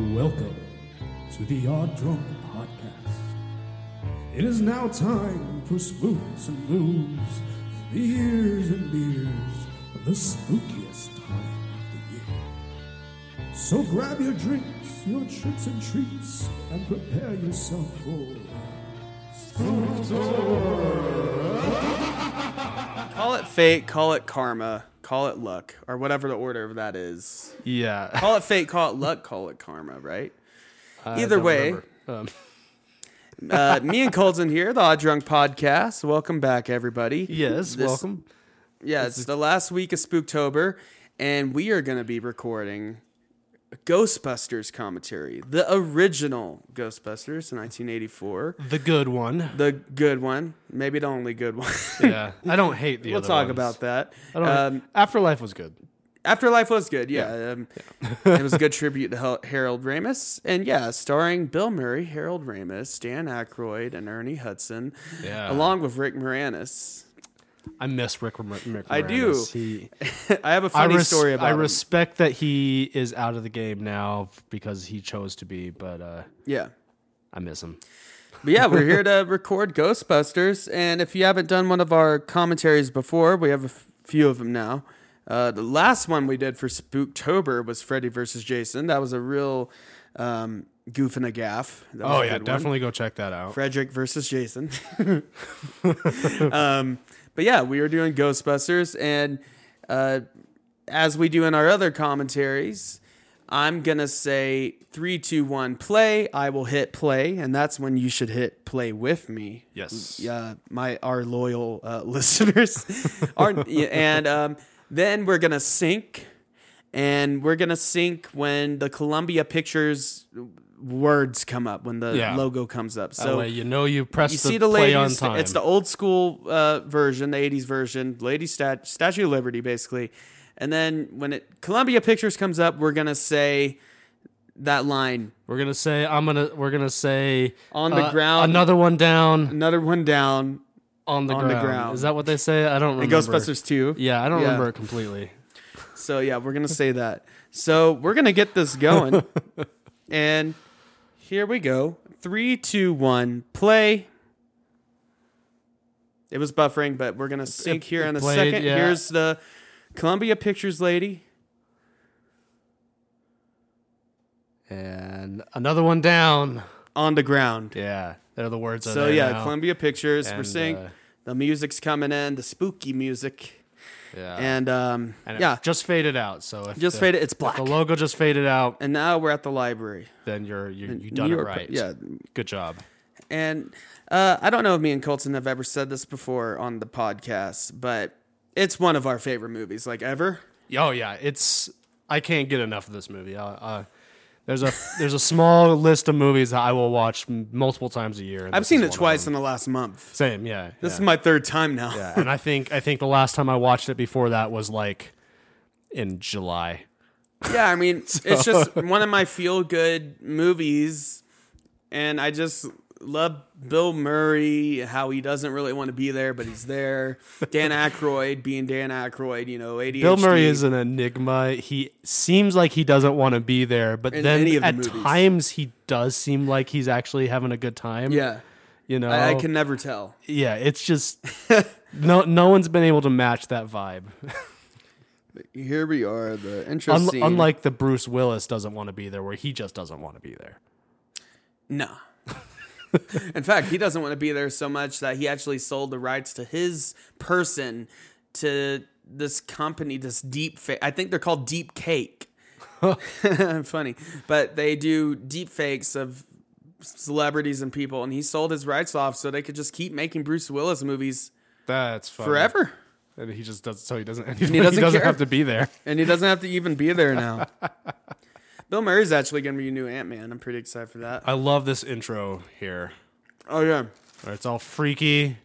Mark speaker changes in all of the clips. Speaker 1: Welcome to the Odd Drunk Podcast. It is now time for spooks and booze, beers and beers, the spookiest time of the year. So grab your drinks, your tricks and treats, and prepare yourself for.
Speaker 2: Call it fate, call it karma, call it luck, or whatever the order of that is.
Speaker 3: Yeah.
Speaker 2: Call it fate, call it luck, call it karma, right?
Speaker 3: I
Speaker 2: Either
Speaker 3: don't
Speaker 2: way,
Speaker 3: remember. Um,
Speaker 2: uh, me and Colton here, the Odd Drunk Podcast. Welcome back, everybody.
Speaker 3: yes,
Speaker 2: This-
Speaker 3: welcome.
Speaker 2: Yeah, it's the last week of Spooktober, and we are going to be recording Ghostbusters commentary, the original Ghostbusters in 1984,
Speaker 3: The good one.
Speaker 2: the good one, maybe the only good one.
Speaker 3: Yeah. I don't hate the
Speaker 2: we'll
Speaker 3: other
Speaker 2: talk
Speaker 3: ones.
Speaker 2: about that. Um,
Speaker 3: I don't Afterlife was good.
Speaker 2: Afterlife was good. Yeah, Um, it was a good tribute to Hel- Harold Ramis, and yeah, starring Bill Murray, Harold Ramis, Dan Aykroyd, and Ernie Hudson,
Speaker 3: Yeah.
Speaker 2: along with Rick Moranis.
Speaker 3: I miss Rick, Mor- Rick
Speaker 2: I do.
Speaker 3: Moranis. He,
Speaker 2: I have a
Speaker 3: I,
Speaker 2: funny
Speaker 3: res-
Speaker 2: story about
Speaker 3: I
Speaker 2: him.
Speaker 3: respect that he is out of the game now f- because he chose to be, but uh,
Speaker 2: Yeah,
Speaker 3: I miss him.
Speaker 2: but yeah, we're here to record Ghostbusters, and if you haven't done one of our commentaries before, we have a f- few of them now. Uh, the last one we did for Spooktober was Freddy versus Jason. That was a real um, goof and a gaff. That was
Speaker 3: Oh
Speaker 2: a
Speaker 3: yeah,
Speaker 2: good one.
Speaker 3: definitely go check that out.
Speaker 2: Frederick versus Jason. um, but yeah, we were doing Ghostbusters, and uh, as we do in our other commentaries, I'm gonna say three, two, one, play. I will hit play, and that's when you should hit play with me.
Speaker 3: Yes.
Speaker 2: yeah, my our loyal uh, listeners are, yeah, and um, then we're gonna sync, and we're gonna sync when the Columbia Pictures words come up when the
Speaker 3: Yeah.
Speaker 2: logo comes up.
Speaker 3: That
Speaker 2: So
Speaker 3: way you know you press
Speaker 2: you
Speaker 3: the,
Speaker 2: see the
Speaker 3: play on
Speaker 2: ladies.
Speaker 3: time.
Speaker 2: It's the old school uh, version, the '80s version, Lady Stat- Statue of Liberty, basically. And then when it Columbia Pictures comes up, we're gonna say that line.
Speaker 3: we're gonna say I'm gonna we're gonna say
Speaker 2: On the
Speaker 3: uh,
Speaker 2: ground.
Speaker 3: another one down
Speaker 2: Another one down.
Speaker 3: on the
Speaker 2: on the
Speaker 3: ground.
Speaker 2: ground.
Speaker 3: Is that what they say? I
Speaker 2: And
Speaker 3: don't remember.
Speaker 2: Ghostbusters two.
Speaker 3: Yeah, I don't
Speaker 2: Yeah.
Speaker 3: remember it completely.
Speaker 2: So yeah, we're gonna say that. So we're gonna get this going. and here we go. Three, two, one, play. It was buffering, but we're gonna sync here in a
Speaker 3: played,
Speaker 2: second.
Speaker 3: yeah.
Speaker 2: Here's the Columbia Pictures lady.
Speaker 3: And another one down.
Speaker 2: on the ground.
Speaker 3: Yeah, they're the words.
Speaker 2: so yeah, Columbia Pictures. we're
Speaker 3: And,
Speaker 2: seeing
Speaker 3: uh,
Speaker 2: the music's coming in, the spooky music,
Speaker 3: yeah,
Speaker 2: and um,
Speaker 3: Uh, And it
Speaker 2: yeah,
Speaker 3: just faded out. So if
Speaker 2: just
Speaker 3: the,
Speaker 2: faded. It's
Speaker 3: if
Speaker 2: black.
Speaker 3: the logo just faded out,
Speaker 2: And now we're at the library.
Speaker 3: then you're you you done
Speaker 2: New
Speaker 3: it
Speaker 2: York-
Speaker 3: right.
Speaker 2: yeah.
Speaker 3: good job.
Speaker 2: And uh, I don't know if me and Colton have ever said this before on the podcast, but it's one of our favorite movies, like ever.
Speaker 3: Oh yeah, it's I can't get enough of this movie. Uh, uh, there's a there's a small list of movies that I will watch m- multiple times a year. and
Speaker 2: I've
Speaker 3: this
Speaker 2: seen
Speaker 3: is
Speaker 2: it
Speaker 3: one of
Speaker 2: twice
Speaker 3: them.
Speaker 2: in the last month.
Speaker 3: Same, yeah.
Speaker 2: This
Speaker 3: yeah.
Speaker 2: is my third time now.
Speaker 3: Yeah, and I think I think the last time I watched it before that was like in July.
Speaker 2: Yeah, I mean, it's just one of my feel good movies, and I just love Bill Murray. How he doesn't really want to be there, but he's there. Dan Aykroyd being Dan Aykroyd, you know, ADHD.
Speaker 3: Bill Murray is an enigma. He seems like he doesn't want to be there, but
Speaker 2: In
Speaker 3: then
Speaker 2: any of the
Speaker 3: at
Speaker 2: movies.
Speaker 3: times he does seem like he's actually having a good time.
Speaker 2: yeah.
Speaker 3: you know,
Speaker 2: I, I can never tell.
Speaker 3: yeah. It's just no, no one's been able to match that vibe.
Speaker 2: Here we are, the intro
Speaker 3: Un- unlike the Bruce Willis doesn't want to be there, where he just doesn't want to be there.
Speaker 2: no. In fact, he doesn't want to be there so much that he actually sold the rights to his person to this company, this deep fake. I think they're called Deep Cake. Funny, but they do deep fakes of celebrities and people, and he sold his rights off so they could just keep making Bruce Willis movies
Speaker 3: That's funny.
Speaker 2: forever,
Speaker 3: and he just does so he doesn't. he
Speaker 2: doesn't
Speaker 3: doesn't,
Speaker 2: care.
Speaker 3: have to be there.
Speaker 2: and he doesn't have to even be there now. Bill Murray's actually going to be a new Ant Man. I'm pretty excited for that.
Speaker 3: I love this intro here.
Speaker 2: Oh yeah,
Speaker 3: Where it's all freaky.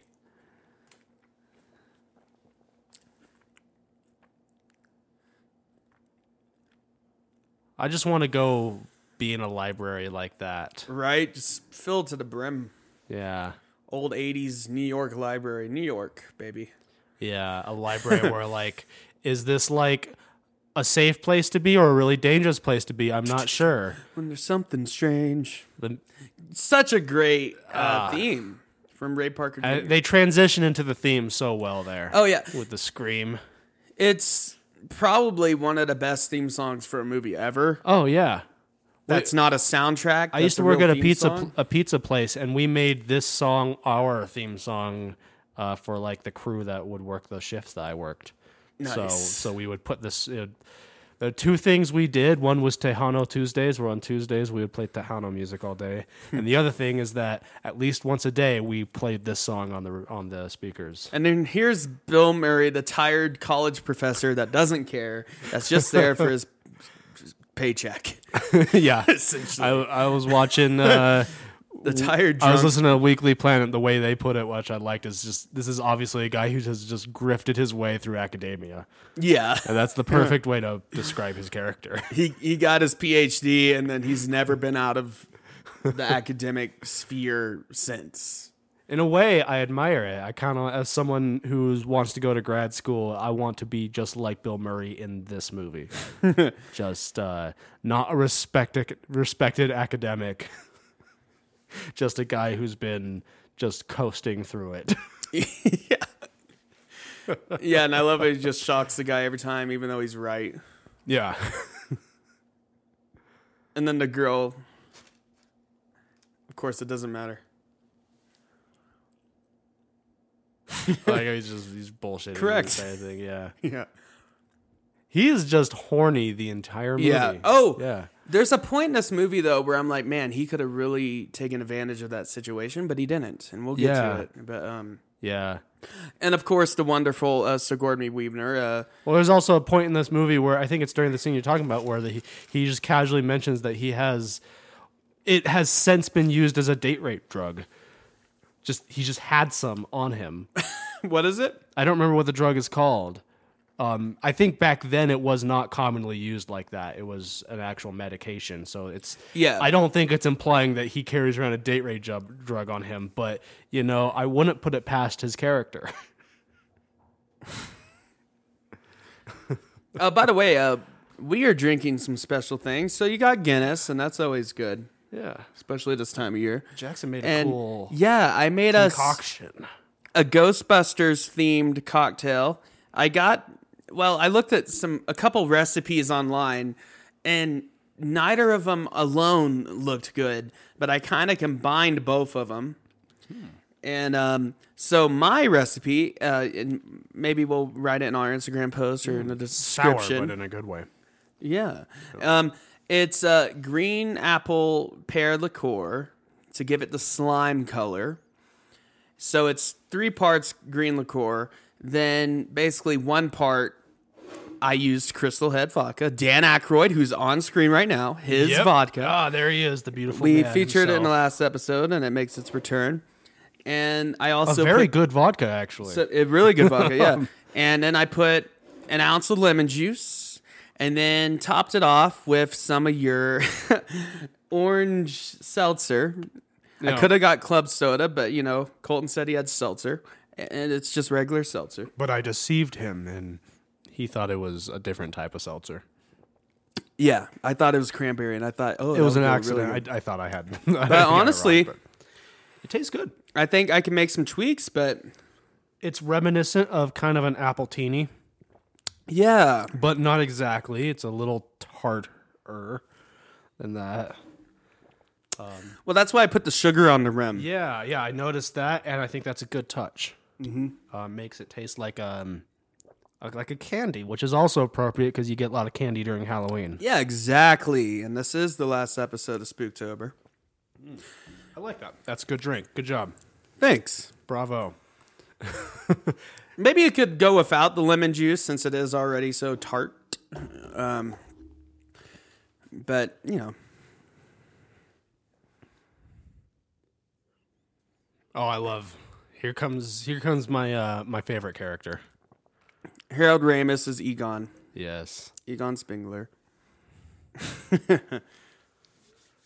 Speaker 3: I just want to go be in a library like that.
Speaker 2: right, just filled to the brim.
Speaker 3: Yeah.
Speaker 2: old 80s New York library, New York, baby.
Speaker 3: Yeah, a library where like is this like a safe place to be or a really dangerous place to be. I'm not sure.
Speaker 2: When there's something strange.
Speaker 3: The-
Speaker 2: Such a great uh, theme from Ray Parker Jr.
Speaker 3: Ah. I- they transition into the theme so well there.
Speaker 2: oh yeah,
Speaker 3: with the scream.
Speaker 2: it's probably one of the best theme songs for a movie ever.
Speaker 3: Oh yeah.
Speaker 2: That's not a soundtrack.
Speaker 3: I used to work at a pizza pl- a pizza place, and we made this song our theme song uh, for like the crew that would work the shifts that I worked. So
Speaker 2: Nice.
Speaker 3: so we would put this. It, the two things we did one was Tejano Tuesdays, where on Tuesdays we would play Tejano music all day, and the other thing is that at least once a day we played this song on the on the speakers.
Speaker 2: And then here's Bill Murray, the tired college professor that doesn't care. That's just there for his paycheck.
Speaker 3: yeah, I
Speaker 2: Essentially,
Speaker 3: I was watching. Uh,
Speaker 2: the tired.
Speaker 3: I
Speaker 2: Drunk.
Speaker 3: was listening to Weekly Planet. The way they put it, which I liked, is just this is obviously a guy who has just grifted his way through academia,
Speaker 2: yeah,
Speaker 3: and that's the perfect way to describe his character.
Speaker 2: he he got his PhD, and then he's never been out of the academic sphere since.
Speaker 3: In a way, I admire it. I kind of, as someone who wants to go to grad school, I want to be just like Bill Murray in this movie, just uh, not a respected respected academic, just a guy who's been just coasting through it.
Speaker 2: yeah. yeah, and I love it. He just shocks the guy every time, even though he's right.
Speaker 3: yeah.
Speaker 2: And then the girl. Of course, it doesn't matter.
Speaker 3: like he's just he's bullshitting. the
Speaker 2: Correct.
Speaker 3: entire thing, Yeah.
Speaker 2: Yeah.
Speaker 3: He is just horny the entire movie.
Speaker 2: Yeah. Oh.
Speaker 3: yeah.
Speaker 2: There's a point in this movie though where I'm like, man, he could have really taken advantage of that situation, but he didn't, and we'll get
Speaker 3: Yeah.
Speaker 2: to it. But um,
Speaker 3: Yeah.
Speaker 2: and of course the wonderful uh, Sigourney Weaver. Uh,
Speaker 3: Well, there's also a point in this movie where I think it's during the scene you're talking about where the, he, he just casually mentions that he has, it has since been used as a date rape drug. Just he just had some on him.
Speaker 2: what is it?
Speaker 3: I don't remember what the drug is called. Um, I think back then it was not commonly used like that. It was an actual medication. So it's
Speaker 2: Yeah.
Speaker 3: I don't think it's implying that he carries around a date rape drug, drug on him, but you know I wouldn't put it past his character.
Speaker 2: Uh, by the way, uh, we are drinking some special things. So you got Guinness, and that's always good,
Speaker 3: yeah,
Speaker 2: especially this time of year.
Speaker 3: Jackson made a
Speaker 2: And
Speaker 3: cool
Speaker 2: yeah, I made us
Speaker 3: concoction.
Speaker 2: a Ghostbusters themed cocktail. I got well, I looked at some a couple recipes online and neither of them alone looked good, but I kind of combined both of them.
Speaker 3: Hmm.
Speaker 2: And um, so my recipe, uh, and maybe we'll write it in our Instagram post or in the
Speaker 3: Hmm. Sour,
Speaker 2: description.
Speaker 3: but in a good way.
Speaker 2: Yeah. Um, it's uh, green apple pear liqueur to give it the slime color. So it's three parts green liqueur, then basically one part. I used Crystal Head vodka. Dan Aykroyd, who's on screen right now, his vodka.
Speaker 3: Ah, there he is, the beautiful.
Speaker 2: we
Speaker 3: man
Speaker 2: featured it in the
Speaker 3: himself.
Speaker 2: last episode, and it makes its return. And I
Speaker 3: A
Speaker 2: also
Speaker 3: very
Speaker 2: put-
Speaker 3: good vodka, actually.
Speaker 2: so it really good vodka, yeah. And then I put an ounce of lemon juice, and then topped it off with some of your orange seltzer. I
Speaker 3: No.
Speaker 2: could have got club soda, but you know, Colton said he had seltzer, and it's just regular seltzer.
Speaker 3: but I deceived him, and he thought it was a different type of seltzer.
Speaker 2: Yeah, I thought it was cranberry, and I thought, oh,
Speaker 3: It was an accident. I, I thought I had. I think I got it
Speaker 2: but
Speaker 3: wrong,
Speaker 2: honestly,
Speaker 3: but it tastes good.
Speaker 2: I think I can make some tweaks, but
Speaker 3: It's reminiscent of kind of an apple teeny,
Speaker 2: yeah,
Speaker 3: but not exactly. It's a little tarter than that.
Speaker 2: well, that's why I put the sugar on the rim.
Speaker 3: Yeah, yeah, I noticed that, and I think that's a good touch. Mm-hmm. Uh, makes it taste like um, like- like a candy, which is also appropriate because you get a lot of candy during Halloween.
Speaker 2: Yeah, exactly. And this is the last episode of Spooktober.
Speaker 3: I like that. That's a good drink. Good job.
Speaker 2: Thanks.
Speaker 3: Bravo.
Speaker 2: Maybe it could go without the lemon juice since it is already so tart. Um, but you know,
Speaker 3: Oh, I love. Here comes here comes my uh my favorite character.
Speaker 2: Harold Ramis is Egon,
Speaker 3: Yes.
Speaker 2: Egon Spengler.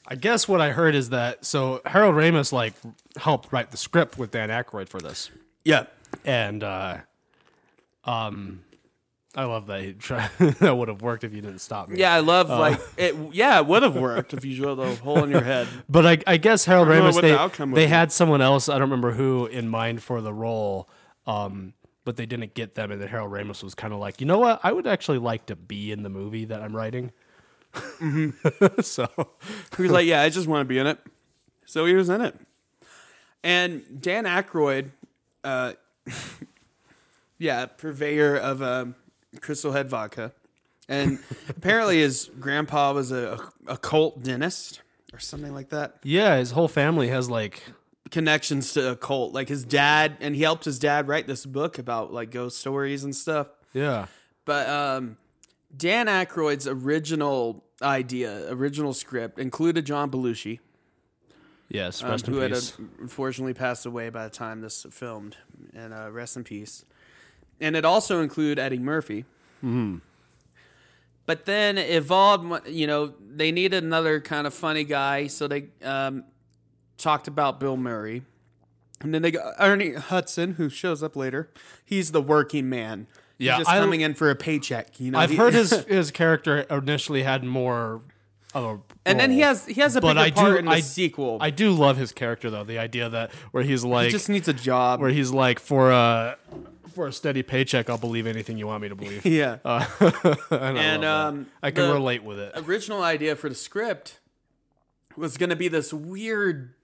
Speaker 3: I guess what I heard is that so Harold Ramis like helped write the script with Dan Aykroyd for this.
Speaker 2: Yeah,
Speaker 3: and uh um I love that. he tried- that would have worked if you didn't stop me.
Speaker 2: Yeah, I love like it. Yeah, it would have worked if you drilled a hole in your head.
Speaker 3: But I, I guess Harold
Speaker 2: don't know
Speaker 3: Ramis,
Speaker 2: what the outcome
Speaker 3: they,
Speaker 2: would
Speaker 3: they
Speaker 2: be.
Speaker 3: had someone else, I don't remember who, in mind for the role, um, but they didn't get them. And then Harold Ramis was kind of like, you know what? I would actually like to be in the movie that I'm writing.
Speaker 2: Mm-hmm.
Speaker 3: so,
Speaker 2: He was like, "Yeah, I just want to be in it." So he was in it. And Dan Aykroyd, uh, yeah, purveyor of um, Crystal Head vodka, and apparently his grandpa was a, a cult dentist or something like that.
Speaker 3: yeah, his whole family has like,
Speaker 2: Connections to a cult, like his dad, and he helped his dad write this book about like ghost stories and stuff.
Speaker 3: yeah.
Speaker 2: But um, Dan Aykroyd's original idea, original script, included John Belushi.
Speaker 3: Yes,
Speaker 2: um,
Speaker 3: rest
Speaker 2: who
Speaker 3: in
Speaker 2: had uh,
Speaker 3: peace.
Speaker 2: unfortunately passed away by the time this filmed, and uh, rest in peace. And it also included Eddie Murphy.
Speaker 3: Mm-hmm.
Speaker 2: But then it evolved, you know, they needed another kind of funny guy, so they um, talked about Bill Murray. And then they got Ernie Hudson, who shows up later. He's the working man. He's
Speaker 3: Yeah,
Speaker 2: just
Speaker 3: I-
Speaker 2: coming in for a paycheck. You know,
Speaker 3: I've
Speaker 2: He-
Speaker 3: heard his, his character initially had more of a.
Speaker 2: and then he
Speaker 3: role.
Speaker 2: has he has a
Speaker 3: But
Speaker 2: bigger
Speaker 3: I do-
Speaker 2: part in the
Speaker 3: I-
Speaker 2: sequel.
Speaker 3: I do love his character, though. The idea that where he's like.
Speaker 2: he just needs a job.
Speaker 3: where he's like for a for a steady paycheck i'll believe anything you want me to believe
Speaker 2: yeah.
Speaker 3: Uh, and I,
Speaker 2: And,
Speaker 3: love that.
Speaker 2: um,
Speaker 3: I can
Speaker 2: the-
Speaker 3: relate with it
Speaker 2: original idea for the script was going to be this weird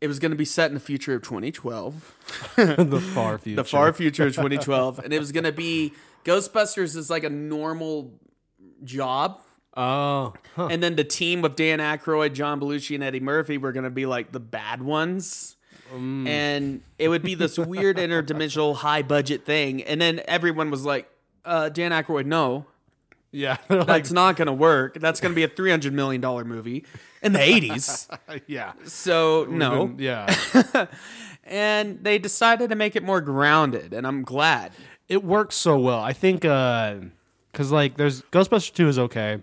Speaker 2: it was going to be set in the future of 2012
Speaker 3: the far future
Speaker 2: the far future of 2012 and it was going to be ghostbusters is like a normal job
Speaker 3: oh huh.
Speaker 2: and then the team of Dan Aykroyd, John Belushi, and Eddie Murphy were going to be like the bad ones. Mm. And it would be this weird interdimensional high budget thing. And then everyone was like, uh, Dan Aykroyd, no.
Speaker 3: yeah They're like
Speaker 2: That's not going to work. That's going to be a $300 million movie in the 80s.
Speaker 3: yeah
Speaker 2: So, no.
Speaker 3: yeah
Speaker 2: And they decided to make it more grounded, and I'm glad.
Speaker 3: it works so well i think uh because like there's ghostbusters 2 is okay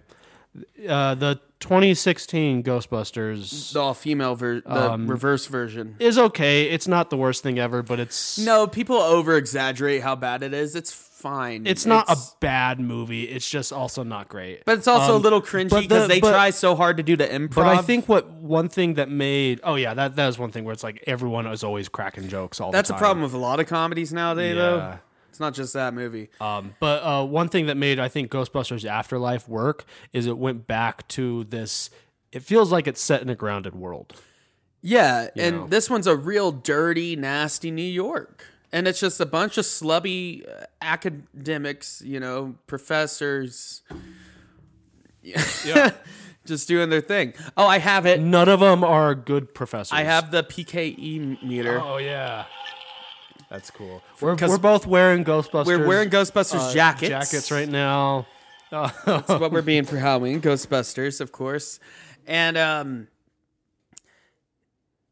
Speaker 3: uh the 2016 ghostbusters
Speaker 2: The all female ver- the
Speaker 3: Um,
Speaker 2: reverse version.
Speaker 3: is okay it's not the worst thing ever but it's
Speaker 2: No, people over exaggerate how bad it is. It's fine.
Speaker 3: it's not a bad movie it's just also not great
Speaker 2: But it's also
Speaker 3: Um,
Speaker 2: a little cringy
Speaker 3: but the-
Speaker 2: because they
Speaker 3: but-
Speaker 2: try so hard to do the improv.
Speaker 3: But I think what one thing that made oh yeah that that was one thing where it's like everyone is always cracking jokes all
Speaker 2: that's a
Speaker 3: the time.
Speaker 2: problem with a lot of comedies nowadays,
Speaker 3: Yeah.
Speaker 2: though. It's not just that movie.
Speaker 3: Um, but uh, one thing that made I think Ghostbusters Afterlife work is it went back to this. It feels like it's set in a grounded world.
Speaker 2: Yeah, and
Speaker 3: know.
Speaker 2: this one's a real dirty, nasty New York. And it's just a bunch of slubby uh, academics, you know, professors. Yeah. just doing their thing. Oh, I have it.
Speaker 3: None of them are good professors.
Speaker 2: I have the PKE meter.
Speaker 3: Oh yeah, that's cool. We're,
Speaker 2: 'Cause
Speaker 3: we're both wearing Ghostbusters.
Speaker 2: We're wearing Ghostbusters
Speaker 3: uh,
Speaker 2: jackets.
Speaker 3: Jackets right now.
Speaker 2: That's what we're being for Halloween. Ghostbusters, of course. And um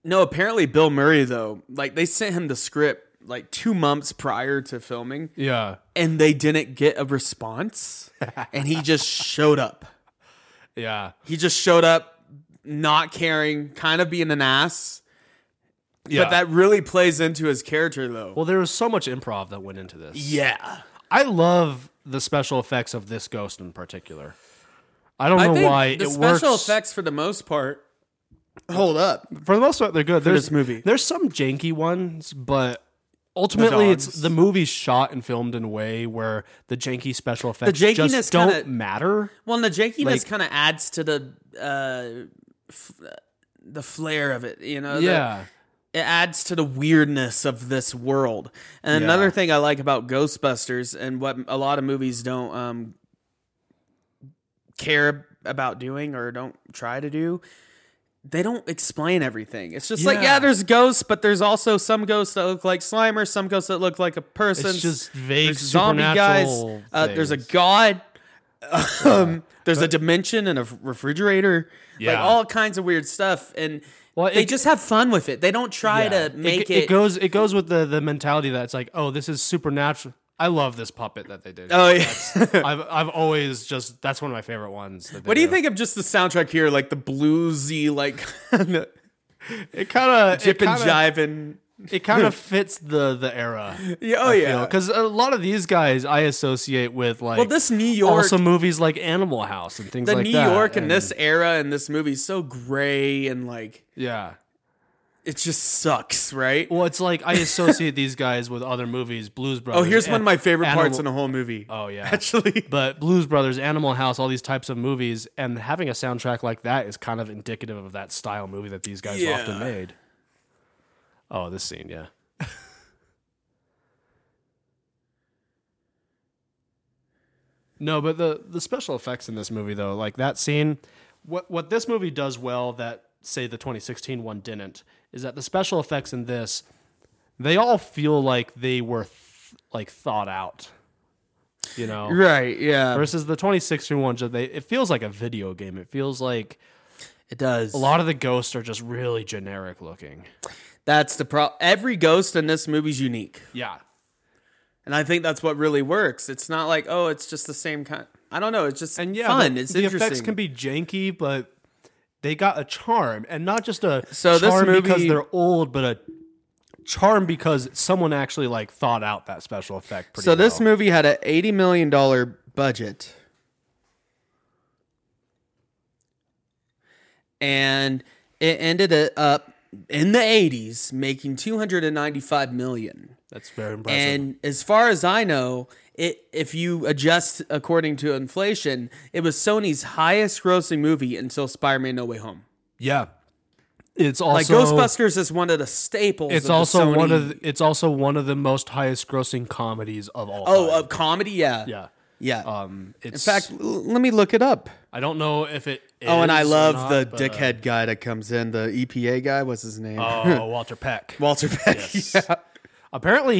Speaker 2: No, apparently Bill Murray though, like they sent him the script like two months prior to filming
Speaker 3: Yeah,
Speaker 2: and they didn't get a response. and he just showed up.
Speaker 3: yeah,
Speaker 2: He just showed up not caring, kind of being an ass.
Speaker 3: yeah.
Speaker 2: But that really plays into his character though.
Speaker 3: well, there was so much improv that went into this.
Speaker 2: yeah.
Speaker 3: I love the special effects of this ghost in particular. I don't know why
Speaker 2: the
Speaker 3: it
Speaker 2: special
Speaker 3: works.
Speaker 2: effects for the most part hold up.
Speaker 3: For the most part, they're good. There's
Speaker 2: this movie.
Speaker 3: There's some janky ones, but ultimately,
Speaker 2: The
Speaker 3: it's
Speaker 2: dogs.
Speaker 3: the movie's shot and filmed in a way where the janky special effects
Speaker 2: jankiness
Speaker 3: just don't
Speaker 2: kinda-
Speaker 3: matter.
Speaker 2: Well, and the jankiness
Speaker 3: Like-
Speaker 2: kind of adds to the uh, f- the flair of it, you know. the-
Speaker 3: Yeah,
Speaker 2: it adds to the weirdness of this world. And another thing I like about Ghostbusters and what a lot of movies don't um, care about doing or don't try to do. They don't explain everything. It's just like,
Speaker 3: Yeah.
Speaker 2: yeah, there's ghosts, but there's also some ghosts that look like Slimer, some ghosts that look like a person.
Speaker 3: it's just vague
Speaker 2: There's zombie guys.
Speaker 3: supernatural
Speaker 2: Uh, there's a
Speaker 3: things.
Speaker 2: god. Um, there's a dimension and a refrigerator. Like
Speaker 3: Yeah.
Speaker 2: all kinds of weird stuff, and
Speaker 3: Well,
Speaker 2: they
Speaker 3: it-
Speaker 2: just have fun with it. They don't try
Speaker 3: Yeah.
Speaker 2: to make it.
Speaker 3: it goes. It goes with the the mentality that it's like, oh, this is supernatural. I love this puppet that they did.
Speaker 2: oh yeah.
Speaker 3: I've I've always just that's one of my favorite ones. that they
Speaker 2: what do you
Speaker 3: do.
Speaker 2: think of just the soundtrack here? Like the bluesy, like jip
Speaker 3: It kind of
Speaker 2: and jiving.
Speaker 3: it kind of fits the the era.
Speaker 2: Yeah, oh yeah.
Speaker 3: because a lot of these guys I associate with like
Speaker 2: Well, this New York,
Speaker 3: also movies like Animal House and things
Speaker 2: the
Speaker 3: like
Speaker 2: New
Speaker 3: that.
Speaker 2: York in this era and this movie is so gray and like
Speaker 3: yeah.
Speaker 2: it just sucks, right?
Speaker 3: Well, it's like I associate these guys with other movies, Blues Brothers.
Speaker 2: oh, here's one of my favorite parts in
Speaker 3: Animal-
Speaker 2: the whole movie.
Speaker 3: Oh yeah,
Speaker 2: actually,
Speaker 3: but Blues Brothers, Animal House, all these types of movies, and having a soundtrack like that is kind of indicative of that style movie that these guys
Speaker 2: Yeah.
Speaker 3: often made. Oh, this scene, yeah. no, but the the special effects in this movie though, like that scene, what what this movie does well that say the 2016 one didn't is that the special effects in this they all feel like they were th- like thought out. You know.
Speaker 2: right? Yeah,
Speaker 3: Versus the 2016 one, just they it feels like a video game. It feels like
Speaker 2: it does.
Speaker 3: a lot of the ghosts are just really generic looking.
Speaker 2: That's the problem. Every ghost in this movie's unique,
Speaker 3: Yeah,
Speaker 2: and I think that's what really works. It's not like oh, it's just the same kind. I don't know. It's just
Speaker 3: and yeah,
Speaker 2: fun.
Speaker 3: The,
Speaker 2: it's
Speaker 3: the
Speaker 2: interesting.
Speaker 3: effects can be janky, but they got a charm, and not just a
Speaker 2: So this
Speaker 3: charm because
Speaker 2: movie-
Speaker 3: they're old, but a charm because someone actually like thought out that special effect. Pretty
Speaker 2: so this
Speaker 3: well.
Speaker 2: movie had an eighty million dollar budget, and it ended it up in the eighties making two hundred and ninety five million.
Speaker 3: that's very impressive.
Speaker 2: And as far as I know, it if you adjust according to inflation, it was Sony's highest grossing movie until Spider Man No Way Home.
Speaker 3: yeah, it's also
Speaker 2: Like Ghostbusters is one of the staples.
Speaker 3: It's
Speaker 2: of the
Speaker 3: also
Speaker 2: Sony-
Speaker 3: one of the, it's also one of the most highest grossing comedies of all.
Speaker 2: oh
Speaker 3: time.
Speaker 2: of comedy. Yeah,
Speaker 3: yeah.
Speaker 2: yeah.
Speaker 3: Um, it's,
Speaker 2: In fact, l- let me look it up.
Speaker 3: I don't know if it.
Speaker 2: Oh, and I
Speaker 3: is or
Speaker 2: love
Speaker 3: not,
Speaker 2: the
Speaker 3: but, uh,
Speaker 2: dickhead guy that comes in. The EPA guy. What's his name?
Speaker 3: Oh, Walter Peck.
Speaker 2: Walter Peck. Yeah.
Speaker 3: Apparently,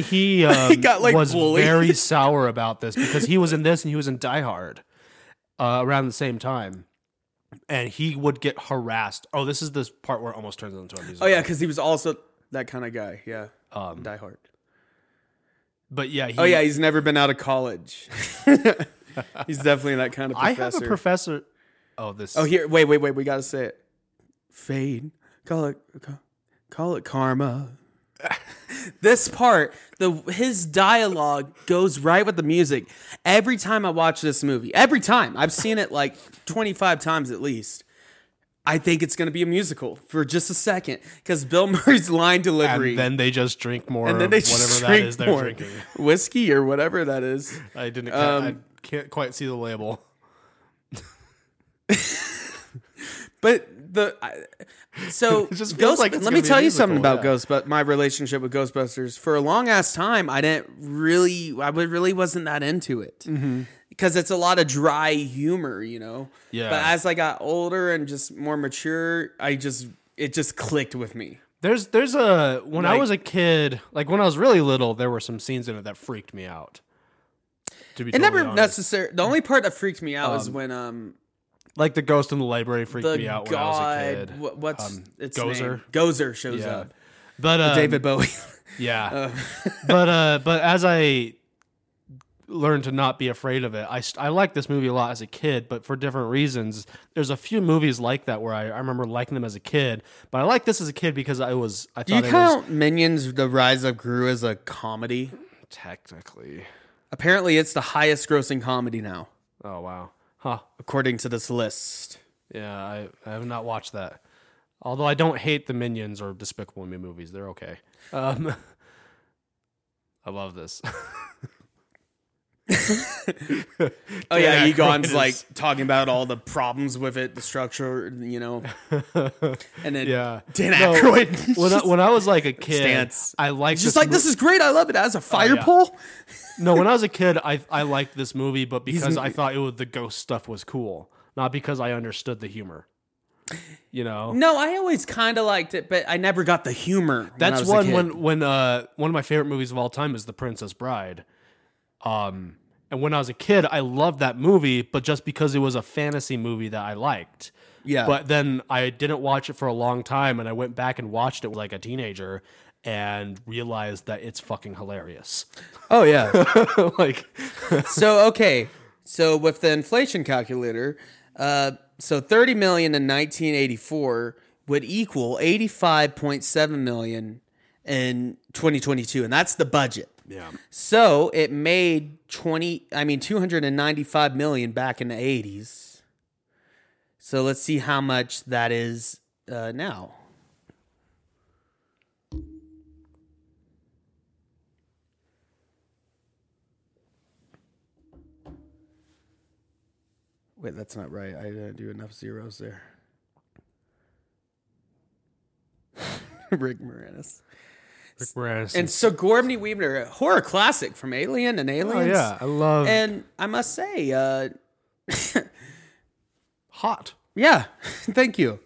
Speaker 3: he, um,
Speaker 2: got, like,
Speaker 3: was
Speaker 2: bullied.
Speaker 3: very sour about this because he was in this and he was in Die Hard uh, around the same time, and he would get harassed. Oh, this is this part where it almost turns into a musical.
Speaker 2: Oh yeah, because he was also that kind of guy. Yeah. Um, Die Hard.
Speaker 3: but yeah. He,
Speaker 2: Oh yeah, he's never been out of college. he's definitely that kind of
Speaker 3: I
Speaker 2: professor.
Speaker 3: have a professor. Oh, this.
Speaker 2: Oh, here, wait, wait, wait. We gotta say it. Fade. Call it, ca- call it karma. this part, the his dialogue goes right with the music. Every time I watch this movie, every time I've seen it like twenty five times at least. I think it's gonna be a musical for just a second because Bill Murray's line delivery.
Speaker 3: and then they just drink more.
Speaker 2: and then they
Speaker 3: of whatever
Speaker 2: just
Speaker 3: that
Speaker 2: drink
Speaker 3: is they're
Speaker 2: more.
Speaker 3: drinking.
Speaker 2: whiskey or whatever that is.
Speaker 3: I didn't.
Speaker 2: Um,
Speaker 3: I can't quite see the label.
Speaker 2: But the I, so
Speaker 3: just
Speaker 2: Ghost,
Speaker 3: feels like it's
Speaker 2: let
Speaker 3: gonna
Speaker 2: me
Speaker 3: be a
Speaker 2: tell you
Speaker 3: musical,
Speaker 2: something about
Speaker 3: yeah.
Speaker 2: Ghost, but my relationship with Ghostbusters for a long ass time, I didn't really, I would- really wasn't that into it
Speaker 3: Mm-hmm.
Speaker 2: because it's a lot of dry humor, you know.
Speaker 3: Yeah.
Speaker 2: But as I got older and just more mature, I just it just clicked with me.
Speaker 3: There's there's a when I
Speaker 2: Like-
Speaker 3: was a kid, like when I was really little, there were some scenes in it that freaked me out. To be
Speaker 2: It never
Speaker 3: totally honest.
Speaker 2: necessarily. The only part that freaked me out was when um
Speaker 3: like the ghost in the library freaked
Speaker 2: the
Speaker 3: me out when I was a
Speaker 2: god
Speaker 3: kid.
Speaker 2: what, what's
Speaker 3: Um,
Speaker 2: its
Speaker 3: Gozer.
Speaker 2: name Gozer shows
Speaker 3: Yeah.
Speaker 2: up.
Speaker 3: But um,
Speaker 2: David Bowie.
Speaker 3: yeah. but uh, but as I learned to not be afraid of it, I st- I liked this movie a lot as a kid, but for different reasons. There's a few movies like that where I, I remember liking them as a kid, but I liked this as a kid because I was I
Speaker 2: Do you
Speaker 3: thought it was
Speaker 2: count Minions: The Rise of Gru as a comedy?
Speaker 3: technically.
Speaker 2: Apparently, it's the highest grossing comedy now,
Speaker 3: Oh wow, huh?
Speaker 2: according to this list.
Speaker 3: Yeah, I, I have not watched that. Although I don't hate the Minions or Despicable Me movies, they're okay. Um, I love this.
Speaker 2: Oh yeah,
Speaker 3: Yeah,
Speaker 2: Egon's
Speaker 3: Kronos.
Speaker 2: like talking about all the problems with it, the structure, you know. And then
Speaker 3: Yeah,
Speaker 2: Dan
Speaker 3: No,
Speaker 2: Aykroyd
Speaker 3: when I, when I was like a kid,
Speaker 2: Stance.
Speaker 3: I liked
Speaker 2: just like
Speaker 3: mo-
Speaker 2: this is great. I love it as a fire
Speaker 3: Oh, yeah.
Speaker 2: pole.
Speaker 3: No, when I was a kid, I I liked this movie, but because I thought it was the ghost stuff was cool, not because I understood the humor. You know,
Speaker 2: No, I always kind of liked it, but I never got the humor.
Speaker 3: That's
Speaker 2: when I was a
Speaker 3: one
Speaker 2: kid.
Speaker 3: when when uh one of my favorite movies of all time is The Princess Bride. Um and when I was a kid, I loved that movie, but just because it was a fantasy movie that I liked.
Speaker 2: Yeah.
Speaker 3: But then I didn't watch it for a long time and I went back and watched it like a teenager and realized that it's fucking hilarious.
Speaker 2: Oh yeah.
Speaker 3: like
Speaker 2: so okay, so with the inflation calculator, uh, so thirty million in nineteen eighty four would equal eighty five point seven million in 2022, and that's the budget.
Speaker 3: Yeah.
Speaker 2: So it made 20, I mean, 295 million back in the 80s. So let's see how much that is uh, now. Wait, that's not right. I didn't do enough zeros there. Rick Moranis.
Speaker 3: Rick Moranis.
Speaker 2: And so Gormley Weaver, a horror classic from Alien and
Speaker 3: oh
Speaker 2: Aliens.
Speaker 3: yeah, I love
Speaker 2: And I must say, uh,
Speaker 3: hot.
Speaker 2: yeah, thank you.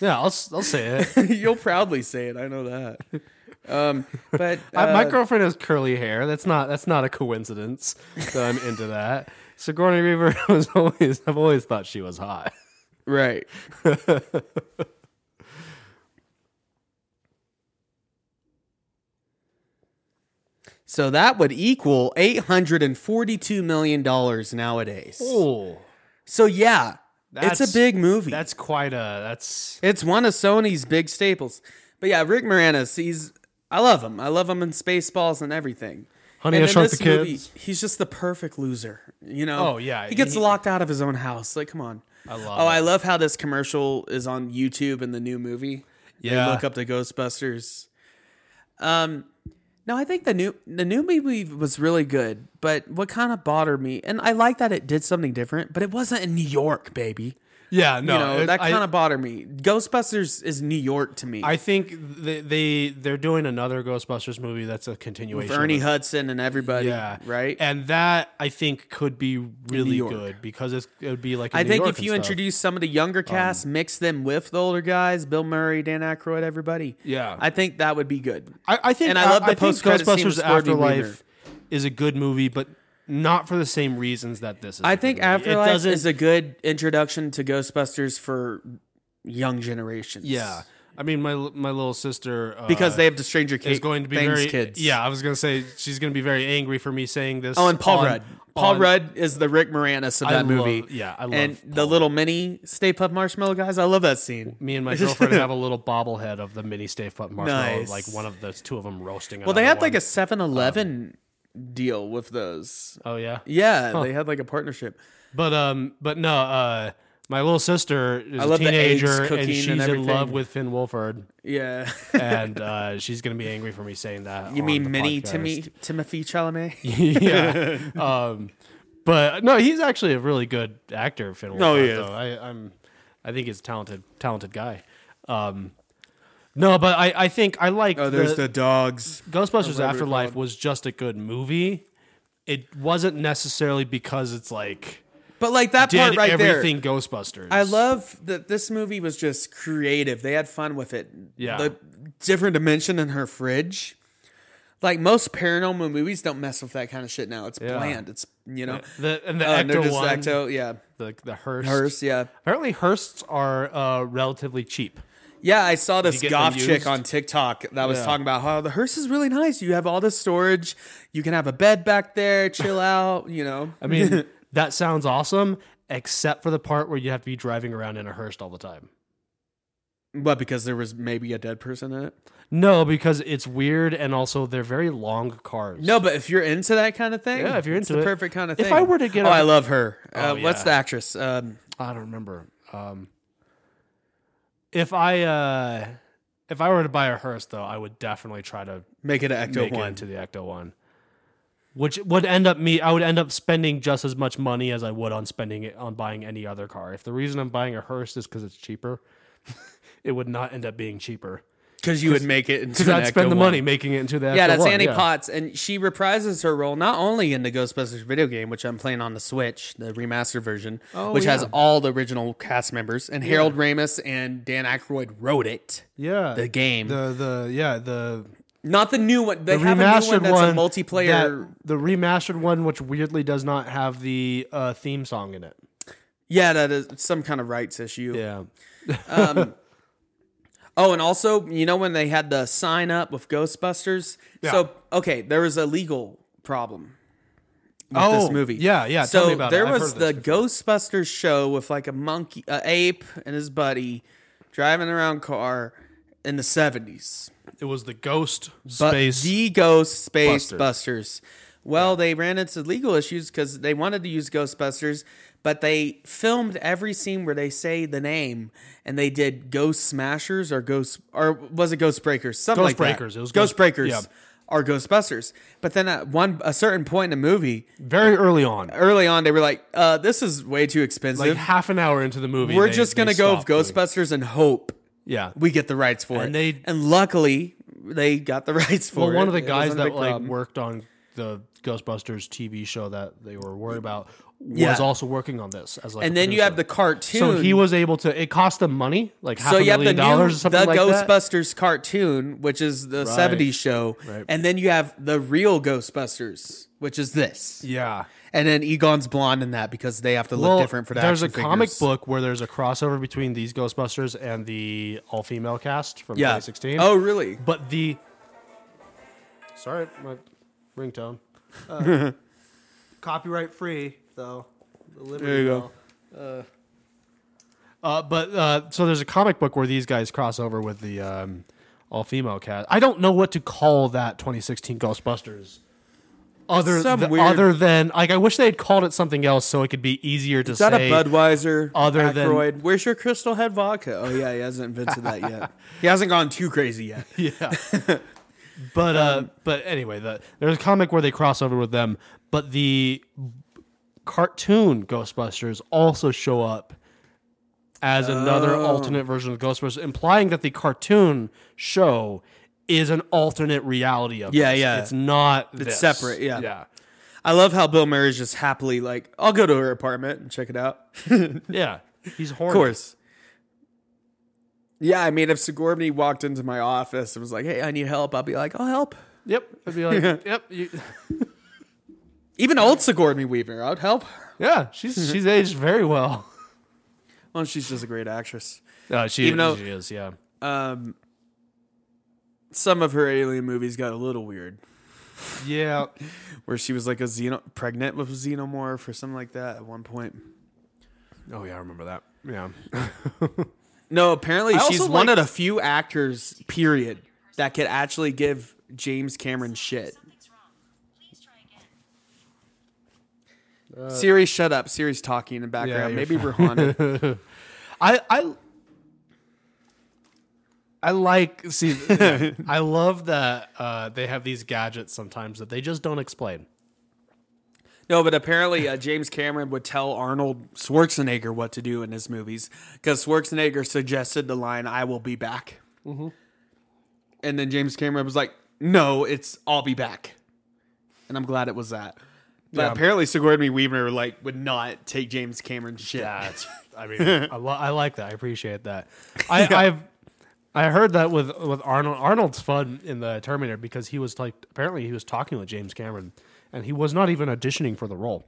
Speaker 3: Yeah, I'll s- I'll say it.
Speaker 2: You'll proudly say it. I know that. Um, but
Speaker 3: I- my
Speaker 2: uh,
Speaker 3: girlfriend has curly hair. That's not that's not a coincidence that I'm into that. Sigourney Weaver was always I've always thought she was hot.
Speaker 2: right. so that would equal eight hundred and forty-two million dollars nowadays.
Speaker 3: Oh,
Speaker 2: So yeah, it's
Speaker 3: That's-
Speaker 2: a big movie.
Speaker 3: that's quite a that's
Speaker 2: It's one of Sony's big staples. But yeah, Rick Moranis, he's I love him. I love him in Spaceballs and everything.
Speaker 3: Honey,
Speaker 2: and
Speaker 3: I
Speaker 2: in
Speaker 3: Shrunk the
Speaker 2: this movie,
Speaker 3: Kids.
Speaker 2: he's just the perfect loser. You know?
Speaker 3: Oh, yeah,
Speaker 2: He gets
Speaker 3: he-
Speaker 2: locked out of his own house. Like, come on.
Speaker 3: I love
Speaker 2: Oh, I love how this commercial is on YouTube in the new movie.
Speaker 3: Yeah.
Speaker 2: They look up the Ghostbusters. Um no, I think the new the new movie was really good, but what kind of bothered me, and I like that it did something different, but it wasn't in New York, baby
Speaker 3: yeah no
Speaker 2: you know
Speaker 3: it-
Speaker 2: that
Speaker 3: I-
Speaker 2: kind of bothered me. Ghostbusters is New York to me.
Speaker 3: I think they, they they're doing another Ghostbusters movie that's a continuation. of
Speaker 2: Ernie
Speaker 3: it.
Speaker 2: Hudson and everybody,
Speaker 3: yeah,
Speaker 2: right?
Speaker 3: And that I think could be really
Speaker 2: York.
Speaker 3: good because it's, it would be like in
Speaker 2: I
Speaker 3: New
Speaker 2: think
Speaker 3: York
Speaker 2: if
Speaker 3: and
Speaker 2: you
Speaker 3: stuff. Um,
Speaker 2: introduce some of the younger cast, mix them with the older guys, Bill Murray, Dan Aykroyd, everybody.
Speaker 3: Yeah.
Speaker 2: I think that would be good.
Speaker 3: I, I think
Speaker 2: And I love the
Speaker 3: think
Speaker 2: post-credit scene with
Speaker 3: Ghostbusters
Speaker 2: Sigourney Weaver.
Speaker 3: Afterlife is a good movie, but not for the same reasons that this is.
Speaker 2: I
Speaker 3: a good
Speaker 2: think
Speaker 3: movie. It
Speaker 2: Afterlife
Speaker 3: doesn't-
Speaker 2: is a good introduction to Ghostbusters for young generations.
Speaker 3: yeah. I mean, my my little sister uh,
Speaker 2: because they have the Stranger Ki-
Speaker 3: is going to be
Speaker 2: Things
Speaker 3: very
Speaker 2: kids.
Speaker 3: Yeah, I was gonna say she's gonna be very angry for me saying this.
Speaker 2: Oh, and Paul
Speaker 3: on-
Speaker 2: Rudd. Paul
Speaker 3: on-
Speaker 2: Rudd is the Rick Moranis of
Speaker 3: I
Speaker 2: that
Speaker 3: love-
Speaker 2: movie.
Speaker 3: yeah, I love
Speaker 2: And
Speaker 3: Paul
Speaker 2: the little mini Stay Puft Marshmallow guys. I love that scene.
Speaker 3: Me and my girlfriend have a little bobblehead of the mini Stay Puft Marshmallow,
Speaker 2: Nice.
Speaker 3: like one of those two of them roasting.
Speaker 2: Well, they had like a 7 Eleven
Speaker 3: Um,
Speaker 2: deal with those.
Speaker 3: oh yeah,
Speaker 2: Yeah, they had like a partnership.
Speaker 3: But um, but no, uh, my little sister is a
Speaker 2: love the eggs
Speaker 3: teenager
Speaker 2: cooking
Speaker 3: and
Speaker 2: and
Speaker 3: she's in
Speaker 2: everything.
Speaker 3: love with Finn Wolford,
Speaker 2: Yeah.
Speaker 3: and uh, she's gonna be angry for me saying that.
Speaker 2: you
Speaker 3: on the
Speaker 2: mean mini
Speaker 3: podcast.
Speaker 2: Timmy, Timothy Chalamet?
Speaker 3: yeah. Um, but no, he's actually a really good actor, Finn Wolfhard.
Speaker 2: No, he is.
Speaker 3: though. I, I'm, I think he's a talented, talented guy. Um, no, but I, I think I like
Speaker 2: Oh,
Speaker 3: the,
Speaker 2: dogs.
Speaker 3: Ghostbusters Afterlife was just a good movie. It wasn't necessarily because it's like
Speaker 2: But like that
Speaker 3: did
Speaker 2: part right
Speaker 3: everything
Speaker 2: there.
Speaker 3: Ghostbusters.
Speaker 2: I love that this movie was just creative. They had fun with it.
Speaker 3: Yeah.
Speaker 2: The different dimension in her fridge. Like most paranormal movies don't mess with that kind of shit now. It's bland. It's, you know.
Speaker 3: the and the
Speaker 2: Uh, and they're
Speaker 3: Ecto
Speaker 2: just
Speaker 3: one,
Speaker 2: Ecto, yeah.
Speaker 3: the the Hearst.
Speaker 2: Hearse, yeah.
Speaker 3: Apparently, Hearsts are uh, relatively cheap.
Speaker 2: Yeah, I saw this
Speaker 3: you get them
Speaker 2: goth chick
Speaker 3: used?
Speaker 2: on TikTok that was
Speaker 3: Yeah.
Speaker 2: talking about how the hearse is really nice. You have all this storage. You can have a bed back there, chill out, you know.
Speaker 3: I mean, that sounds awesome, except for the part where you have to be driving around in a Hearst all the time.
Speaker 2: But because there was maybe a dead person in it.
Speaker 3: No, because it's weird, and also they're very long cars.
Speaker 2: No, but if you're into that kind of thing,
Speaker 3: Yeah, if you're
Speaker 2: it's
Speaker 3: into
Speaker 2: the
Speaker 3: it.
Speaker 2: perfect kind of
Speaker 3: If
Speaker 2: thing.
Speaker 3: I were to get
Speaker 2: oh,
Speaker 3: a-
Speaker 2: I love her. uh,
Speaker 3: Oh,
Speaker 2: What's
Speaker 3: yeah.
Speaker 2: the actress? Um,
Speaker 3: I don't remember. Um, if I uh, if I were to buy a Hearst, though, I would definitely try to
Speaker 2: make it an Ecto
Speaker 3: make it
Speaker 2: one.
Speaker 3: into the Ecto one, which would end up me. I would end up spending just as much money as I would on spending it on buying any other car. If the reason I'm buying a Hearst is because it's cheaper, it would not end up being cheaper.
Speaker 2: because you would make it into
Speaker 3: Because
Speaker 2: an
Speaker 3: I'd spend the
Speaker 2: Ecto-1.
Speaker 3: money making it into the
Speaker 2: Yeah,
Speaker 3: Ecto
Speaker 2: that's
Speaker 3: one,
Speaker 2: Annie Potts, and she reprises her role not only in the Ghostbusters video game, which I'm playing on the Switch, the remastered version, which has
Speaker 3: Oh, yeah.
Speaker 2: all the original cast members, and Harold Ramis and Dan Aykroyd wrote it.
Speaker 3: Yeah,
Speaker 2: The game,
Speaker 3: the the yeah the
Speaker 2: not the new one. They
Speaker 3: the
Speaker 2: have a new one
Speaker 3: remastered
Speaker 2: that's
Speaker 3: one
Speaker 2: a multiplayer.
Speaker 3: that- the remastered one, which weirdly does not have the uh, theme song in it.
Speaker 2: yeah, that is some kind of rights issue.
Speaker 3: Yeah,
Speaker 2: Oh, and also, you know when they had the sign up with Ghostbusters?
Speaker 3: Yeah.
Speaker 2: So, okay, there was a legal problem with
Speaker 3: Oh,
Speaker 2: this movie.
Speaker 3: yeah, yeah,
Speaker 2: So
Speaker 3: tell me about it.
Speaker 2: there
Speaker 3: I've
Speaker 2: was
Speaker 3: heard of
Speaker 2: the Ghostbusters show with like a monkey, a ape, and his buddy driving around car in the seventies.
Speaker 3: It was the ghost
Speaker 2: but
Speaker 3: space.
Speaker 2: the Ghost Space
Speaker 3: Busters.
Speaker 2: Busters. Well, they ran into legal issues because they wanted to use Ghostbusters, but they filmed every scene where they say the name, and they did Ghost Smashers or Ghost or was it Ghost Breakers? Something
Speaker 3: Ghost
Speaker 2: like that.
Speaker 3: Breakers. It was
Speaker 2: Ghost
Speaker 3: Ghost-
Speaker 2: Breakers.
Speaker 3: yeah.
Speaker 2: Or Ghostbusters, but then at one a certain point in the movie,
Speaker 3: Very early on,
Speaker 2: early on, they were like, uh, "This is way too
Speaker 3: like
Speaker 2: expensive.
Speaker 3: half an hour into the movie,
Speaker 2: we're
Speaker 3: they-
Speaker 2: just
Speaker 3: they
Speaker 2: gonna go with
Speaker 3: stopped doing-
Speaker 2: Ghostbusters and hope
Speaker 3: Yeah,
Speaker 2: we get the rights for
Speaker 3: And
Speaker 2: it."
Speaker 3: they-
Speaker 2: and luckily, they got the rights for
Speaker 3: well,
Speaker 2: it.
Speaker 3: one of the
Speaker 2: It
Speaker 3: guys
Speaker 2: wasn't a
Speaker 3: that
Speaker 2: big
Speaker 3: like
Speaker 2: problem.
Speaker 3: worked on the Ghostbusters TV show that they were worried about was
Speaker 2: Yeah.
Speaker 3: also working on this as like. a
Speaker 2: and then you have the
Speaker 3: producer.
Speaker 2: cartoon.
Speaker 3: so he was able to. It cost them money, like half
Speaker 2: So
Speaker 3: a
Speaker 2: you have the
Speaker 3: million
Speaker 2: new
Speaker 3: dollars or something
Speaker 2: the
Speaker 3: like that.
Speaker 2: Ghostbusters cartoon, which is the '70s show,
Speaker 3: Right.
Speaker 2: and then you have the real Ghostbusters, which is this,
Speaker 3: Yeah,
Speaker 2: and then Egon's blonde in that because they have to look different for that.
Speaker 3: There's a comic book where there's a crossover between these Ghostbusters and the all female cast from
Speaker 2: yeah.
Speaker 3: 2016.
Speaker 2: Oh, really?
Speaker 3: but the sorry, my ringtone. copyright free though.
Speaker 2: There you go.
Speaker 3: Uh, but uh, so there's a comic book where these guys cross over with the um, all female cast. I don't know what to call that 2016 Ghostbusters. Other,
Speaker 2: Some
Speaker 3: th-
Speaker 2: weird-
Speaker 3: other than like, I wish they had called it something else so it could be easier to
Speaker 2: Is that
Speaker 3: say.
Speaker 2: a Budweiser?
Speaker 3: other than-
Speaker 2: Aykroyd? where's your Crystal Head vodka? Oh yeah, he hasn't invented that yet. He hasn't gone too crazy yet.
Speaker 3: yeah. but uh,
Speaker 2: Um,
Speaker 3: but anyway, the, there's a comic where they cross over with them, but the cartoon Ghostbusters also show up as another
Speaker 2: Oh.
Speaker 3: alternate version of Ghostbusters, implying that the cartoon show is an alternate reality of
Speaker 2: Yeah,
Speaker 3: this.
Speaker 2: yeah.
Speaker 3: It's not. It's
Speaker 2: separate, yeah.
Speaker 3: yeah,
Speaker 2: I love how Bill Murray's just happily like, I'll go to her apartment and check it out.
Speaker 3: yeah. He's horny.
Speaker 2: Of course. Yeah, I mean, if Sigourney walked into my office and was like, "Hey, I need help," I'll be like, "I'll help."
Speaker 3: Yep. I'd be like, yep. You,
Speaker 2: Even old Sigourney Weaver, I'd help.
Speaker 3: yeah. She's she's aged very well.
Speaker 2: Well, she's just a great actress.
Speaker 3: Uh, she,
Speaker 2: Even though-
Speaker 3: she is. Yeah.
Speaker 2: Um, some of her alien movies got a little weird,
Speaker 3: Yeah.
Speaker 2: where she was like a xeno pregnant with a xenomorph or something like that at one point.
Speaker 3: Oh yeah, I remember that. Yeah.
Speaker 2: No, apparently
Speaker 3: I
Speaker 2: she's
Speaker 3: also
Speaker 2: one of
Speaker 3: like-
Speaker 2: the few actors, period, that could actually give James Cameron shit.
Speaker 4: Something's wrong. Please try again.
Speaker 2: Siri, shut up. Siri's talking in the background.
Speaker 3: you're
Speaker 2: Maybe Rouhani.
Speaker 3: I I I like see I love that uh, they have these gadgets sometimes that they just don't explain.
Speaker 2: No, but apparently uh, James Cameron would tell Arnold Schwarzenegger what to do in his movies because Schwarzenegger suggested the line "I will be back,"
Speaker 3: Mm-hmm.
Speaker 2: and then James Cameron was like, "No, it's I'll be back," and I'm glad it was that. But
Speaker 3: Yeah.
Speaker 2: apparently Sigourney Weaver like would not take James Cameron's shit.
Speaker 3: That's I mean I, li- I like that. I appreciate that. I I've I heard that with with Arnold Arnold's fun in the Terminator because he was like apparently he was talking with James Cameron and he was not even auditioning for the role.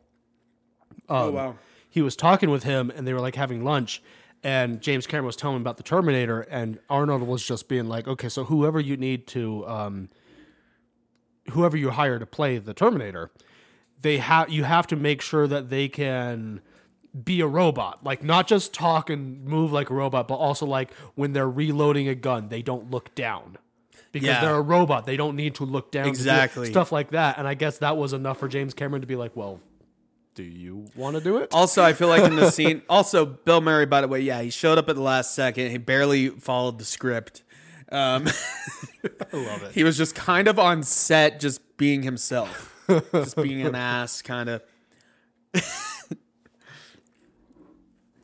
Speaker 3: um,
Speaker 2: oh wow.
Speaker 3: he was talking with him and they were like having lunch and James Cameron was telling him about the Terminator and Arnold was just being like, okay, so whoever you need to, um, whoever you hire to play the Terminator, they have you have to make sure that they can be a robot, like not just talk and move like a robot, but also like when they're reloading a gun, they don't look down. Because
Speaker 2: Yeah.
Speaker 3: they're a robot, they don't need to look down. to do it.
Speaker 2: Exactly.
Speaker 3: stuff like that, and I guess that was enough for James Cameron to be like, "Well, do you want to do it?"
Speaker 2: Also, I feel like in the scene, also Bill Murray. By the way, yeah, he showed up at the last second. He barely followed the script. Um,
Speaker 3: love it.
Speaker 2: He was just kind of on set, just being himself, just being an ass, kind of.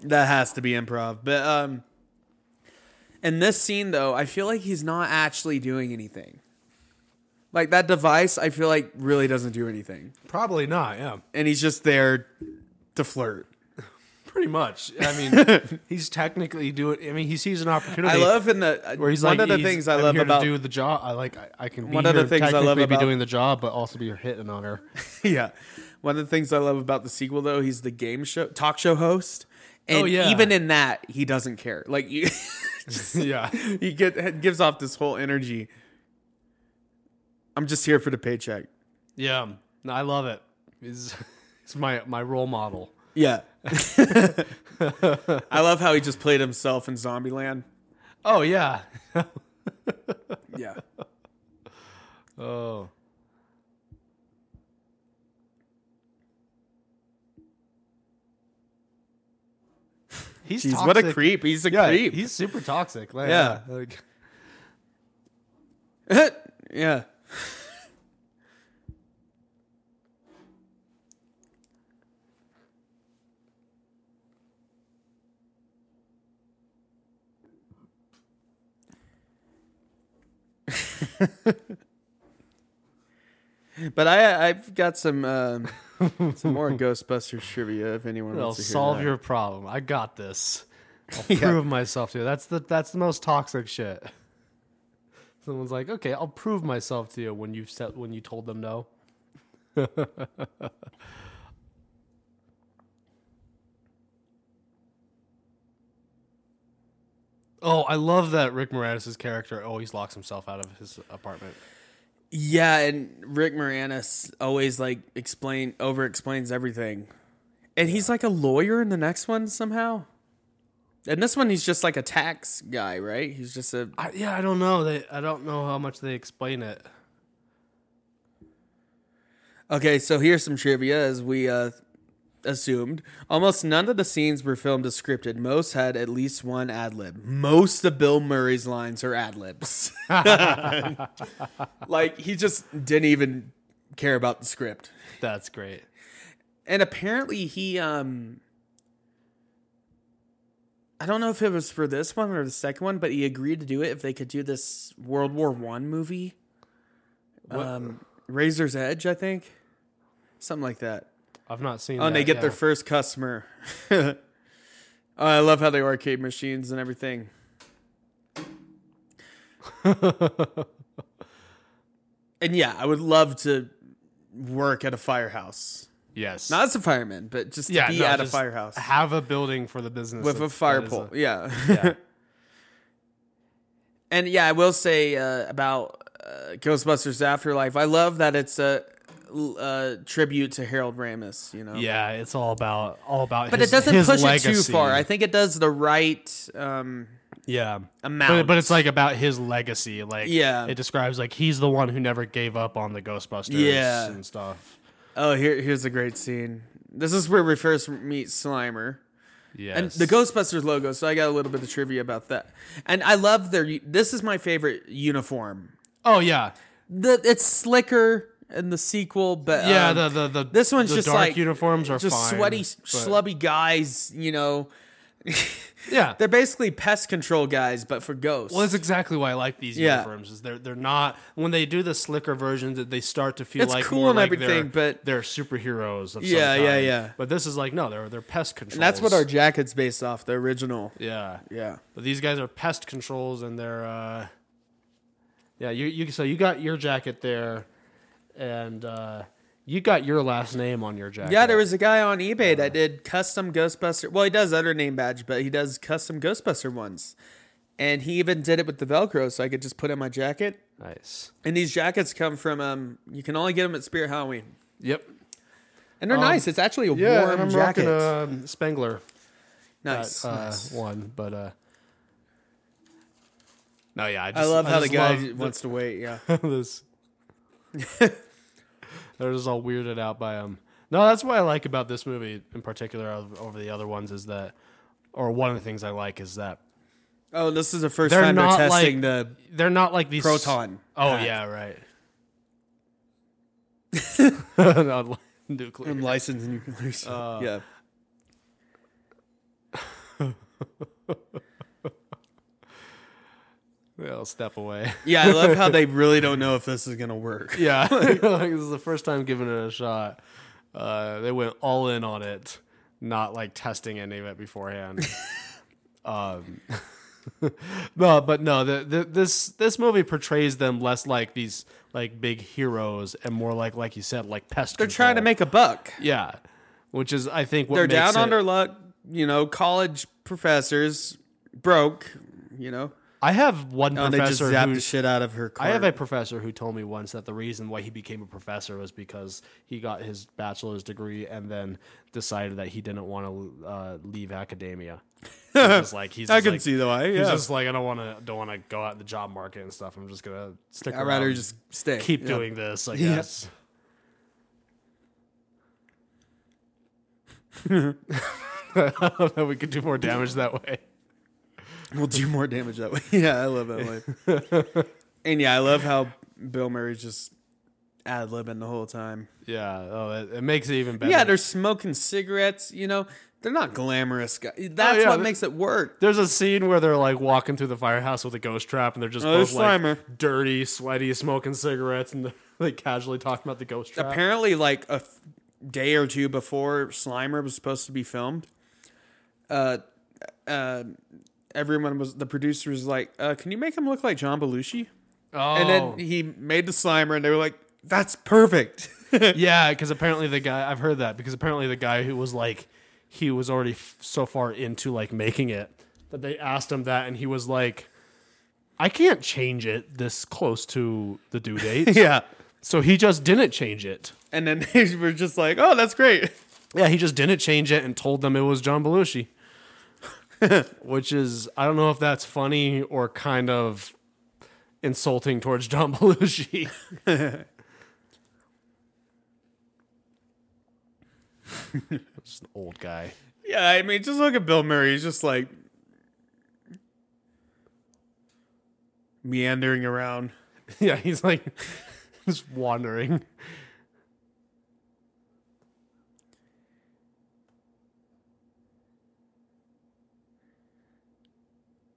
Speaker 2: that has to be improv, but um, in this scene though, I feel like he's not actually doing anything. Like that device, I feel like really doesn't do anything,
Speaker 3: Probably not. Yeah,
Speaker 2: and he's just there to flirt.
Speaker 3: pretty much. I mean, he's technically doing. I mean, he sees an opportunity.
Speaker 2: I love in the uh,
Speaker 3: where he's
Speaker 2: one
Speaker 3: like,
Speaker 2: of the
Speaker 3: he's-
Speaker 2: things I
Speaker 3: I'm
Speaker 2: love
Speaker 3: here
Speaker 2: about
Speaker 3: to do the job. I like. I, I can be
Speaker 2: One of the
Speaker 3: here,
Speaker 2: things I love
Speaker 3: technically be
Speaker 2: about-
Speaker 3: doing the job, but also be hitting on her.
Speaker 2: yeah. One of the things I love about the sequel, though, he's the game show talk show host, and
Speaker 3: Oh, yeah.
Speaker 2: even in that, he doesn't care. Like you,
Speaker 3: yeah,
Speaker 2: he get gives off this whole energy. I'm just here for the paycheck.
Speaker 3: yeah. No, I love it. He's, he's my my role model.
Speaker 2: Yeah. I love Oh, how he just played himself in Zombieland.
Speaker 3: Oh yeah,
Speaker 2: Yeah.
Speaker 3: Oh. He's
Speaker 2: Jeez, what a
Speaker 3: toxic.
Speaker 2: creep. He's a
Speaker 3: Yeah,
Speaker 2: creep.
Speaker 3: he's super toxic. Like,
Speaker 2: Yeah.
Speaker 3: like-
Speaker 2: yeah. but I I've got some um some more Ghostbusters trivia if anyone
Speaker 3: I'll
Speaker 2: wants to hear
Speaker 3: solve
Speaker 2: that.
Speaker 3: your problem. I got this. I'll prove myself to you. That's the that's the most toxic shit. Someone's like, okay, I'll prove myself to you when you set when you told them no. oh, I love that Rick Moranis' character always locks himself out of his apartment.
Speaker 2: Yeah, and Rick Moranis always like explain over explains everything. And he's like a lawyer in the next one somehow. And this one he's just like a tax guy, right? He's just a
Speaker 3: I, yeah, I don't know. They I don't know how much they explain it.
Speaker 2: Okay, so here's some trivia as we uh assumed. Almost none of the scenes were filmed as scripted. Most had at least one ad lib. Most of Bill Murray's lines are ad libs. like he just didn't even care about the script.
Speaker 3: That's great.
Speaker 2: and apparently he um I don't know if it was for this one or the second one, but he agreed to do it if they could do this World War One movie. Um Razor's Edge, I think. Something like that.
Speaker 3: I've not seen.
Speaker 2: Oh, and they
Speaker 3: that,
Speaker 2: get their
Speaker 3: yeah.
Speaker 2: first customer. oh, I love how they arcade machines and everything. and yeah, I would love to work at a firehouse.
Speaker 3: yes.
Speaker 2: Not as a fireman, but just to
Speaker 3: yeah,
Speaker 2: be
Speaker 3: no,
Speaker 2: at a
Speaker 3: just
Speaker 2: firehouse
Speaker 3: Have a building for the business
Speaker 2: with a
Speaker 3: that's-
Speaker 2: fire
Speaker 3: that is
Speaker 2: pole.
Speaker 3: a-
Speaker 2: yeah.
Speaker 3: yeah.
Speaker 2: and yeah, I will say uh, about uh, Ghostbusters Afterlife. I love that it's a l- uh, tribute to Harold Ramis. You know.
Speaker 3: Yeah, it's all about all about.
Speaker 2: But
Speaker 3: his-
Speaker 2: it doesn't
Speaker 3: his
Speaker 2: push it
Speaker 3: legacy.
Speaker 2: too far. I think it does the right. Um,
Speaker 3: yeah, But,
Speaker 2: amount.
Speaker 3: but it's like about his legacy. Like
Speaker 2: Yeah.
Speaker 3: it describes like he's the one who never gave up on the Ghostbusters.
Speaker 2: Yeah.
Speaker 3: and stuff.
Speaker 2: oh, here, here's a great scene. This is where we first meet Slimer.
Speaker 3: Yeah,
Speaker 2: and the Ghostbusters logo. So I got a little bit of trivia about that. And I love their. u- This is my favorite uniform.
Speaker 3: Oh yeah,
Speaker 2: The it's slicker in the sequel, but
Speaker 3: yeah.
Speaker 2: um,
Speaker 3: the, the the
Speaker 2: this one's
Speaker 3: the
Speaker 2: just
Speaker 3: dark
Speaker 2: like
Speaker 3: uniforms are
Speaker 2: just
Speaker 3: fine,
Speaker 2: sweaty,
Speaker 3: but-
Speaker 2: slubby guys. You know,
Speaker 3: Yeah,
Speaker 2: they're basically pest control guys, but for ghosts.
Speaker 3: Well, that's exactly why I like these
Speaker 2: Yeah.
Speaker 3: uniforms. Is they're they're not when they do the slicker versions that they start to feel
Speaker 2: It's
Speaker 3: like
Speaker 2: cool
Speaker 3: more
Speaker 2: and
Speaker 3: like
Speaker 2: everything,
Speaker 3: they're,
Speaker 2: but-
Speaker 3: they're superheroes. Of some
Speaker 2: Yeah, yeah,
Speaker 3: kind.
Speaker 2: yeah.
Speaker 3: But this is like no, they're they're pest controls.
Speaker 2: and that's what our jacket's based off the original.
Speaker 3: yeah
Speaker 2: Yeah.
Speaker 3: But these guys are pest controls, and they're uh, yeah. You you so you got your jacket there, and uh, you got your last name on your jacket.
Speaker 2: Yeah, there was a guy on eBay that did custom Ghostbuster. Well, he does other name badge, but he does custom Ghostbuster ones. And he even did it with the Velcro, so I could just put it on my jacket.
Speaker 3: nice.
Speaker 2: And these jackets come from um, you can only get them at Spirit Halloween,
Speaker 3: Yep.
Speaker 2: and they're nice. It's actually a
Speaker 3: Um, Yeah,
Speaker 2: warm
Speaker 3: I'm
Speaker 2: jacket.
Speaker 3: rocking a Spengler
Speaker 2: nice.
Speaker 3: uh,
Speaker 2: nice.
Speaker 3: one, but uh, no, yeah. I,
Speaker 2: I
Speaker 3: just,
Speaker 2: love how the
Speaker 3: just
Speaker 2: guy
Speaker 3: love
Speaker 2: wants to wait. Yeah.
Speaker 3: this. They're just all weirded out by him. No, that's what I like about this movie in particular of- over the other ones is that, or one of the things I like is that
Speaker 2: Oh, this is the 1st
Speaker 3: they're
Speaker 2: time they're
Speaker 3: not
Speaker 2: testing
Speaker 3: like
Speaker 2: the
Speaker 3: they're not like these
Speaker 2: proton.
Speaker 3: Oh
Speaker 2: pack.
Speaker 3: yeah, right. Not like nuclear.
Speaker 2: Unlicensed nuclear.
Speaker 3: Uh,
Speaker 2: stuff. yeah.
Speaker 3: They'll step away.
Speaker 2: Yeah, I love how they really don't know if this is gonna work.
Speaker 3: Yeah, like, this is the first time giving it a shot. Uh, they went all in on it, not like testing any of it beforehand. um, no, but no, the, the, this this movie portrays them less like these like big heroes and more like like you said like pest.
Speaker 2: They're trying to make a buck.
Speaker 3: yeah, which is I think what
Speaker 2: They're
Speaker 3: makes
Speaker 2: down on
Speaker 3: it-
Speaker 2: their luck. You know, college professors broke. You know,
Speaker 3: I have one
Speaker 2: and Oh, they just
Speaker 3: professor
Speaker 2: zapped
Speaker 3: who
Speaker 2: the shit out of her. Card.
Speaker 3: I have a professor who told me once that the reason why he became a professor was because he got his bachelor's degree and then decided that he didn't want to uh, leave academia. He's just like he's.
Speaker 2: I
Speaker 3: just
Speaker 2: can
Speaker 3: like-
Speaker 2: see the why,
Speaker 3: He's
Speaker 2: yeah.
Speaker 3: just like I don't want to don't want to go out in the job market and stuff. I'm just gonna stick.
Speaker 2: I'd
Speaker 3: around
Speaker 2: rather
Speaker 3: and
Speaker 2: just stay.
Speaker 3: keep
Speaker 2: Yeah.
Speaker 3: doing this. I guess. I don't know. We could do more damage that way.
Speaker 2: We'll do more damage that way. Yeah, I love that life. and yeah, I love how Bill Murray's just ad libbing the whole time.
Speaker 3: Yeah. Oh, it, it makes it even better.
Speaker 2: Yeah, they're smoking cigarettes. You know, they're not glamorous guys. That's
Speaker 3: yeah,
Speaker 2: what
Speaker 3: they-
Speaker 2: makes it work.
Speaker 3: There's a scene where they're like walking through the firehouse with a ghost trap, and they're just
Speaker 2: Oh,
Speaker 3: both
Speaker 2: there's
Speaker 3: like
Speaker 2: Slimer.
Speaker 3: dirty, sweaty, smoking cigarettes, and they casually talking about the ghost trap.
Speaker 2: Apparently, like a f- day or two before Slimer was supposed to be filmed, uh, uh, everyone was the producer was like, uh, "Can you make him look like John Belushi?"
Speaker 3: oh,
Speaker 2: And then he made the Slimer, and they were like, "That's perfect."
Speaker 3: yeah, because apparently the guy I've heard that because apparently the guy who was like he was already f- so far into like making it that they asked him that, and he was like, "I can't change it this close to the due date."
Speaker 2: yeah.
Speaker 3: So he just didn't change it.
Speaker 2: And then they were just like, "Oh, that's great."
Speaker 3: Yeah, he just didn't change it and told them it was John Belushi. Which is, I don't know if that's funny or kind of insulting towards John Belushi. just an old guy.
Speaker 2: Yeah, I mean, just look at Bill Murray. He's just like meandering around.
Speaker 3: Yeah, he's like just wandering.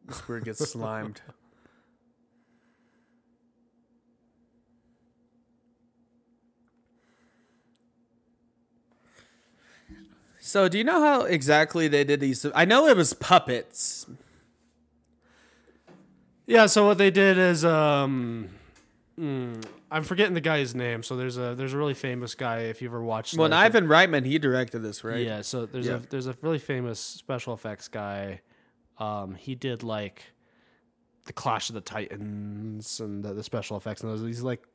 Speaker 2: That's where it gets slimed. So, do you know how exactly they did these? I know it was puppets.
Speaker 3: Yeah, so what they did is um mm, I'm forgetting the guy's name. So there's a there's a really famous guy if you ever watched
Speaker 2: Well, and
Speaker 3: like,
Speaker 2: Ivan Reitman, he directed this, right?
Speaker 3: Yeah, so there's
Speaker 2: Yeah.
Speaker 3: a there's a really famous special effects guy. Um, he did like the Clash of the Titans and the, the special effects and those. He's like,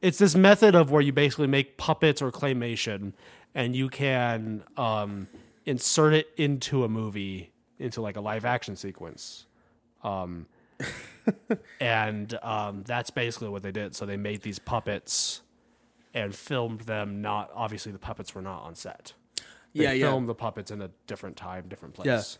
Speaker 3: it's this method of where you basically make puppets or claymation, and you can um, insert it into a movie, into like a live action sequence. Um, and um, that's basically what they did. So they made these puppets and filmed them. Not obviously the puppets were not on set they
Speaker 2: yeah, yeah.
Speaker 3: film the puppets in a different time, different place.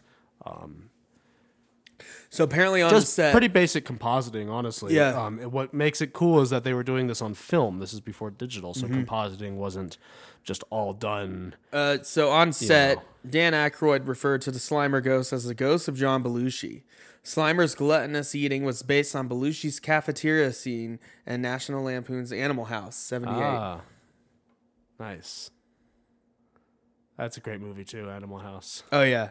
Speaker 2: So apparently on
Speaker 3: Just
Speaker 2: set,
Speaker 3: pretty basic compositing, honestly.
Speaker 2: Yeah.
Speaker 3: Um, and what makes it cool is that they were doing this on film. This is before digital, so
Speaker 2: Mm-hmm.
Speaker 3: compositing wasn't just all done.
Speaker 2: Uh, so on set, Dan Aykroyd referred to the Slimer ghost as the ghost of John Belushi. Slimer's gluttonous eating was based on Belushi's cafeteria scene and National Lampoon's Animal House '78.
Speaker 3: Ah, nice. That's a great movie too, Animal House.
Speaker 2: Oh yeah.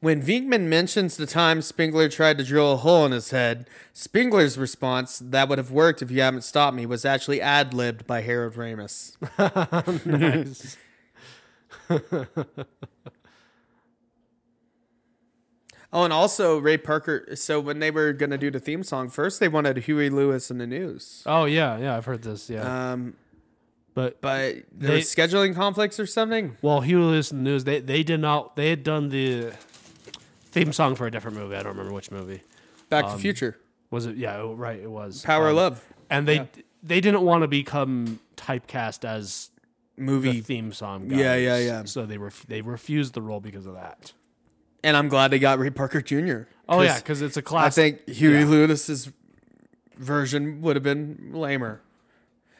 Speaker 2: When Vinkman mentions the time Spengler tried to drill a hole in his head, Spengler's response, "That would have worked if you haven't stopped me," was actually ad libbed by Harold Ramis.
Speaker 3: nice.
Speaker 2: Oh, and also Ray Parker. So when they were gonna do the theme song, first they wanted Huey Lewis in the news.
Speaker 3: Oh yeah, yeah, I've heard this. Yeah,
Speaker 2: Um,
Speaker 3: but
Speaker 2: but there
Speaker 3: They-
Speaker 2: was scheduling conflicts or something.
Speaker 3: Well, he was in the news. They they did not. They had done the theme song for a different movie. I don't remember which movie.
Speaker 2: Back to the Future,
Speaker 3: Was it? Yeah, oh, right. It was
Speaker 2: Power of
Speaker 3: Um,
Speaker 2: Love
Speaker 3: and they they didn't want to become typecast as the
Speaker 2: movie,
Speaker 3: theme song. Guys.
Speaker 2: Yeah, yeah, yeah.
Speaker 3: So they ref- they refused the role because of that.
Speaker 2: and I'm glad they got Ray Parker Jr.
Speaker 3: Oh yeah, because it's
Speaker 2: I
Speaker 3: a classic.
Speaker 2: think Huey Lewis's version would have been lamer.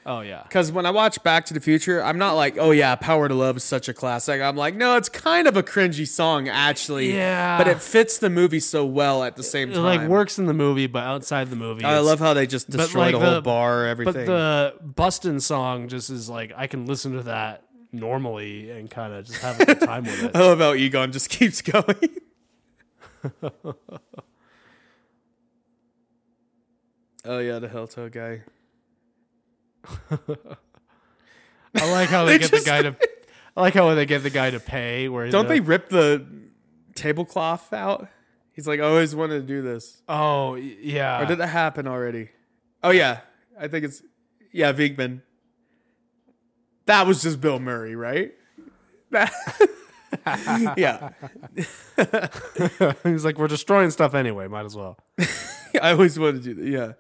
Speaker 3: oh yeah,
Speaker 2: Because when I watch Back to the Future, I'm not like, oh yeah, Power to Love is such a classic. I'm like, no, it's kind of a cringy song actually.
Speaker 3: Yeah.
Speaker 2: but it fits the movie so well at the same
Speaker 3: it
Speaker 2: time.
Speaker 3: like works in the movie, but outside the movie,
Speaker 2: I
Speaker 3: it's-
Speaker 2: love how they just destroy
Speaker 3: like,
Speaker 2: the whole
Speaker 3: the-
Speaker 2: bar,
Speaker 3: But
Speaker 2: everything.
Speaker 3: the Bustin' song just is like I can listen to that normally and kind of just have a good time with it.
Speaker 2: I love how Egon just keeps going. oh yeah, the Helltoe guy.
Speaker 3: I like how
Speaker 2: They
Speaker 3: they, get
Speaker 2: just-
Speaker 3: the guy to. I like how they get the guy to pay. Where
Speaker 2: Don't
Speaker 3: the-
Speaker 2: they rip the tablecloth out? He's like, I always wanted to do this.
Speaker 3: Oh y- yeah.
Speaker 2: Or did that happen already? Oh yeah, I think it's yeah, Vigman. That was just Bill Murray, right? That yeah.
Speaker 3: He's like, we're destroying stuff anyway. Might as well.
Speaker 2: I always wanted to do that. Yeah.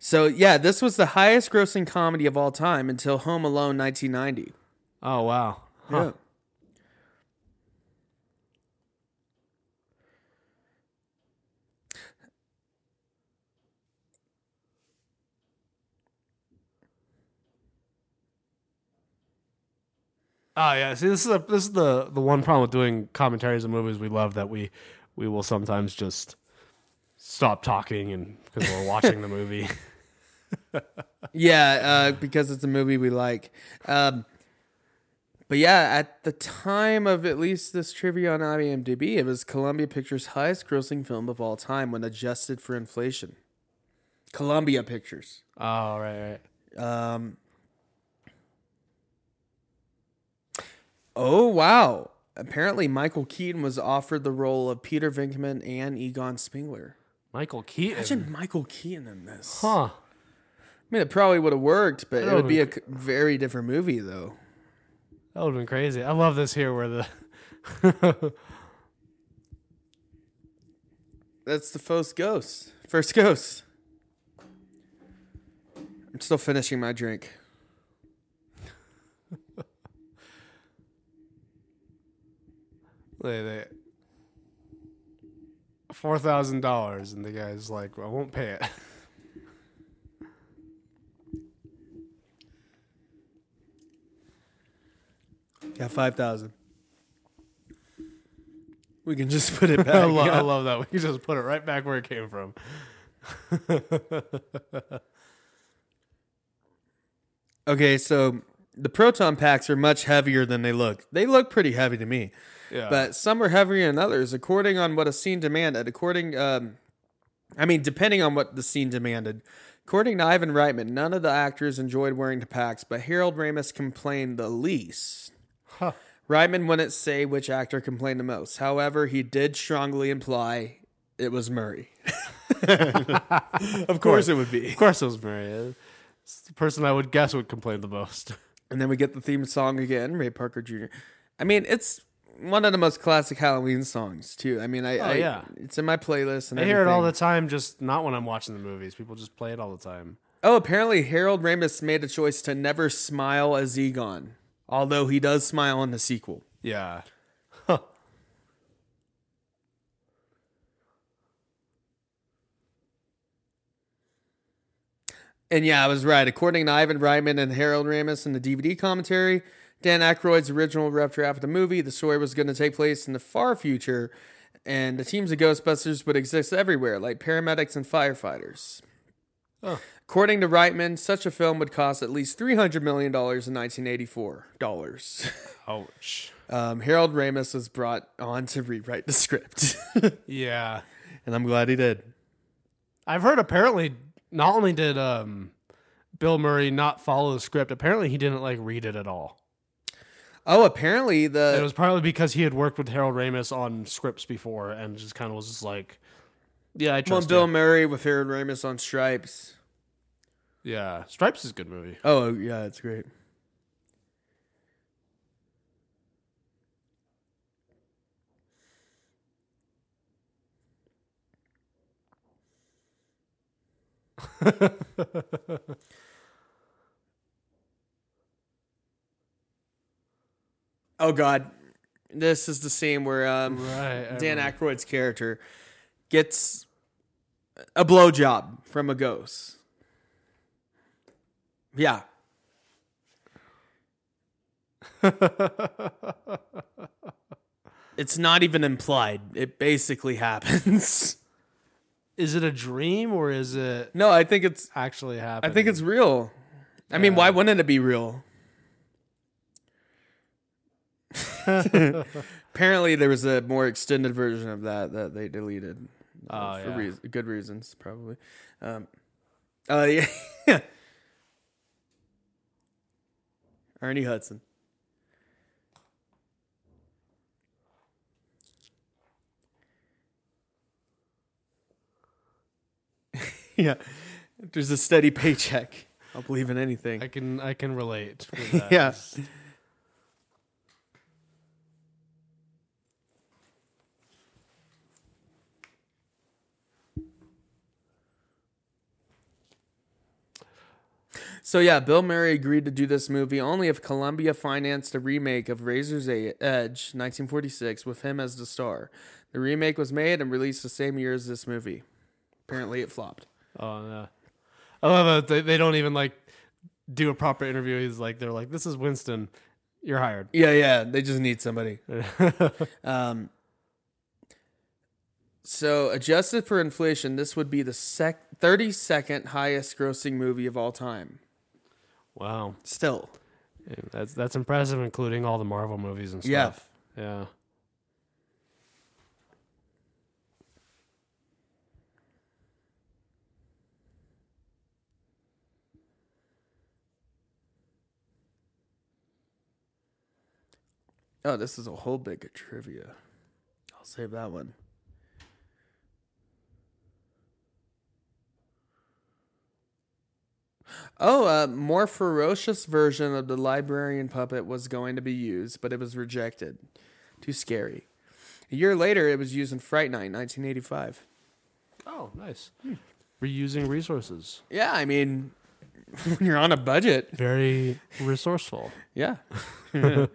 Speaker 2: So yeah, this was the highest grossing comedy of all time until Home Alone 1990.
Speaker 3: Oh wow. Huh. Oh yeah. See, this is a, this is the the one problem with doing commentaries on movies we love that we we will sometimes just stop talking and because we're watching the movie.
Speaker 2: Yeah, uh, because it's a movie we like. Um, but yeah, at the time of at least this trivia on IMDb, it was Columbia Pictures' highest grossing film of all time when adjusted for inflation. Columbia Pictures.
Speaker 3: Oh right, right.
Speaker 2: Um, oh, wow. Apparently, Michael Keaton was offered the role of Peter Venkman and Egon Spengler.
Speaker 3: Michael Keaton.
Speaker 2: Imagine Michael Keaton in this.
Speaker 3: Huh.
Speaker 2: I mean, it probably would have worked, but it would
Speaker 3: would've
Speaker 2: be a c- very different movie, though.
Speaker 3: That would have been crazy. I love this here where the
Speaker 2: That's the first ghost. First ghost. I'm still finishing my drink.
Speaker 3: they, they four thousand dollars and the guy's like, I won't pay it.
Speaker 2: Yeah, five thousand. We can just put it back.
Speaker 3: I, lo- I
Speaker 2: yeah.
Speaker 3: love that. We can just put it right back where it came from.
Speaker 2: Okay, so the proton packs are much heavier than they look. They look pretty heavy to me,
Speaker 3: Yeah.
Speaker 2: but some are heavier than others, according on what a scene demanded. According, um, I mean, depending on what the scene demanded. According to Ivan Reitman, none of the actors enjoyed wearing the packs, but Harold Ramis complained the least.
Speaker 3: Huh.
Speaker 2: Reitman wouldn't say which actor complained the most. However, he did strongly imply it was Murray. of course it would be.
Speaker 3: Of course it was Mary. It's the person I would guess would complain the most.
Speaker 2: And then we get the theme song again, Ray Parker Jr. I mean, it's one of the most classic Halloween songs too. I mean, I, I
Speaker 3: Oh, yeah.
Speaker 2: it's in my playlist and
Speaker 3: I hear it all the
Speaker 2: everything.
Speaker 3: time, just not when I'm watching the movies. People just play it all the time.
Speaker 2: Oh, apparently Harold Ramis made a choice to never smile as Egon, although he does smile in the sequel.
Speaker 3: Yeah.
Speaker 2: And yeah, I was right. According to Ivan Reitman and Harold Ramis in the DVD commentary, Dan Aykroyd's original rough draft of the movie, the story was going to take place in the far future, and the teams of Ghostbusters would exist everywhere, like paramedics and firefighters. According to Reitman, such a film would cost at least $300 million in 1984 dollars.
Speaker 3: Ouch.
Speaker 2: Um, Harold Ramis was brought on to rewrite the script,
Speaker 3: Yeah.
Speaker 2: and I'm glad he did.
Speaker 3: I've heard apparently not only did um, Bill Murray not follow the script, apparently he didn't like read it at all.
Speaker 2: Oh, apparently
Speaker 3: It
Speaker 2: the
Speaker 3: was probably because he had worked with Harold Ramis on scripts before and just kind of was just like, yeah, I
Speaker 2: Come on,
Speaker 3: trust
Speaker 2: Bill
Speaker 3: you.
Speaker 2: Murray with Harold Ramis on Stripes.
Speaker 3: Yeah, Stripes is a good movie.
Speaker 2: Oh yeah, it's great. oh God, this is the scene where um,
Speaker 3: Right. I
Speaker 2: Dan
Speaker 3: remember.
Speaker 2: Aykroyd's character gets a blowjob from a ghost. Yeah. it's not even implied. It basically happens.
Speaker 3: Is it a dream or is it
Speaker 2: no, I think it's
Speaker 3: actually
Speaker 2: I
Speaker 3: happening?
Speaker 2: think it's real. I mean, why wouldn't it be real? Apparently, there was a more extended version of that that they deleted uh,
Speaker 3: Oh,
Speaker 2: for
Speaker 3: yeah.
Speaker 2: reas good reasons, probably. Um, uh, yeah. Ernie Hudson. yeah, there's a steady paycheck. I'll believe in anything.
Speaker 3: I can I can relate. With that.
Speaker 2: Yeah. So yeah, Bill Murray agreed to do this movie only if Columbia financed a remake of Razor's E- Edge 1946 with him as the star. The remake was made and released the same year as this movie. Apparently it flopped.
Speaker 3: Oh no. I love that they, they don't even like do a proper interview. He's like they're like, This is Winston. You're hired.
Speaker 2: Yeah, yeah, they just need somebody. um so adjusted for inflation, this would be the sec- 32nd highest grossing movie of all time.
Speaker 3: Wow.
Speaker 2: Still.
Speaker 3: That's that's impressive, including all the Marvel movies and
Speaker 2: Yeah.
Speaker 3: stuff. Yeah.
Speaker 2: Oh, this is a whole big of trivia. I'll save that one. Oh, a more ferocious version of the librarian puppet was going to be used, but it was rejected. Too scary. A year later, it was used in Fright Night, 1985.
Speaker 3: Oh, nice. Reusing resources.
Speaker 2: Yeah, I mean, when you're on a budget.
Speaker 3: Very resourceful.
Speaker 2: Yeah.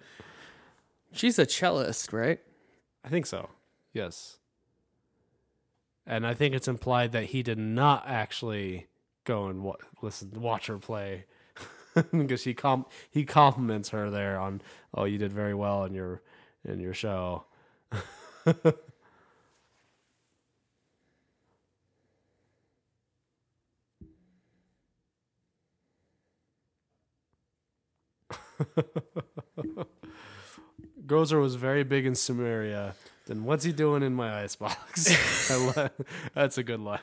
Speaker 2: She's a cellist, right?
Speaker 3: I think so. Yes. And I think it's implied that he did not actually go and wa- listen, watch her play, because he com- he compliments her there on, oh, you did very well in your in your show. Gozer was very big in Sumeria. Then what's he doing in my icebox? I lo- That's a good line.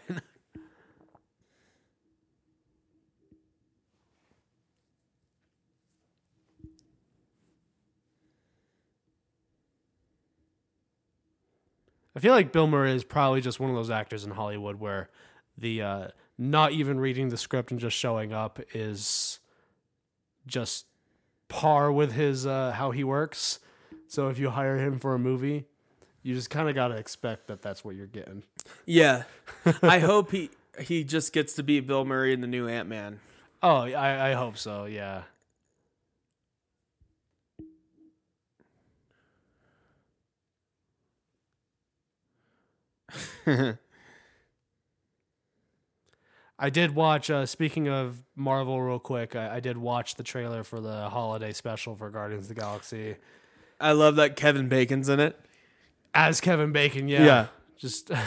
Speaker 3: I feel like Bill Murray is probably just one of those actors in Hollywood where the uh, not even reading the script and just showing up is just par with his uh, how he works. So if you hire him for a movie, you just kind of got to expect that that's what you're getting.
Speaker 2: Yeah. I hope he he just gets to be Bill Murray in the new Ant Man.
Speaker 3: Oh, I, I hope so. Yeah. I did watch. Uh, speaking of Marvel, real quick, I, I did watch the trailer for the holiday special for Guardians of the Galaxy
Speaker 2: I love that Kevin Bacon's in it.
Speaker 3: as Kevin Bacon. Yeah,
Speaker 2: Yeah.
Speaker 3: just I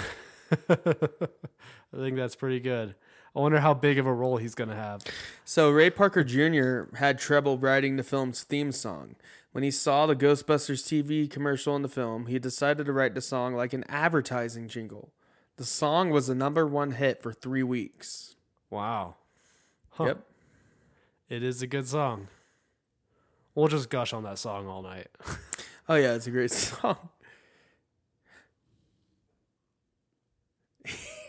Speaker 3: think that's pretty good. I wonder how big of a role he's gonna have.
Speaker 2: So Ray Parker Jr. had trouble writing the film's theme song. When he saw the Ghostbusters TV commercial in the film, he decided to write the song like an advertising jingle. The song was the number one hit for three weeks.
Speaker 3: Wow. Huh.
Speaker 2: Yep.
Speaker 3: It is a good song. We'll just gush on that song all night.
Speaker 2: Oh yeah, it's a great song.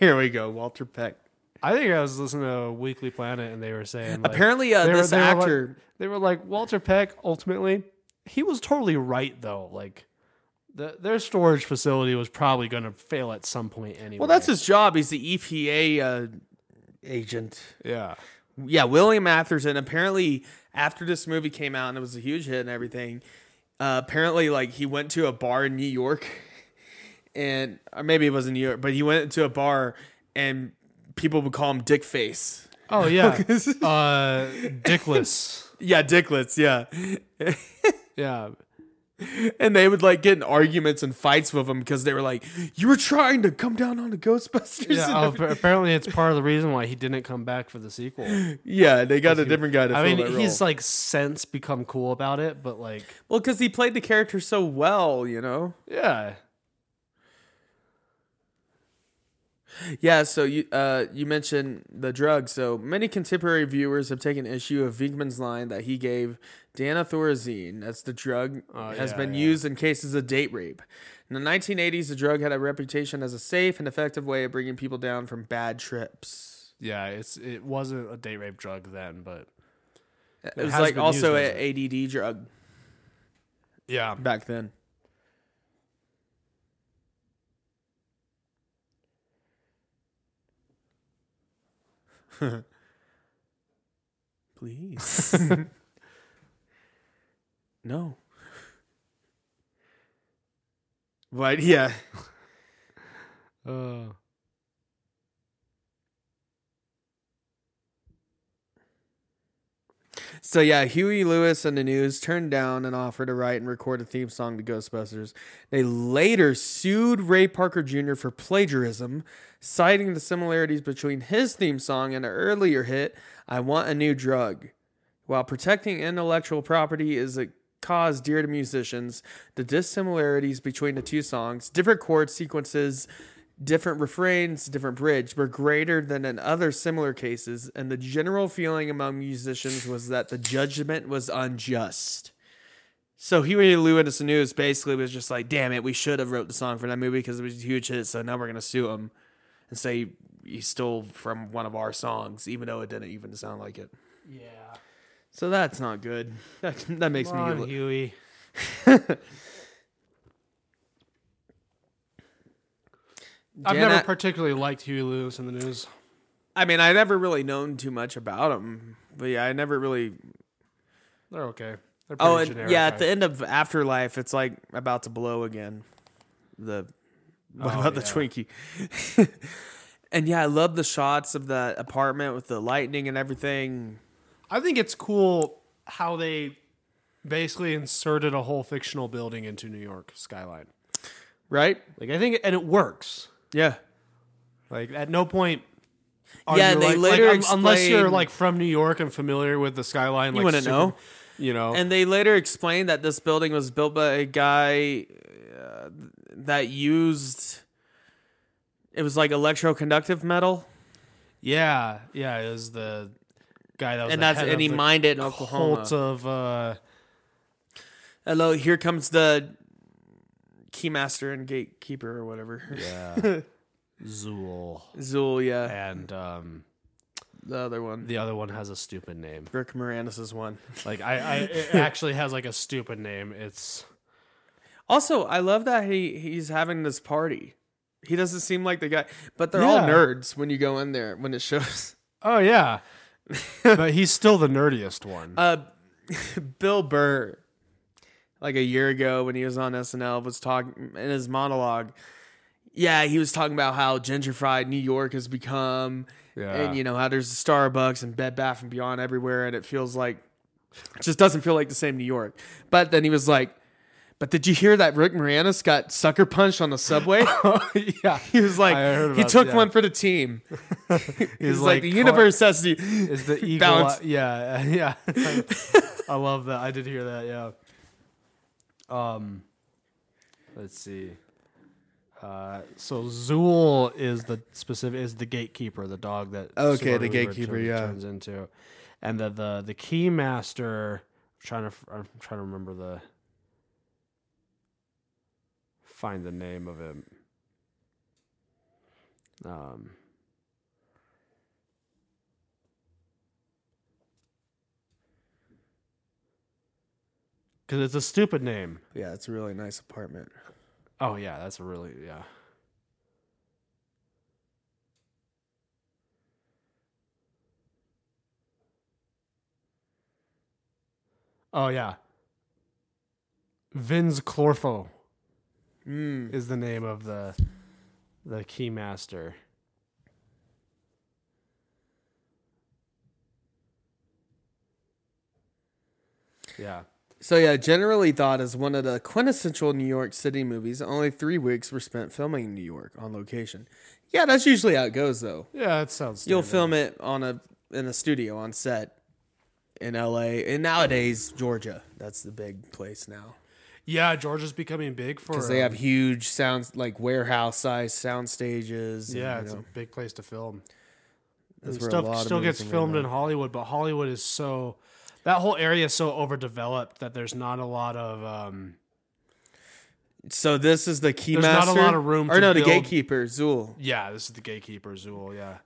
Speaker 2: Here we go, Walter Peck.
Speaker 3: I think I was listening to Weekly Planet and they were saying like,
Speaker 2: Apparently, uh,
Speaker 3: they were-
Speaker 2: this
Speaker 3: they were like-
Speaker 2: actor.
Speaker 3: they were like Walter Peck. Ultimately, he was totally right though. Like the, their storage facility was probably going to fail at some point anyway.
Speaker 2: Well, that's his job. He's the EPA uh, agent.
Speaker 3: yeah.
Speaker 2: Yeah, William Atherton. Apparently, after this movie came out and it was a huge hit and everything, uh, apparently, like he went to a bar in New York, and or maybe it was in New York, but he went to a bar and people would call him Dick Face.
Speaker 3: Oh yeah. uh, Dickless.
Speaker 2: Yeah, Dicklets. Yeah,
Speaker 3: Yeah.
Speaker 2: and they would like get in arguments and fights with him because they were like, "You were trying to come down on the Ghostbusters."
Speaker 3: Yeah,
Speaker 2: and
Speaker 3: oh,
Speaker 2: everything."
Speaker 3: appa- apparently it's part of the reason why he didn't come back for the sequel.
Speaker 2: yeah, they got a different guy to
Speaker 3: I
Speaker 2: fill
Speaker 3: mean,
Speaker 2: that
Speaker 3: he's
Speaker 2: role.
Speaker 3: like since become cool about it, but like,
Speaker 2: well, because he played the character so well, you know.
Speaker 3: yeah,
Speaker 2: Yeah, so you uh, you mentioned the drug. So many contemporary viewers have taken issue of Vinkman's line that he gave danithorazine, that's the drug, has
Speaker 3: Oh, yeah,
Speaker 2: been
Speaker 3: yeah.
Speaker 2: used in cases of date rape. In the 1980s, the drug had a reputation as a safe and effective way of bringing people down from bad trips.
Speaker 3: yeah. It's it wasn't a date rape drug then, but
Speaker 2: It, was
Speaker 3: has
Speaker 2: like
Speaker 3: been
Speaker 2: also
Speaker 3: used as
Speaker 2: an ADD drug
Speaker 3: yeah,
Speaker 2: back then. please. no. But yeah,
Speaker 3: Uh,
Speaker 2: so yeah, Huey Lewis and the News turned down an offer to write and record a theme song to Ghostbusters. They later sued Ray Parker Jr. for plagiarism, citing the similarities between his theme song and an earlier hit, I Want a New Drug. While protecting intellectual property is a cause dear to musicians, the dissimilarities between the two songs, different chord sequences, different refrains, different bridge, were greater than in other similar cases, and the general feeling among musicians was that the judgment was unjust. So Huey Lewis News basically was just like, "Damn it, we should have wrote the song for that movie because it was a huge hit. So now we're gonna sue him and say he stole from one of our songs, even though it didn't even sound like it."
Speaker 3: yeah.
Speaker 2: So that's not good. That that makes
Speaker 3: Come on,
Speaker 2: me.
Speaker 3: Huey. I've
Speaker 2: Dan,
Speaker 3: never
Speaker 2: I-
Speaker 3: particularly liked Huey Lewis in the news.
Speaker 2: I mean, I never really known too much about him, but yeah, I never really.
Speaker 3: They're okay. They're pretty
Speaker 2: Oh, and
Speaker 3: generic.
Speaker 2: yeah, at the
Speaker 3: I-
Speaker 2: end of Afterlife, it's like about to blow again. The what
Speaker 3: Oh,
Speaker 2: about the
Speaker 3: yeah.
Speaker 2: Twinkie? and yeah, I love the shots of the apartment with the lightning and everything.
Speaker 3: I think it's cool how they basically inserted a whole fictional building into New York skyline.
Speaker 2: Right?
Speaker 3: Like I think, and it works.
Speaker 2: Yeah.
Speaker 3: Like at no point. Are
Speaker 2: Yeah,
Speaker 3: you
Speaker 2: they
Speaker 3: like, like,
Speaker 2: later
Speaker 3: un- unless you're
Speaker 2: explain-
Speaker 3: like from New York and familiar with the skyline, like,
Speaker 2: wouldn't
Speaker 3: super-
Speaker 2: know.
Speaker 3: you know.
Speaker 2: And they later explained that this building was built by a guy uh, that used it was like electroconductive metal,
Speaker 3: yeah, yeah, it was the guy that was
Speaker 2: and
Speaker 3: the
Speaker 2: that's
Speaker 3: head
Speaker 2: and
Speaker 3: of
Speaker 2: he
Speaker 3: the
Speaker 2: mined it in Oklahoma.
Speaker 3: cult of uh,
Speaker 2: Hello, here comes the keymaster and gatekeeper or whatever.
Speaker 3: Zool,
Speaker 2: Zool, yeah,
Speaker 3: and um,
Speaker 2: the other one.
Speaker 3: the other one has a stupid name.
Speaker 2: Rick Moranis' one.
Speaker 3: Like I, I it actually has like a stupid name. It's
Speaker 2: Also, I love that he he's having this party. He doesn't seem like the guy, but they're all
Speaker 3: Yeah.
Speaker 2: nerds when you go in there when it shows.
Speaker 3: oh yeah, but he's still the nerdiest one.
Speaker 2: Uh, Bill Burr, like a year ago when he was on SNL, was talking in his monologue. Yeah, he was talking about how gentrified New York has become,
Speaker 3: Yeah.
Speaker 2: and you know how there's a Starbucks and Bed Bath and Beyond everywhere, and it feels like it just doesn't feel like the same New York. But then he was like, "But did you hear that Rick Moranis got sucker punched on the subway?"
Speaker 3: Oh, yeah,
Speaker 2: he was like,
Speaker 3: I heard
Speaker 2: "He
Speaker 3: about-
Speaker 2: took
Speaker 3: yeah.
Speaker 2: one for the team." He's like,
Speaker 3: like,
Speaker 2: "The
Speaker 3: "Car-
Speaker 2: universe has to."
Speaker 3: is the eagle.
Speaker 2: Balance.
Speaker 3: yeah, yeah. I love that. I did hear that. Yeah. Um, let's see. Uh, so Zool is the specific is the gatekeeper, the dog that
Speaker 2: Okay, the
Speaker 3: Sigourney Weaver
Speaker 2: gatekeeper,
Speaker 3: turns-
Speaker 2: yeah.
Speaker 3: turns into, and the the the key master. I'm trying to f- I'm trying to remember the find the name of him. Um. Because it's a stupid name.
Speaker 2: Yeah, it's a really nice apartment.
Speaker 3: Oh yeah, that's a really yeah. Oh yeah. Vins Clorfo
Speaker 2: Mm.
Speaker 3: is the name of the the keymaster. Yeah.
Speaker 2: So yeah, generally thought as one of the quintessential New York City movies, only three weeks were spent filming in New York on location. Yeah, that's usually how it goes though.
Speaker 3: Yeah, that sounds
Speaker 2: You'll
Speaker 3: standard.
Speaker 2: film it on a in a studio on set in LA and nowadays Georgia. That's the big place now.
Speaker 3: Yeah, Georgia's becoming big for
Speaker 2: Because they
Speaker 3: um,
Speaker 2: have huge sounds like warehouse size sound stages. and,
Speaker 3: Yeah,
Speaker 2: you
Speaker 3: it's
Speaker 2: know,
Speaker 3: a big place to film.
Speaker 2: that's where a lot
Speaker 3: Stuff
Speaker 2: of
Speaker 3: still
Speaker 2: movies
Speaker 3: gets
Speaker 2: are made
Speaker 3: filmed
Speaker 2: now.
Speaker 3: in Hollywood, but Hollywood is so that whole area is so overdeveloped that there's not a lot of um
Speaker 2: So this is the key
Speaker 3: There's not a
Speaker 2: master?
Speaker 3: lot of room
Speaker 2: Or
Speaker 3: to
Speaker 2: no, the
Speaker 3: build-
Speaker 2: gatekeeper, Zool.
Speaker 3: yeah, this is the gatekeeper Zool, yeah.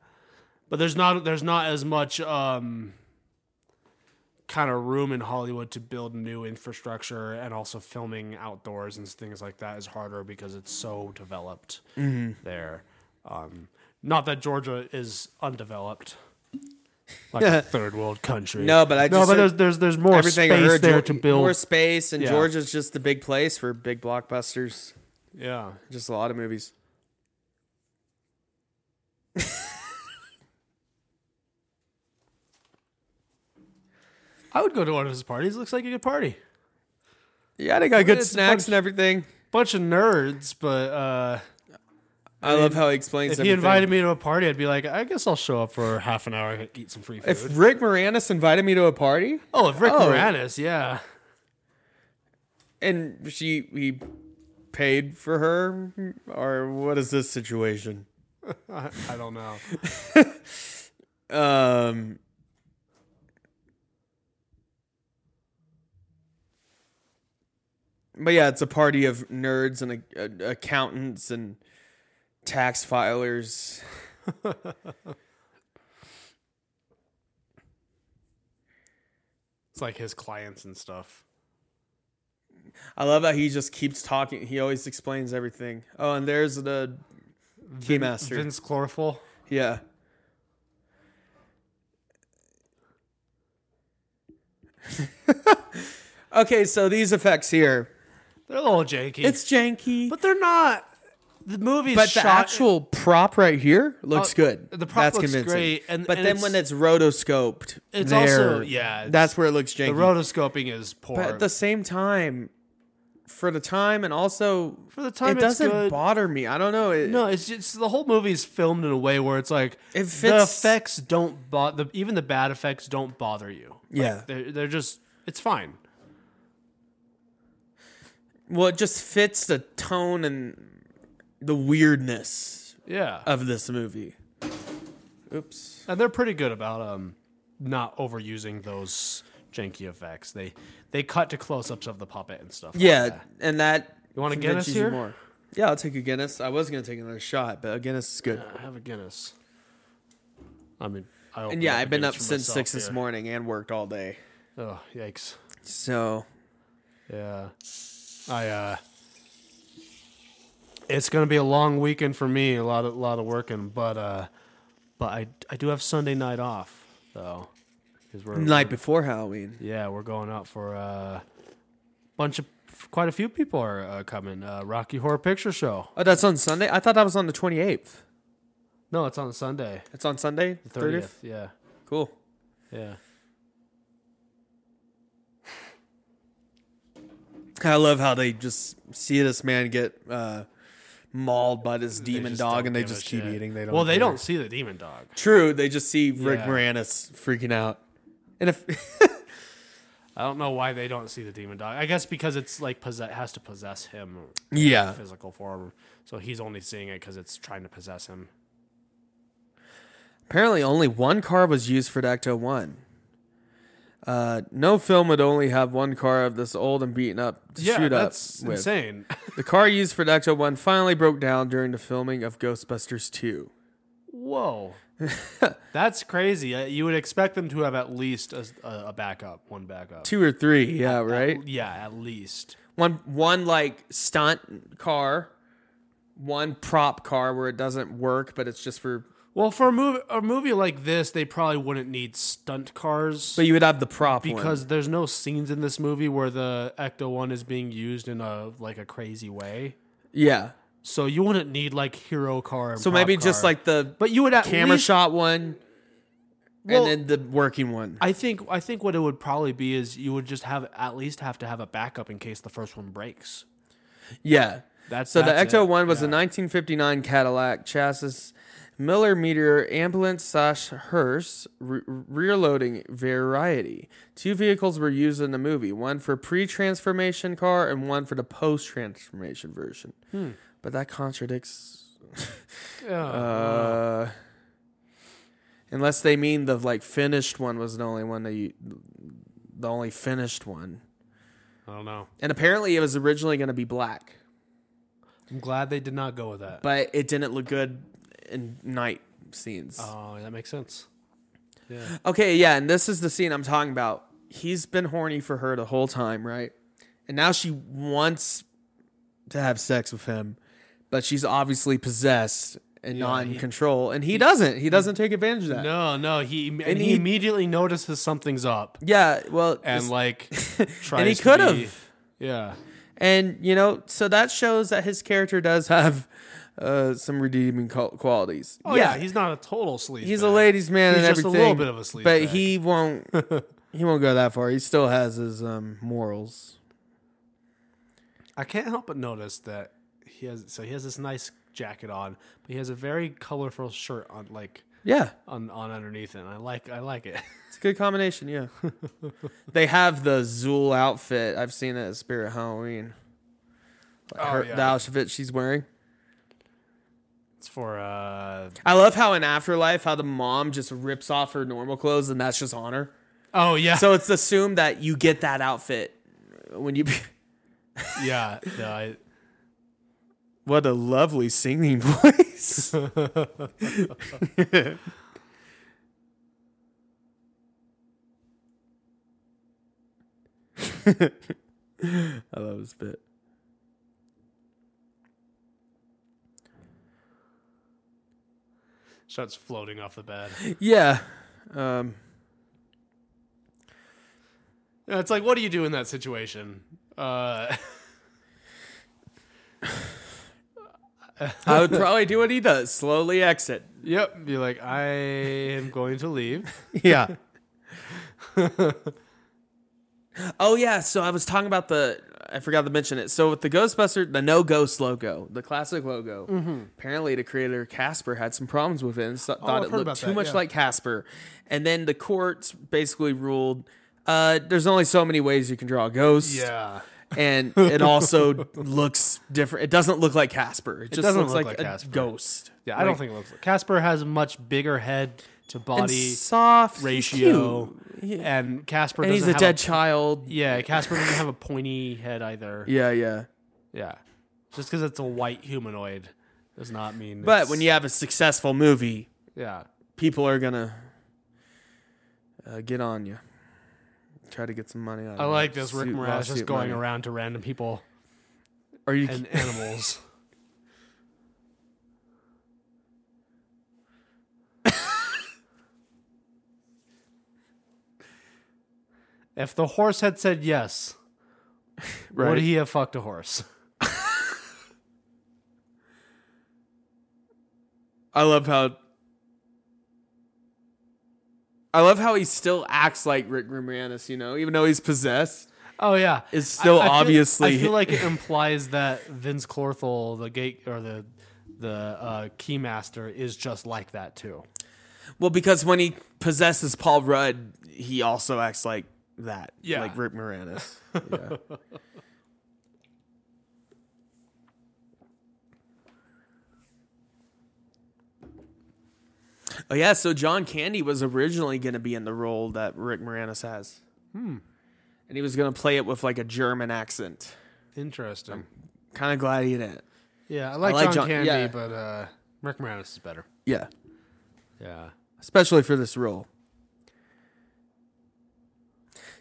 Speaker 3: But there's not there's not as much um kind of room in Hollywood to build new infrastructure and also filming outdoors and things like that is harder because it's so developed
Speaker 2: Mm-hmm.
Speaker 3: there. Um not that Georgia is undeveloped. like a third world country.
Speaker 2: No, but I
Speaker 3: no,
Speaker 2: just
Speaker 3: but
Speaker 2: heard
Speaker 3: there's there's there's more
Speaker 2: everything I
Speaker 3: space
Speaker 2: heard,
Speaker 3: there
Speaker 2: Geor-
Speaker 3: to build.
Speaker 2: more space, and
Speaker 3: Yeah.
Speaker 2: Georgia's just the big place for big blockbusters.
Speaker 3: yeah,
Speaker 2: Just a lot of movies.
Speaker 3: I would go to one of his parties. Looks like a good party.
Speaker 2: Yeah, they got good
Speaker 3: It's a
Speaker 2: snacks
Speaker 3: bunch-
Speaker 2: and everything.
Speaker 3: Bunch of nerds, but uh,
Speaker 2: I, love how he explains.
Speaker 3: if
Speaker 2: everything.
Speaker 3: he invited me to a party, I'd be like, I guess I'll show up for half an hour and eat some free food.
Speaker 2: If Rick Moranis invited me to a party,
Speaker 3: oh, if Rick
Speaker 2: Oh.
Speaker 3: Moranis, yeah,
Speaker 2: and she he paid for her, or what is this situation?
Speaker 3: I don't know.
Speaker 2: Um, but yeah, it's a party of nerds and a, a, accountants and tax filers.
Speaker 3: It's like his clients and stuff.
Speaker 2: I love how he just keeps talking. He always explains everything. Oh, and there's the keymaster.
Speaker 3: Vince Chloroform.
Speaker 2: Yeah. okay, so these effects here.
Speaker 3: They're a little janky.
Speaker 2: It's janky. But,
Speaker 3: but they're not. The movie's
Speaker 2: the
Speaker 3: shot,
Speaker 2: actual prop right here looks
Speaker 3: Uh,
Speaker 2: good.
Speaker 3: the prop
Speaker 2: that's
Speaker 3: looks
Speaker 2: convincing.
Speaker 3: great, and-
Speaker 2: but
Speaker 3: and
Speaker 2: then
Speaker 3: it's-
Speaker 2: when it's rotoscoped,
Speaker 3: It's
Speaker 2: there-
Speaker 3: also- yeah, it's-
Speaker 2: that's where it looks janky.
Speaker 3: The rotoscoping is poor.
Speaker 2: but at the same time, for the time and also
Speaker 3: For the time,
Speaker 2: it
Speaker 3: it's
Speaker 2: doesn't
Speaker 3: good.
Speaker 2: bother me. I don't know. It,
Speaker 3: No, it's just the whole movie is filmed in a way where it's like
Speaker 2: It
Speaker 3: the
Speaker 2: fits-
Speaker 3: effects don't bother. Even the bad effects don't bother you.
Speaker 2: Yeah.
Speaker 3: They're, they're just it's fine.
Speaker 2: Well, it just fits the tone and the weirdness
Speaker 3: Yeah,
Speaker 2: of this movie. Oops.
Speaker 3: and they're pretty good about um not overusing those janky effects. They they cut to close ups of the puppet and stuff. like
Speaker 2: Yeah,
Speaker 3: that.
Speaker 2: and that.
Speaker 3: You want a
Speaker 2: convinces
Speaker 3: Guinness
Speaker 2: you
Speaker 3: here?
Speaker 2: Yeah, I'll take a Guinness. I was gonna take another shot, but a Guinness is good.
Speaker 3: I have a Guinness. I mean, I
Speaker 2: And
Speaker 3: opened
Speaker 2: yeah,
Speaker 3: a
Speaker 2: I've been
Speaker 3: Guinness
Speaker 2: up
Speaker 3: for
Speaker 2: since
Speaker 3: myself
Speaker 2: six this
Speaker 3: here.
Speaker 2: morning and worked all day.
Speaker 3: Oh yikes!
Speaker 2: So
Speaker 3: Yeah, I uh, it's gonna be a long weekend for me. A lot of lot of working, but uh, but I I do have Sunday night off though, because we're
Speaker 2: night before Halloween.
Speaker 3: yeah we're going out for a uh, bunch of quite a few people are uh, coming. Uh, Rocky Horror Picture Show.
Speaker 2: Oh, that's on Sunday. I thought that was on the twenty eighth.
Speaker 3: No, it's on Sunday,
Speaker 2: It's on Sunday,
Speaker 3: the
Speaker 2: thirtieth.
Speaker 3: thirtieth. Yeah,
Speaker 2: Cool.
Speaker 3: yeah.
Speaker 2: I love how they just see this man get uh, mauled by this
Speaker 3: They
Speaker 2: demon
Speaker 3: just
Speaker 2: dog,
Speaker 3: don't
Speaker 2: and they
Speaker 3: give a
Speaker 2: just keep
Speaker 3: shit.
Speaker 2: eating. They don't.
Speaker 3: Well, they
Speaker 2: care.
Speaker 3: don't see the demon dog.
Speaker 2: True, they just see Rick
Speaker 3: Yeah.
Speaker 2: Moranis freaking out, and if
Speaker 3: I don't know why they don't see the demon dog. I guess because it's like possess has to possess him
Speaker 2: yeah,
Speaker 3: physical form, so he's only seeing it because it's trying to possess him.
Speaker 2: Apparently, only one car was used for Ecto 1. Uh, no film would only have one car of this old and beaten up to shoot
Speaker 3: that's
Speaker 2: up. with.
Speaker 3: insane.
Speaker 2: The car used for Ecto 1 finally broke down during the filming of Ghostbusters 2.
Speaker 3: Whoa, that's crazy. Uh, You would expect them to have at least a, a a backup, one backup.
Speaker 2: Two or three,
Speaker 3: Uh,
Speaker 2: yeah, right?
Speaker 3: Yeah, at least.
Speaker 2: One, one like stunt car, one prop car where it doesn't work, but it's just for.
Speaker 3: Well, for a movie, a movie like this, they probably wouldn't need stunt cars
Speaker 2: But you would have the prop one.
Speaker 3: because there's no scenes in this movie where the Ecto One is being used in a like a crazy way.
Speaker 2: Yeah.
Speaker 3: So you wouldn't need like hero car. And
Speaker 2: So maybe
Speaker 3: prop
Speaker 2: just
Speaker 3: car.
Speaker 2: like the
Speaker 3: but you would at
Speaker 2: camera
Speaker 3: least-
Speaker 2: shot one
Speaker 3: Well-
Speaker 2: and then the working one.
Speaker 3: I think I think what it would probably be is you would just have at least have to have a backup in case the first one breaks.
Speaker 2: Yeah.
Speaker 3: That's-
Speaker 2: so
Speaker 3: that's
Speaker 2: the Ecto
Speaker 3: it.
Speaker 2: One was a 1959 Cadillac chassis Miller Meteor ambulance slash hearse re- rear loading variety. Two vehicles were used in the movie: one for pre-transformation car and one for the post-transformation version.
Speaker 3: Hmm.
Speaker 2: But that contradicts,
Speaker 3: Uh-huh.
Speaker 2: uh, unless they mean the like finished one was the only one that you, the only finished one.
Speaker 3: I don't know.
Speaker 2: And apparently, it was originally going to be black.
Speaker 3: I'm glad they did not go with that.
Speaker 2: but it didn't look good in night scenes.
Speaker 3: Oh, that makes sense.
Speaker 2: Okay, yeah, and this is the scene I'm talking about. He's been horny for her the whole time, right? And now she wants to have sex with him, but she's obviously possessed and not in control, and he, doesn't. He doesn't take advantage of that.
Speaker 3: No, no, he and,
Speaker 2: And
Speaker 3: he,
Speaker 2: he-
Speaker 3: immediately notices something's up
Speaker 2: Yeah, well,
Speaker 3: and
Speaker 2: it's-
Speaker 3: like tries
Speaker 2: and he
Speaker 3: to
Speaker 2: could
Speaker 3: be-
Speaker 2: have,
Speaker 3: Yeah.
Speaker 2: and you know, so that shows that his character does have uh, some redeeming qual- qualities.
Speaker 3: Oh yeah. he's not a total sleaze.
Speaker 2: he's a
Speaker 3: bag.
Speaker 2: ladies' man
Speaker 3: He's
Speaker 2: and
Speaker 3: just a
Speaker 2: everything.
Speaker 3: little bit of a sleazebag.
Speaker 2: but he won't. he won't go that far. He still has his um, morals.
Speaker 3: I can't help but notice that he has so he has this nice jacket on, but he has a very colorful shirt on like
Speaker 2: Yeah,
Speaker 3: on, on underneath it. And I like I like it.
Speaker 2: it's a good combination. Yeah, they have the Zool outfit. I've seen it at Spirit Halloween. Like
Speaker 3: Oh,
Speaker 2: her-
Speaker 3: yeah.
Speaker 2: The outfit she's wearing.
Speaker 3: It's for uh
Speaker 2: I love how in Afterlife, how the mom just rips off her normal clothes and that's just on her.
Speaker 3: Oh yeah.
Speaker 2: So it's assumed that you get that outfit when you.
Speaker 3: yeah. No, I,
Speaker 2: What a lovely singing voice. I love this bit.
Speaker 3: starts floating off the bed.
Speaker 2: Yeah. Um,
Speaker 3: Yeah, It's like, what do you do in that situation? Uh,
Speaker 2: I would probably do what he does slowly exit.
Speaker 3: yep. Be like, I am going to leave.
Speaker 2: Yeah. oh yeah, so I was talking about the I forgot to mention it. So with the Ghostbuster, the no ghost logo, the classic logo.
Speaker 3: Mm-hmm.
Speaker 2: Apparently, the creator Casper had some problems with it and so- thought
Speaker 3: Oh, I've
Speaker 2: it
Speaker 3: heard about
Speaker 2: looked too
Speaker 3: that,
Speaker 2: much
Speaker 3: yeah.
Speaker 2: like Casper. And then the courts basically ruled uh, there's only so many ways you can draw a ghost.
Speaker 3: Yeah.
Speaker 2: and it also looks different. It doesn't look like Casper. It, just
Speaker 3: doesn't
Speaker 2: looks
Speaker 3: look
Speaker 2: like,
Speaker 3: like
Speaker 2: a
Speaker 3: Casper.
Speaker 2: ghost.
Speaker 3: Yeah. I don't think it looks. Casper has a much bigger head to
Speaker 2: and
Speaker 3: body
Speaker 2: soft
Speaker 3: ratio,
Speaker 2: cute.
Speaker 3: and Casper
Speaker 2: And
Speaker 3: doesn't
Speaker 2: he's a
Speaker 3: have
Speaker 2: dead child.
Speaker 3: yeah, Casper doesn't have a pointy head either.
Speaker 2: Yeah, yeah.
Speaker 3: Yeah. Just because it's a white humanoid does not mean.
Speaker 2: But
Speaker 3: it's-
Speaker 2: when you have a successful movie,
Speaker 3: yeah.
Speaker 2: people are gonna uh, get on you, try to get some money out.
Speaker 3: I like this Rick Moranis just going
Speaker 2: around.
Speaker 3: around to random people
Speaker 2: Are you?
Speaker 3: and animals. if the horse had said yes,
Speaker 2: Right.
Speaker 3: would he have fucked a horse?
Speaker 2: I love how. I love how he still acts like Rick Moranis. You know, even though he's possessed,
Speaker 3: Oh yeah,
Speaker 2: It's still
Speaker 3: I feel-
Speaker 2: obviously-
Speaker 3: I feel like it implies that Vince Clorthal, the gate or the the uh, keymaster, is just like that too.
Speaker 2: well, because when he possesses Paul Rudd, he also acts like that.
Speaker 3: Yeah.
Speaker 2: like Rick Moranis. yeah. Oh yeah, so John Candy was originally going to be in the role that Rick Moranis has. Hmm. And he was going to play it with like a German accent.
Speaker 3: Interesting.
Speaker 2: Kind of glad he didn't.
Speaker 3: Yeah, I like,
Speaker 2: Um, like
Speaker 3: John,
Speaker 2: John-
Speaker 3: Candy,
Speaker 2: yeah.
Speaker 3: but uh, Rick Moranis is better.
Speaker 2: Yeah,
Speaker 3: Yeah.
Speaker 2: especially for this role.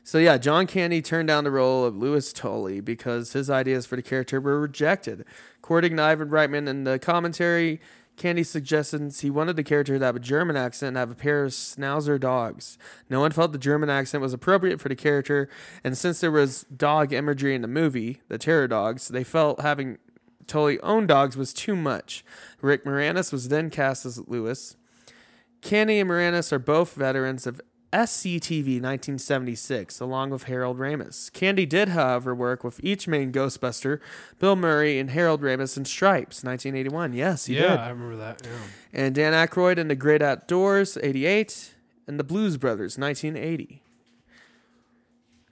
Speaker 2: So yeah, John Candy turned down the role of Lewis Tully because his ideas for the character were rejected. According to Ivan Reitman in the commentary, Candy suggestions he wanted the character to have a German accent and have a pair of schnauzer dogs. No one felt the German accent was appropriate for the character, and since there was dog imagery in the movie, the terror dogs, they felt having Tully own dogs was too much. Rick Moranis was then cast as Lewis. Candy and Moranis are both veterans of SCTV 1976, along with Harold Ramis. Candy did, however, work with each main Ghostbuster, Bill Murray and Harold Ramis in Stripes, 1981. Yes, he
Speaker 3: Yeah,
Speaker 2: did
Speaker 3: I remember that. Yeah.
Speaker 2: and Dan Aykroyd in The Great Outdoors, 88, and The Blues Brothers, 1980.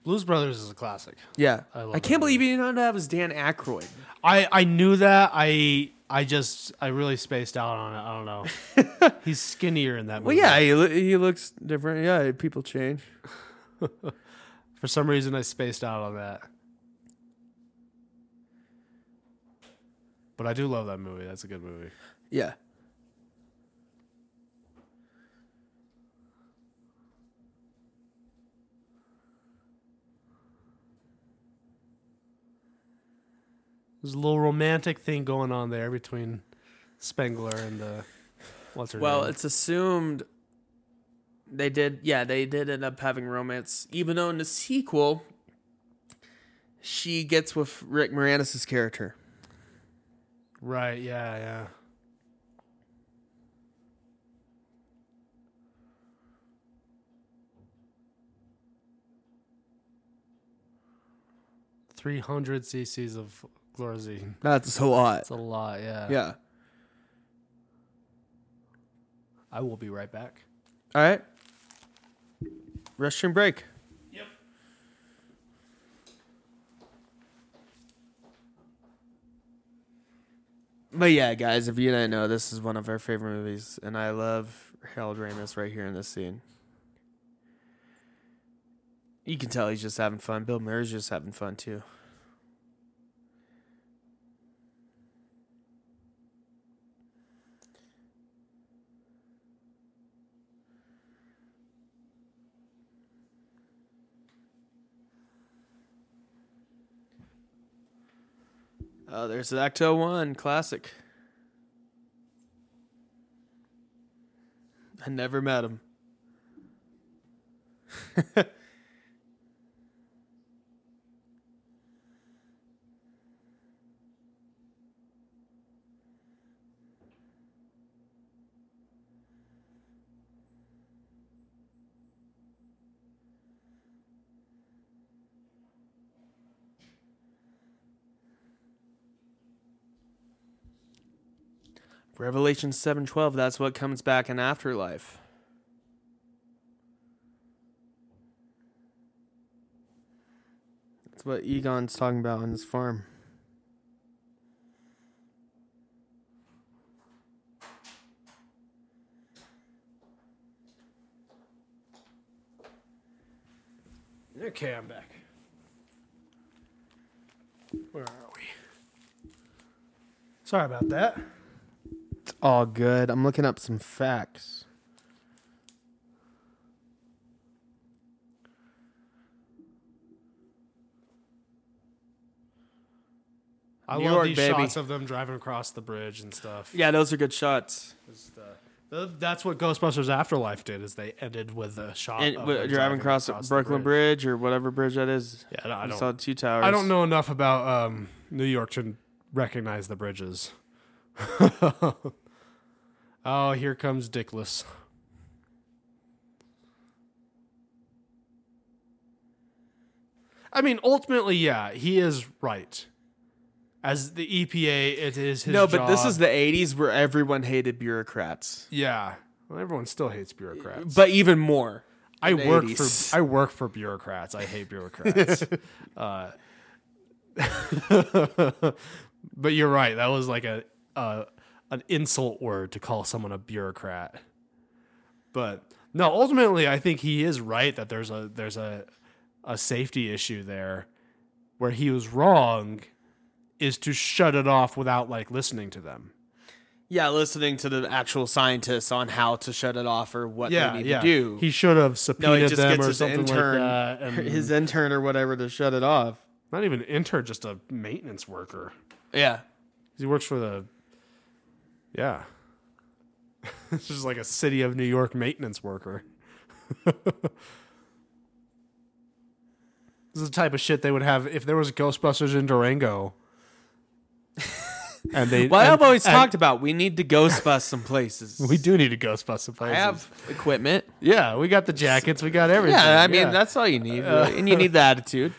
Speaker 3: Blues Brothers is a classic.
Speaker 2: Yeah. I,
Speaker 3: love that
Speaker 2: can't believe you didn't know that was Dan Aykroyd.
Speaker 3: I I knew that. I I just I really spaced out on it. I don't know. He's skinnier in that
Speaker 2: Well,
Speaker 3: movie.
Speaker 2: yeah, he, lo- he looks different. Yeah, people change.
Speaker 3: For some reason, I spaced out on that. But I do love that movie. That's a good movie.
Speaker 2: Yeah.
Speaker 3: There's a little romantic thing going on there between Spengler and the what's her
Speaker 2: Well,
Speaker 3: name?
Speaker 2: it's assumed they did. Yeah, they did end up having romance, even though in the sequel, she gets with Rick Moranis' character.
Speaker 3: right. Yeah, yeah. Three hundred cc's of Glorazine.
Speaker 2: That's a lot.
Speaker 3: It's a lot. Yeah.
Speaker 2: Yeah.
Speaker 3: I will be right back.
Speaker 2: All right. Restroom break. Yep. But yeah, guys, if you didn't know, this is one of our favorite movies, and I love Harold Ramis right here in this scene. You can tell he's just having fun. Bill Murray's just having fun too. Oh, there's the Acto One classic. I never met him. Revelation 7:12, that's what comes back in afterlife. That's what Egon's talking about on his farm.
Speaker 3: Okay, I'm back. Where are we? Sorry about that.
Speaker 2: It's all good. I'm looking up some facts.
Speaker 3: I
Speaker 2: New
Speaker 3: love
Speaker 2: York,
Speaker 3: these
Speaker 2: baby.
Speaker 3: shots of them driving across the bridge and stuff.
Speaker 2: Yeah, those are good shots.
Speaker 3: Just, uh, th- that's what Ghostbusters Afterlife did. Is they ended with a shot
Speaker 2: And
Speaker 3: of
Speaker 2: w-
Speaker 3: them
Speaker 2: driving, across,
Speaker 3: uh, the
Speaker 2: Brooklyn bridge. or whatever bridge that is.
Speaker 3: Yeah, no, I
Speaker 2: We
Speaker 3: don't.
Speaker 2: saw two towers.
Speaker 3: I don't know enough about um, New York to recognize the bridges. oh, here comes Dickless. I mean, ultimately, yeah, he is right. As the EPA, it is his
Speaker 2: No, but this
Speaker 3: job-
Speaker 2: is the 80s where everyone hated bureaucrats,
Speaker 3: yeah. Well, everyone still hates bureaucrats.
Speaker 2: but even more.
Speaker 3: I
Speaker 2: in the
Speaker 3: work
Speaker 2: 80s.
Speaker 3: for I work for bureaucrats. I hate bureaucrats. uh, but you're right. That was like a, a an insult word to call someone a bureaucrat. But no, ultimately, I think he is right that there's a there's a a safety issue there where he was wrong is to shut it off without like listening to them.
Speaker 2: Yeah, listening to the actual scientists on how to shut it off or what
Speaker 3: Yeah,
Speaker 2: they need
Speaker 3: yeah.
Speaker 2: to do.
Speaker 3: He should have subpoenaed
Speaker 2: no, he just
Speaker 3: them
Speaker 2: gets
Speaker 3: or
Speaker 2: his
Speaker 3: something
Speaker 2: intern,
Speaker 3: like that. and-
Speaker 2: his intern or whatever to shut it off.
Speaker 3: not even an intern, just a maintenance worker.
Speaker 2: Yeah,
Speaker 3: He works for the. Yeah. it's just like a city of New York maintenance worker. this is the type of shit they would have if there was Ghostbusters in Durango. and they.
Speaker 2: well,
Speaker 3: and-
Speaker 2: I've always
Speaker 3: and
Speaker 2: talked about we need to ghost bust some places.
Speaker 3: We do need a Ghostbuster.
Speaker 2: I have equipment.
Speaker 3: Yeah, we got the jackets. We got everything.
Speaker 2: Yeah, I mean that's all you need, really. and you need the attitude.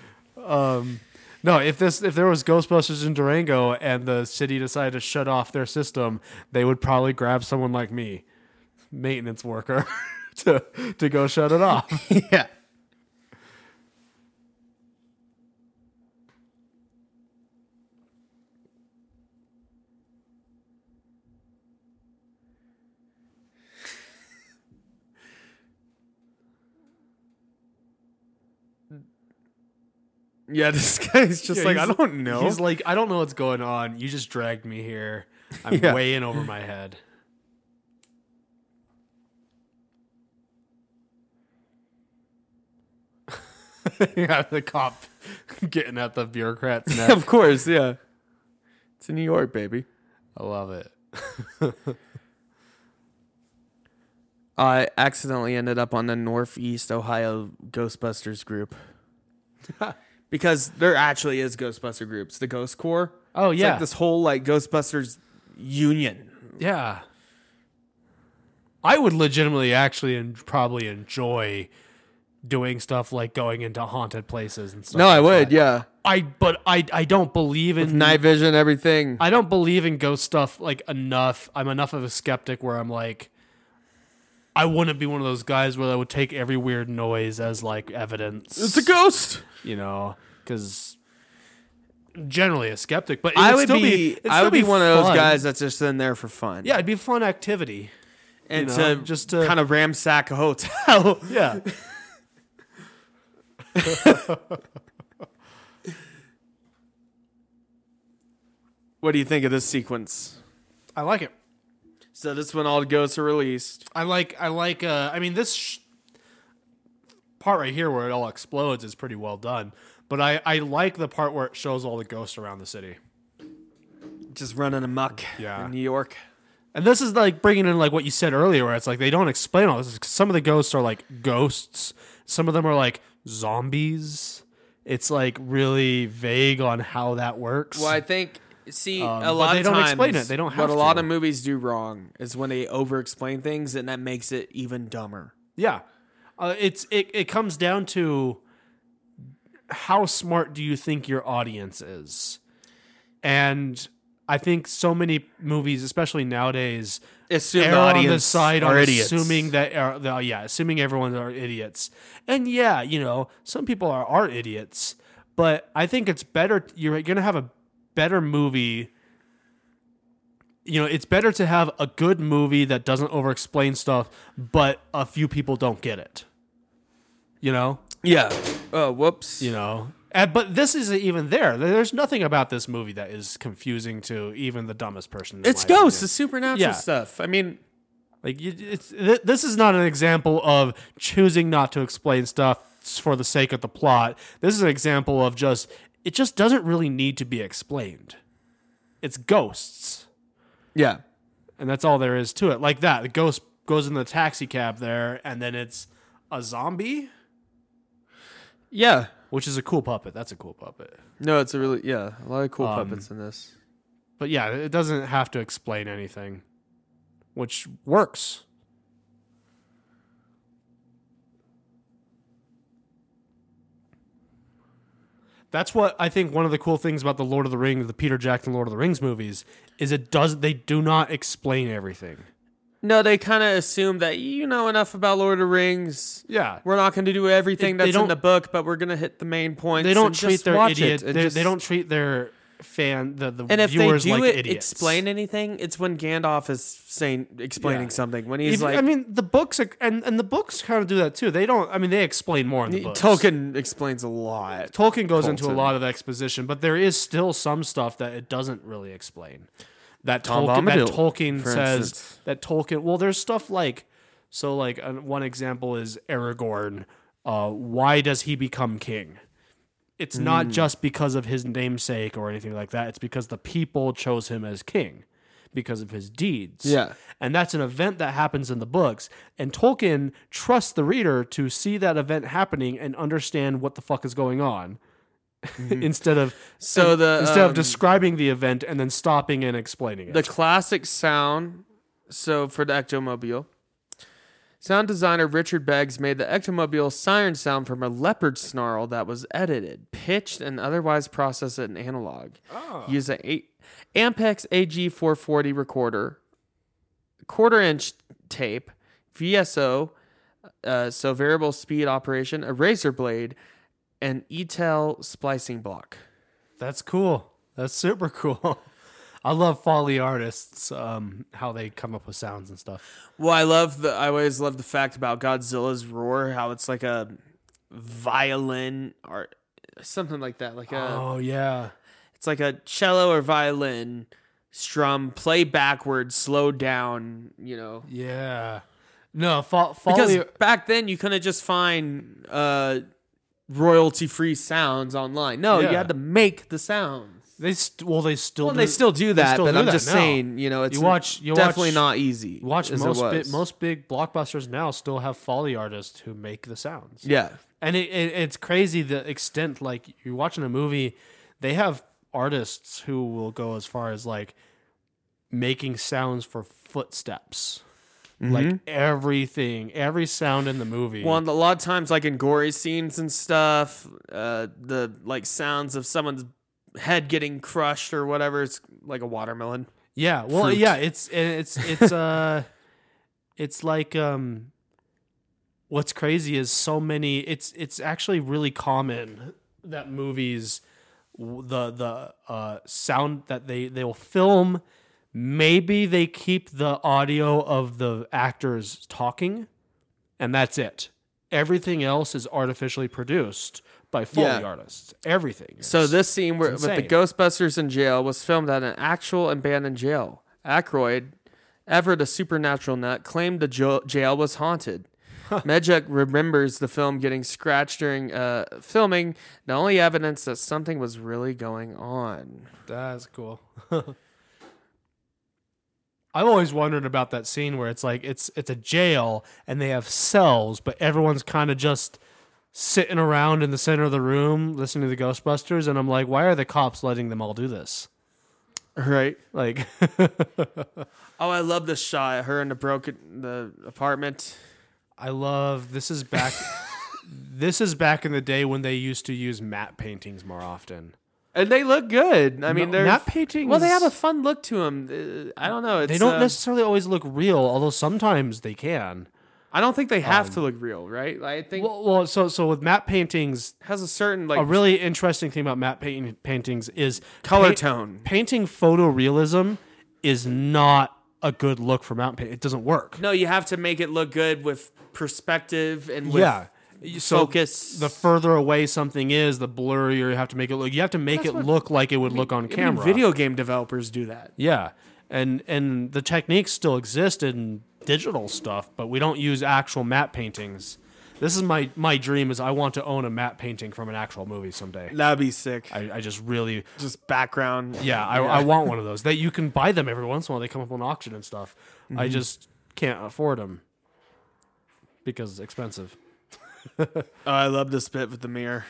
Speaker 3: No, if this if there was Ghostbusters in Durango and the city decided to shut off their system, they would probably grab someone like me, maintenance worker, to to go shut it off.
Speaker 2: yeah. Yeah, this guy's just like, I don't know.
Speaker 3: He's like, I don't know what's going on. You just dragged me here. I'm
Speaker 2: Yeah.
Speaker 3: way in over my head. yeah, the cop getting at the bureaucrat's neck.
Speaker 2: of course, yeah. It's in New York, baby.
Speaker 3: I love it.
Speaker 2: I accidentally ended up on the Northeast Ohio Ghostbusters group. because there actually is Ghostbuster groups, the Ghost Corps.
Speaker 3: Oh,
Speaker 2: It's
Speaker 3: yeah.
Speaker 2: like this whole like Ghostbusters union.
Speaker 3: Yeah. I would legitimately actually and probably enjoy doing stuff like going into haunted places and stuff.
Speaker 2: No, I
Speaker 3: like
Speaker 2: would,
Speaker 3: that.
Speaker 2: yeah.
Speaker 3: I but I I don't believe in
Speaker 2: Night vision, everything.
Speaker 3: I don't believe in ghost stuff like enough. I'm enough of a skeptic where I'm like I wouldn't be one of those guys where I would take every weird noise as like evidence.
Speaker 2: It's a ghost.
Speaker 3: you know, cuz generally a skeptic, but it
Speaker 2: I would
Speaker 3: would still
Speaker 2: be,
Speaker 3: it'd
Speaker 2: I
Speaker 3: still
Speaker 2: would be, one of those
Speaker 3: fun.
Speaker 2: guys that's just in there for fun.
Speaker 3: Yeah, it'd be a fun activity.
Speaker 2: and
Speaker 3: you know,
Speaker 2: to
Speaker 3: just
Speaker 2: just
Speaker 3: to-
Speaker 2: kind of ramsack a hotel.
Speaker 3: Yeah.
Speaker 2: what do you think of this sequence?
Speaker 3: I like it.
Speaker 2: So this when all the ghosts are released.
Speaker 3: I like I like uh I mean this sh- part right here where it all explodes is pretty well done, but I I like the part where it shows all the ghosts around the city.
Speaker 2: Just running amok
Speaker 3: Yeah.
Speaker 2: in New York.
Speaker 3: And this is like bringing in like what you said earlier where it's like they don't explain all this 'cause some of the ghosts are like ghosts, some of them are like zombies. It's like really vague on how that works.
Speaker 2: Well, I think see
Speaker 3: Um, but
Speaker 2: a lot
Speaker 3: they
Speaker 2: of
Speaker 3: don't
Speaker 2: times,
Speaker 3: explain it. They don't have
Speaker 2: What a lot
Speaker 3: to.
Speaker 2: of movies do wrong is when they over-explain things, and that makes it even dumber.
Speaker 3: Yeah. Uh, it's it, it comes down to how smart do you think your audience is? And I think so many movies, especially nowadays,
Speaker 2: Assume
Speaker 3: err
Speaker 2: the
Speaker 3: on
Speaker 2: audience
Speaker 3: the side
Speaker 2: are
Speaker 3: on
Speaker 2: idiots.
Speaker 3: assuming that are, the, uh, yeah, assuming everyone are idiots. And yeah, you know, some people are are idiots, but I think it's better you're going to have a better movie you know, it's better to have a good movie that doesn't overexplain stuff, but a few people don't get it. You know,
Speaker 2: Yeah. Oh, whoops.
Speaker 3: you know. And, but this isn't even there. There- There's nothing about this movie that is confusing to even the dumbest person. in
Speaker 2: it's
Speaker 3: my
Speaker 2: ghosts.
Speaker 3: opinion.
Speaker 2: It's supernatural
Speaker 3: Yeah.
Speaker 2: stuff. I mean,
Speaker 3: Like you, it's, th- this is not an example of choosing not to explain stuff for the sake of the plot. This is an example of just it just doesn't really need to be explained. It's ghosts.
Speaker 2: yeah.
Speaker 3: and that's all there is to it. Like that, the ghost goes in the taxi cab there, and then it's a zombie,
Speaker 2: Yeah.
Speaker 3: which is a cool puppet. That's a cool puppet.
Speaker 2: No, it's a really yeah, a lot of cool
Speaker 3: Um,
Speaker 2: puppets in this.
Speaker 3: But yeah, it doesn't have to explain anything, which works. That's what I think one of the cool things about the Lord of the Rings, the Peter Jackson Lord of the Rings movies, is it does they do not explain everything.
Speaker 2: No, they kind of assume that you know enough about Lord of the Rings.
Speaker 3: Yeah.
Speaker 2: We're not going to do everything
Speaker 3: They- they
Speaker 2: that's in
Speaker 3: don't-
Speaker 2: the book, but we're going to hit the main points.
Speaker 3: they don't
Speaker 2: and
Speaker 3: treat
Speaker 2: just
Speaker 3: their
Speaker 2: watch
Speaker 3: idiot.
Speaker 2: it and
Speaker 3: they,
Speaker 2: just-
Speaker 3: they don't treat their fan the the
Speaker 2: And if they
Speaker 3: viewers
Speaker 2: do
Speaker 3: like
Speaker 2: it,
Speaker 3: idiots.
Speaker 2: explain anything, it's when Gandalf is saying explaining
Speaker 3: Yeah.
Speaker 2: something when he's
Speaker 3: Even-
Speaker 2: like
Speaker 3: I mean, the books are, and and the books kind of do that too. They don't. I mean, they explain more in the books.
Speaker 2: Tolkien explains a lot.
Speaker 3: Tolkien goes into a
Speaker 2: Tolkien.
Speaker 3: lot of exposition, but there is still some stuff that it doesn't really explain. That
Speaker 2: Tom
Speaker 3: Tolkien, that
Speaker 2: Bombadil,
Speaker 3: Tolkien
Speaker 2: for
Speaker 3: says
Speaker 2: instance.
Speaker 3: that Tolkien. Well, there's stuff like so. Like uh, one example is Aragorn. Uh, why does he become king? It's
Speaker 2: Hmm.
Speaker 3: not just because of his namesake or anything like that. It's because the people chose him as king because of his deeds.
Speaker 2: Yeah.
Speaker 3: And that's an event that happens in the books. And Tolkien trusts the reader to see that event happening and understand what the fuck is going on. instead of
Speaker 2: Mm-hmm. So the,
Speaker 3: instead of
Speaker 2: um,
Speaker 3: describing the event and then stopping and explaining it.
Speaker 2: The classic sound, so for the Ectomobile, sound designer Richard Beggs made the Ectomobile siren sound from a leopard snarl that was edited, pitched, and otherwise processed in analog. Use an eight, Ampex AG440 recorder, quarter inch tape, VSO, uh, so variable speed operation, a razor blade, and E ETEL splicing block.
Speaker 3: That's cool. That's super cool. I love folly artists, um, how they come up with sounds and stuff.
Speaker 2: Well, I love the. I always love the fact about Godzilla's roar, how it's like a violin or something like that. Like a,
Speaker 3: oh yeah.
Speaker 2: it's like a cello or violin strum, play backwards, slow down. You know,
Speaker 3: Yeah. No, fo-
Speaker 2: because
Speaker 3: folly
Speaker 2: back then you couldn't just find uh, royalty-free sounds online. No, you
Speaker 3: Yeah.
Speaker 2: had to make the sounds.
Speaker 3: They st- well, they still
Speaker 2: Well,
Speaker 3: do,
Speaker 2: they still do that,
Speaker 3: still
Speaker 2: but
Speaker 3: do
Speaker 2: I'm
Speaker 3: that
Speaker 2: just
Speaker 3: now.
Speaker 2: saying, you know, it's
Speaker 3: you watch, you
Speaker 2: definitely
Speaker 3: watch,
Speaker 2: not easy.
Speaker 3: You watch
Speaker 2: as it
Speaker 3: most
Speaker 2: was.
Speaker 3: bi- most big blockbusters now still have foley artists who make the sounds.
Speaker 2: yeah,
Speaker 3: and it, it, it's crazy the extent like you're watching a movie they have artists who will go as far as like making sounds for footsteps like everything every sound in the movie
Speaker 2: Mm-hmm. Well, and a lot of times, like in gory scenes and stuff, uh, the like sounds of someone's head getting crushed or whatever, it's like a watermelon.
Speaker 3: yeah well
Speaker 2: fruit.
Speaker 3: yeah it's it's it's uh it's like um what's crazy is so many it's it's actually really common that movies w- the the uh sound that they they'll film maybe they keep the audio of the actors talking and that's it everything else is artificially produced by foley
Speaker 2: Yeah.
Speaker 3: artists everything is.
Speaker 2: So this scene where, with
Speaker 3: It's
Speaker 2: the
Speaker 3: insane.
Speaker 2: Ghostbusters in jail was filmed at an actual abandoned jail. Aykroyd, Everett, a supernatural nut, claimed the jo- jail was haunted. Medjuk remembers the film getting scratched during uh, filming, the only evidence that something was really going on.
Speaker 3: That's cool. I've always wondered about that scene where it's like it's it's a jail and they have cells, but everyone's kind of just sitting around in the center of the room listening to the Ghostbusters, and I'm like, why are the cops letting them all do this?
Speaker 2: Right.
Speaker 3: Like,
Speaker 2: Oh, I love this shot. Her in the broken the apartment.
Speaker 3: I love this is back. this is back in the day when they used to use matte paintings more often.
Speaker 2: And they look good. I mean,
Speaker 3: No,
Speaker 2: they're
Speaker 3: matte paintings.
Speaker 2: Well, they have a fun look to them. I don't know. It's,
Speaker 3: They don't
Speaker 2: uh,
Speaker 3: necessarily always look real, although sometimes they can.
Speaker 2: I don't think they have to look real, right? Like, I think
Speaker 3: Well, well, so so with matte paintings,
Speaker 2: it has a certain like
Speaker 3: a really interesting thing about matte paint- paintings is
Speaker 2: Color tone.
Speaker 3: Painting photorealism is not a good look for matte paint. It doesn't work.
Speaker 2: No, you have to make it look good with perspective and with
Speaker 3: yeah. So
Speaker 2: focus.
Speaker 3: The further away something is, the blurrier you have to make it look. You have to make it look like it would look on
Speaker 2: I mean,
Speaker 3: camera.
Speaker 2: video game developers do that.
Speaker 3: Yeah. And and the techniques still exist in digital stuff, but we don't use actual matte paintings. This is my my dream is I want to own a matte painting from an actual movie someday.
Speaker 2: That'd be sick.
Speaker 3: I, I just really
Speaker 2: Just background.
Speaker 3: Yeah, I, I want one of those. That you can buy them every once in a while. They come up on auction and stuff. I just can't afford them because it's expensive.
Speaker 2: Oh, I love this bit with the mirror.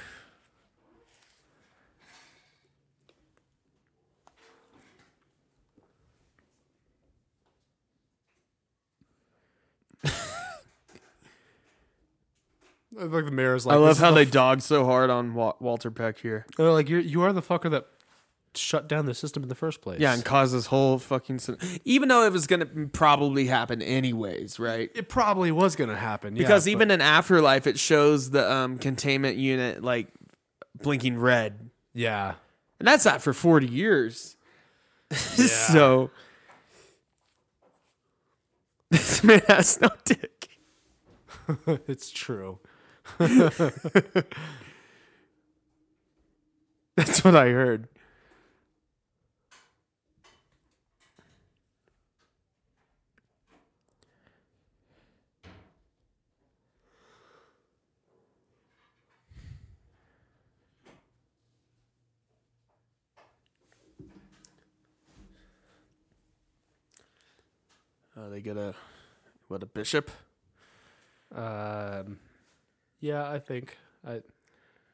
Speaker 3: Uh, Like the mirror's like
Speaker 2: I love how they dogged so hard on Wa- Walter Peck here.
Speaker 3: they're like you. You are the fucker that shut down the system in the first place.
Speaker 2: Yeah, and cause this whole fucking. Sen- Even though it was gonna probably happen anyways, right?
Speaker 3: it probably was gonna happen yeah,
Speaker 2: Because
Speaker 3: but-
Speaker 2: even in Afterlife, it shows the um, containment unit like blinking red,
Speaker 3: yeah,
Speaker 2: and that's not for forty years. so this man has no dick.
Speaker 3: it's true.
Speaker 2: That's what I heard. Oh, they get a what a bishop.
Speaker 3: Um, yeah, I think I,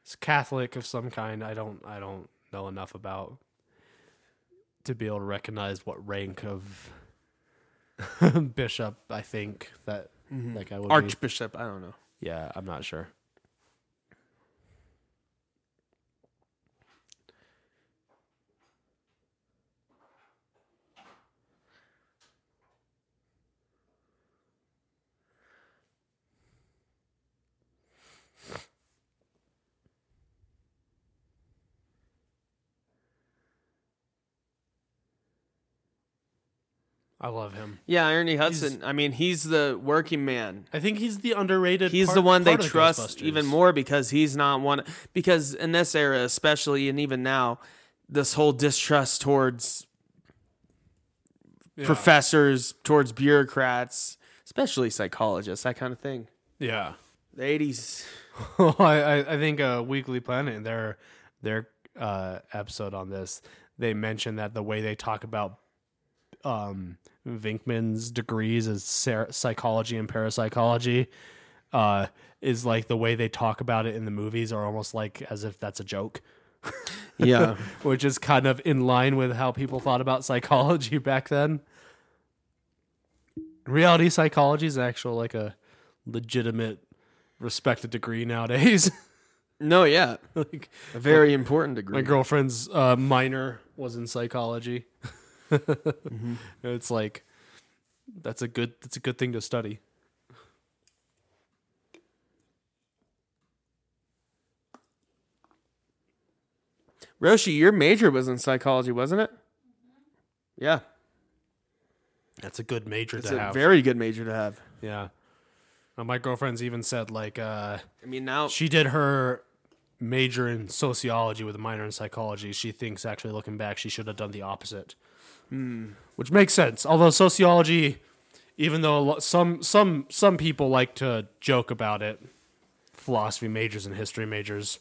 Speaker 3: it's Catholic of some kind. I don't I don't know enough about to be able to recognize what rank of bishop I think that that guy would be.
Speaker 2: Archbishop, I don't know.
Speaker 3: Yeah, I'm not sure. I love him.
Speaker 2: Yeah, Ernie Hudson. I mean, he's the working man.
Speaker 3: I think he's the underrated.
Speaker 2: He's
Speaker 3: part-
Speaker 2: the one they
Speaker 3: part of
Speaker 2: trust
Speaker 3: Ghostbusters.
Speaker 2: even more because he's not one. Because in this era, especially and even now, this whole distrust towards
Speaker 3: Yeah.
Speaker 2: professors, towards bureaucrats, especially psychologists, that kind of thing.
Speaker 3: Yeah.
Speaker 2: The eighties.
Speaker 3: I, I I think uh, Weekly Planet their their uh, episode on this, they mentioned that the way they talk about um, Vinkman's degrees as ser- psychology and parapsychology uh, is like the way they talk about it in the movies are almost like as if that's a joke,
Speaker 2: Yeah.
Speaker 3: which is kind of in line with how people thought about psychology back then. Reality psychology is actual like a legitimate respected degree nowadays.
Speaker 2: no, yeah.
Speaker 3: like
Speaker 2: A very important degree.
Speaker 3: my girlfriend's uh, minor was in psychology. Mm-hmm. It's like that's a good that's a good thing to study.
Speaker 2: Roshi, your major was in psychology, wasn't it? Yeah.
Speaker 3: That's a good major
Speaker 2: It's
Speaker 3: to
Speaker 2: a
Speaker 3: have.
Speaker 2: very good major to have.
Speaker 3: yeah. And my girlfriend's even said like uh,
Speaker 2: I mean, now
Speaker 3: she did her major in sociology with a minor in psychology. She thinks actually looking back she should have done the opposite.
Speaker 2: Hmm.
Speaker 3: Which makes sense. Although sociology even though a lo- some some some people like to joke about it, philosophy majors and history majors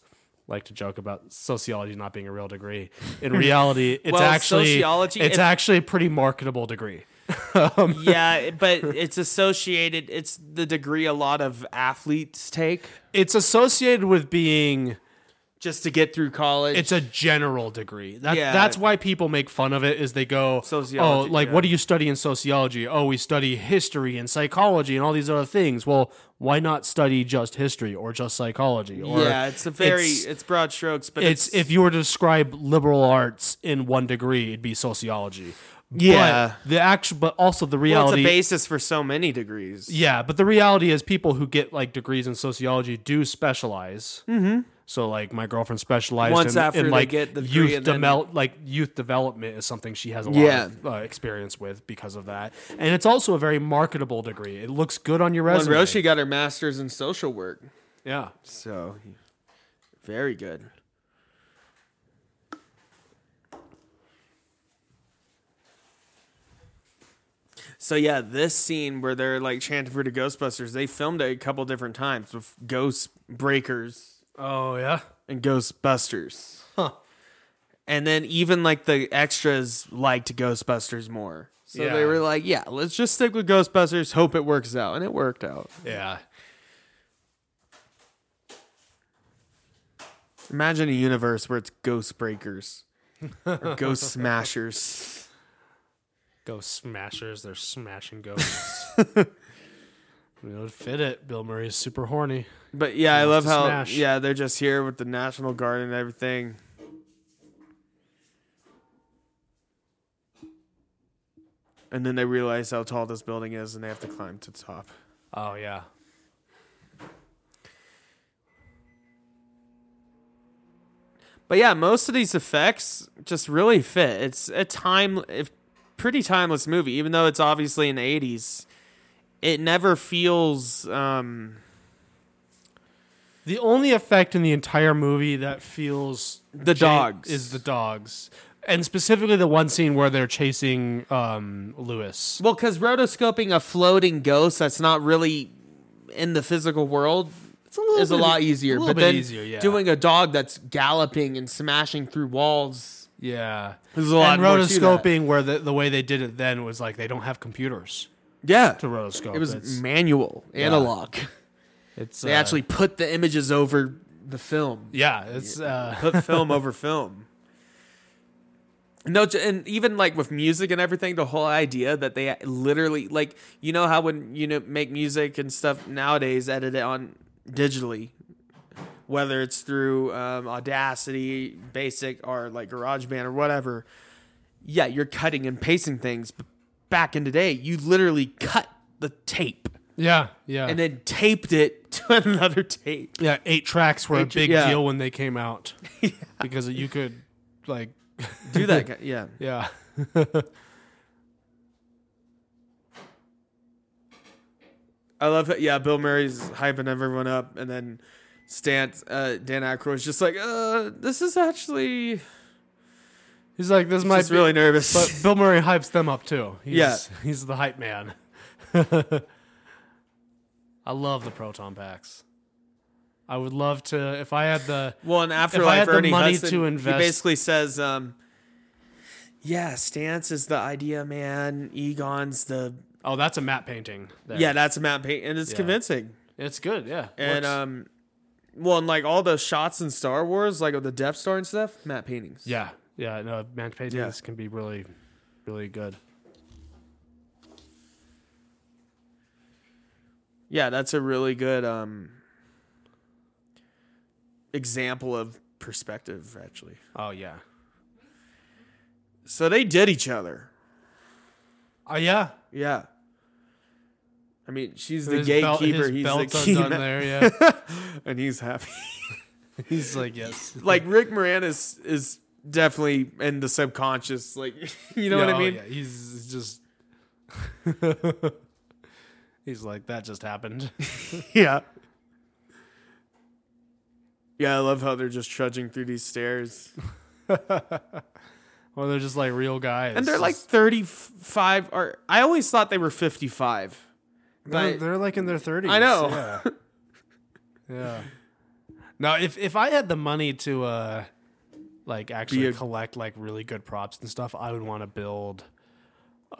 Speaker 3: like to joke about sociology not being a real degree. In reality, it's
Speaker 2: Well,
Speaker 3: actually
Speaker 2: sociology,
Speaker 3: it's
Speaker 2: if-
Speaker 3: actually a pretty marketable degree.
Speaker 2: yeah, it- but it's associated. It's the degree a lot of athletes take
Speaker 3: It's associated with being
Speaker 2: just to get through college.
Speaker 3: it's a general degree. That,
Speaker 2: Yeah.
Speaker 3: That's why people make fun of it is they go,
Speaker 2: Sociology,
Speaker 3: oh, like,
Speaker 2: yeah.
Speaker 3: what do you study in sociology? Oh, we study history and psychology and all these other things. Well, why not study just history or just psychology? Or
Speaker 2: yeah, it's a very it's, broad strokes, but
Speaker 3: it's,
Speaker 2: it's,
Speaker 3: if you were to describe liberal arts in one degree, it'd be sociology.
Speaker 2: Yeah.
Speaker 3: But the actual, but also the
Speaker 2: well, it's a
Speaker 3: reality.
Speaker 2: basis for so many degrees.
Speaker 3: yeah, but the reality is people who get like degrees in sociology do specialize. Mm-hmm. So like my girlfriend specialized
Speaker 2: Once
Speaker 3: in,
Speaker 2: after
Speaker 3: in,
Speaker 2: they
Speaker 3: like
Speaker 2: get the degree
Speaker 3: youth
Speaker 2: and then-
Speaker 3: demel- like youth development is something she has a lot
Speaker 2: Yeah.
Speaker 3: of uh, experience with because of that, and it's also a very marketable degree. It looks good on your
Speaker 2: When
Speaker 3: resume.
Speaker 2: Roshi got her master's in social work,
Speaker 3: yeah,
Speaker 2: so very good. So yeah, this scene where they're like chanting for the Ghostbusters, they filmed it a couple different times with Ghost Breakers
Speaker 3: oh yeah,
Speaker 2: and Ghostbusters. And then even like the extras liked Ghostbusters more. So
Speaker 3: Yeah.
Speaker 2: they were like, yeah, let's just stick with Ghostbusters, hope it works out. And it worked out.
Speaker 3: yeah.
Speaker 2: Imagine a universe where it's Ghost Breakers or Ghost Smashers.
Speaker 3: Ghost smashers. They're smashing ghosts. it would fit it. Bill Murray's super horny.
Speaker 2: But yeah, I love
Speaker 3: to
Speaker 2: how,
Speaker 3: smash.
Speaker 2: yeah, they're just here with the National Guard and everything. And then they realize how tall this building is and they have to climb to the top.
Speaker 3: Oh, yeah.
Speaker 2: But yeah, most of these effects just really fit. It's a time, if pretty timeless movie, even though it's obviously in the eighties. It never feels. Um,
Speaker 3: The only effect in the entire movie that feels
Speaker 2: The dogs.
Speaker 3: is the dogs. And specifically the one scene where they're chasing um, Lewis.
Speaker 2: well, because rotoscoping a floating ghost that's not really in the physical world
Speaker 3: It's a little
Speaker 2: is a
Speaker 3: bit-
Speaker 2: lot easier.
Speaker 3: a little
Speaker 2: but
Speaker 3: bit
Speaker 2: then
Speaker 3: easier, yeah.
Speaker 2: doing a dog that's galloping and smashing through walls
Speaker 3: yeah.
Speaker 2: is a lot
Speaker 3: and
Speaker 2: more to that.
Speaker 3: rotoscoping where the, the way they did it then was like they don't have computers
Speaker 2: Yeah,
Speaker 3: to rotoscope.
Speaker 2: it was
Speaker 3: it's,
Speaker 2: manual, analog.
Speaker 3: it's,
Speaker 2: They
Speaker 3: uh,
Speaker 2: actually put the images over the film.
Speaker 3: yeah, it's uh,
Speaker 2: put film over film. No, j- and even like with music and everything, the whole idea that they literally like you know how when you know make music and stuff nowadays, edit it on digitally, whether it's through um, Audacity, Basic, or like GarageBand or whatever. Yeah, you're cutting and pasting things. But back in the day, you literally cut the tape
Speaker 3: yeah, yeah.
Speaker 2: and then taped it to another tape.
Speaker 3: Yeah, eight tracks were a
Speaker 2: Eight tr-
Speaker 3: big
Speaker 2: yeah.
Speaker 3: deal when they came out because you could, like,
Speaker 2: Do that, guy- yeah.
Speaker 3: yeah,
Speaker 2: I love that. Yeah, Bill Murray's hyping everyone up, and then Stan, uh, Dan Aykroyd's just like, uh, "This is actually
Speaker 3: he's like, this might
Speaker 2: just
Speaker 3: be.
Speaker 2: really nervous."
Speaker 3: but Bill Murray hypes them up too. He's,
Speaker 2: Yeah.
Speaker 3: he's the hype man. I love the proton packs. I would love to if I had the
Speaker 2: Well, and after
Speaker 3: If I
Speaker 2: like
Speaker 3: had the
Speaker 2: Ernie
Speaker 3: money
Speaker 2: Hudson,
Speaker 3: to invest-
Speaker 2: he basically says, um, "Yeah, stance is the idea, man. Egon's the
Speaker 3: Oh, that's a matte painting. There.
Speaker 2: yeah, that's Matt Payton, and it's
Speaker 3: Yeah.
Speaker 2: convincing.
Speaker 3: it's good. Yeah,
Speaker 2: And
Speaker 3: Works.
Speaker 2: um, well, and like all the shots in Star Wars, like of the Death Star and stuff, Matt paintings.
Speaker 3: yeah, yeah. No, matte paintings
Speaker 2: Yeah.
Speaker 3: can be really, really good.
Speaker 2: yeah, that's a really good um example of perspective, actually.
Speaker 3: Oh yeah.
Speaker 2: So they did each other.
Speaker 3: Oh yeah.
Speaker 2: Yeah. I mean, she's the
Speaker 3: His belt-
Speaker 2: gatekeeper.
Speaker 3: his
Speaker 2: he's the
Speaker 3: belt's
Speaker 2: key
Speaker 3: undone
Speaker 2: man.
Speaker 3: there. Yeah.
Speaker 2: and he's happy.
Speaker 3: He's like yes.
Speaker 2: like Rick Moranis is definitely in the subconscious. Like, you know what
Speaker 3: Yeah,
Speaker 2: I
Speaker 3: oh,
Speaker 2: mean?
Speaker 3: yeah, He's just. He's like that just happened.
Speaker 2: Yeah. Yeah, I love how they're just trudging through these stairs.
Speaker 3: Well, they're just like real guys,
Speaker 2: And they're like
Speaker 3: Just-
Speaker 2: 35 or I always thought they were 55.
Speaker 3: they're,
Speaker 2: but-
Speaker 3: they're like in their thirties.
Speaker 2: I know.
Speaker 3: Yeah. yeah. Now, if if I had the money to uh, like actually
Speaker 2: Be a-
Speaker 3: collect like really good props and stuff, I would want to build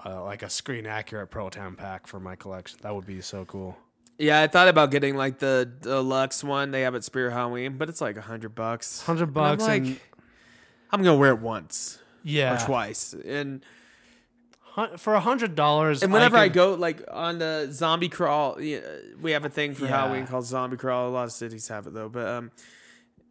Speaker 3: uh, like a screen accurate Pro Town pack for my collection. That would be so cool.
Speaker 2: Yeah, I thought about getting like the deluxe one they have at Spirit Halloween, but it's like a hundred bucks.
Speaker 3: Hundred
Speaker 2: And I'm
Speaker 3: bucks and,
Speaker 2: like, I'm gonna wear it once
Speaker 3: yeah,
Speaker 2: or twice, and
Speaker 3: Hun- for a hundred dollars.
Speaker 2: and whenever I,
Speaker 3: could-
Speaker 2: go like on the zombie crawl, yeah, we have a thing for
Speaker 3: Yeah.
Speaker 2: Halloween called zombie crawl. A lot of cities have it though, but um,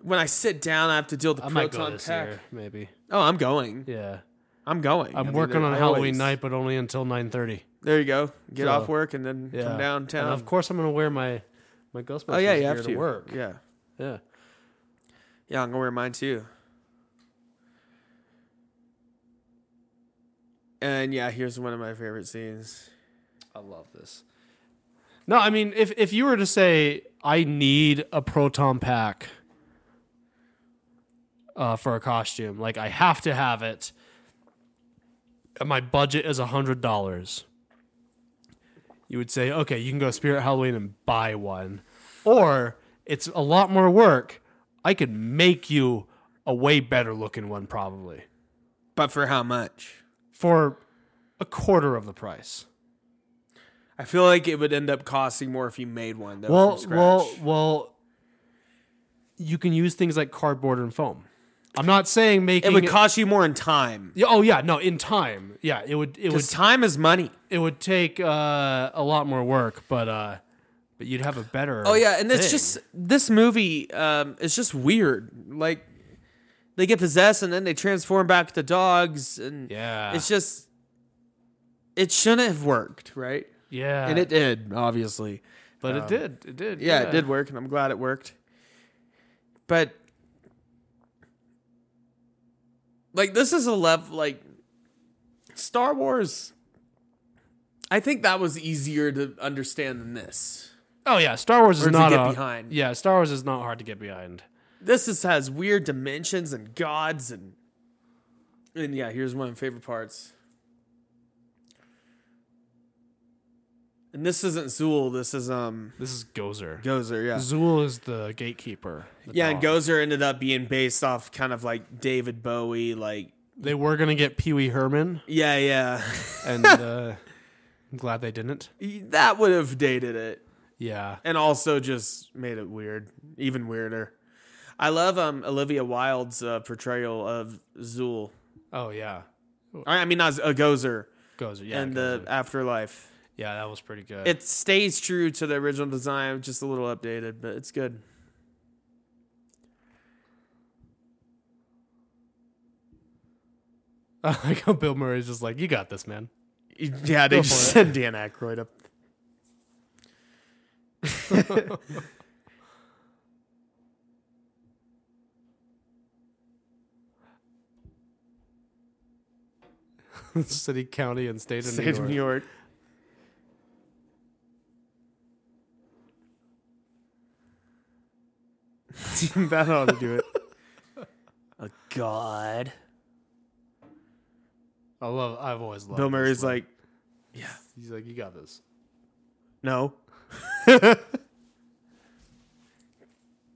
Speaker 2: when I sit down, I have to deal with the
Speaker 3: I might go
Speaker 2: proton
Speaker 3: this
Speaker 2: pack.
Speaker 3: year, maybe.
Speaker 2: Oh, I'm going.
Speaker 3: Yeah,
Speaker 2: I'm going. I
Speaker 3: I'm
Speaker 2: mean,
Speaker 3: working on
Speaker 2: I
Speaker 3: Halloween
Speaker 2: always-
Speaker 3: night, but only until nine thirty.
Speaker 2: There you go. Get
Speaker 3: So,
Speaker 2: off work and then
Speaker 3: Yeah,
Speaker 2: come downtown.
Speaker 3: And of course, I'm gonna wear my my Ghostbusters
Speaker 2: oh yeah, you
Speaker 3: gear
Speaker 2: have to.
Speaker 3: to work.
Speaker 2: Yeah,
Speaker 3: yeah.
Speaker 2: yeah. I'm gonna wear mine too. And yeah, here's one of my favorite scenes.
Speaker 3: I love this. No, I mean, if if you were to say I need a proton pack uh, for a costume, like I have to have it, and my budget is hundred dollars, you would say, okay, you can go Spirit Halloween and buy one, or it's a lot more work. I could make you a way better looking one, probably
Speaker 2: But for how much?
Speaker 3: for a quarter of the price.
Speaker 2: I feel like it would end up costing more if you made one. Though, from
Speaker 3: well,
Speaker 2: scratch.
Speaker 3: well, well. You can use things like cardboard and foam. I'm not saying making
Speaker 2: it would cost you more in time
Speaker 3: Yeah, oh yeah, no, in time. Yeah, it would. It would.
Speaker 2: because time is money.
Speaker 3: It would take uh, a lot more work, but uh, but you'd have a better.
Speaker 2: Oh yeah, and it's
Speaker 3: thing.
Speaker 2: just this movie. Um, it's just weird. Like they get possessed and then they transform back to dogs, and
Speaker 3: Yeah.
Speaker 2: it's just it shouldn't have worked, right?
Speaker 3: yeah,
Speaker 2: and it did, obviously.
Speaker 3: but it did. It did.
Speaker 2: Yeah, it did work, and I'm glad it worked. But like, this is a level like Star Wars. I think that was easier to understand than this.
Speaker 3: Oh yeah, Star Wars is
Speaker 2: Or to
Speaker 3: not
Speaker 2: get
Speaker 3: a-
Speaker 2: behind.
Speaker 3: Yeah, Star Wars is not hard to get behind.
Speaker 2: This is, has weird dimensions and gods and and yeah, here's one of my favorite parts. And this isn't Zool. This is um
Speaker 3: This is Gozer.
Speaker 2: Gozer. Yeah,
Speaker 3: Zool is the gatekeeper. the
Speaker 2: Yeah, and
Speaker 3: dog.
Speaker 2: Gozer ended up being based off kind of like David Bowie, like
Speaker 3: They were gonna get Pee Wee Herman,
Speaker 2: yeah, yeah.
Speaker 3: and uh, I'm glad they didn't.
Speaker 2: that would have dated it,
Speaker 3: Yeah.
Speaker 2: and also just made it weird, even weirder. I love um Olivia Wilde's uh, portrayal of Zool.
Speaker 3: Oh yeah.
Speaker 2: I I mean, not Z- uh, Gozer
Speaker 3: Goes yeah.
Speaker 2: and
Speaker 3: goes
Speaker 2: the afterlife.
Speaker 3: yeah, that was pretty good.
Speaker 2: It stays true to the original design, just a little updated, but it's good.
Speaker 3: like how Bill Murray's just like, you got this, man.
Speaker 2: Yeah, they
Speaker 3: Go for
Speaker 2: just
Speaker 3: it.
Speaker 2: send Dan Aykroyd up.
Speaker 3: City, county, and state of
Speaker 2: State
Speaker 3: New
Speaker 2: of
Speaker 3: York.
Speaker 2: New York. that ought to do it. oh God.
Speaker 3: I love. I've always loved.
Speaker 2: Bill
Speaker 3: this
Speaker 2: Murray's
Speaker 3: one.
Speaker 2: like,
Speaker 3: he's like, you got this.
Speaker 2: no.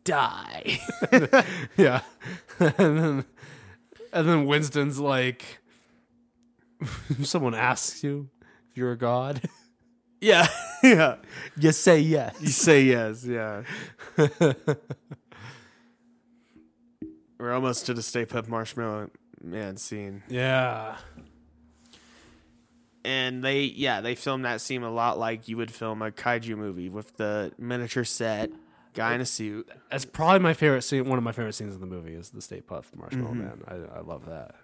Speaker 2: die.
Speaker 3: Yeah. and then and then Winston's like if someone asks you if you're a god,
Speaker 2: yeah. Yeah.
Speaker 3: you say yes.
Speaker 2: You say yes, yeah. We're almost to the Stay Puft Marshmallow Man scene.
Speaker 3: Yeah.
Speaker 2: and they yeah they filmed that scene a lot like you would film a kaiju movie with the miniature set guy in a suit
Speaker 3: That's probably my favorite scene one of my favorite scenes in the movie is the Stay Puff Marshmallow
Speaker 2: Mm-hmm.
Speaker 3: Man. I, I love that.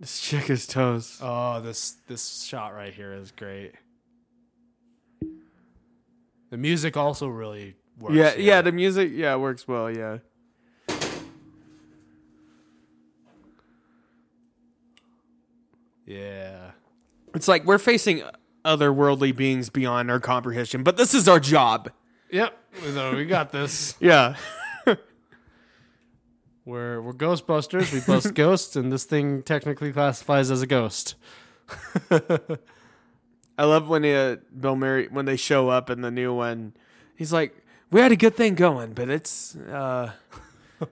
Speaker 2: this chick is toast
Speaker 3: Oh, this this shot right here is great. The music also really works.
Speaker 2: yeah, yeah
Speaker 3: here.
Speaker 2: the music yeah works well yeah
Speaker 3: yeah.
Speaker 2: it's like we're facing otherworldly beings beyond our comprehension but this is our job
Speaker 3: Yep. So we got this.
Speaker 2: yeah
Speaker 3: We're we're Ghostbusters. We bust ghosts, and this thing technically classifies as a ghost.
Speaker 2: i love when uh, bill murray when they show up in the new one he's like we had a good thing going but it's uh but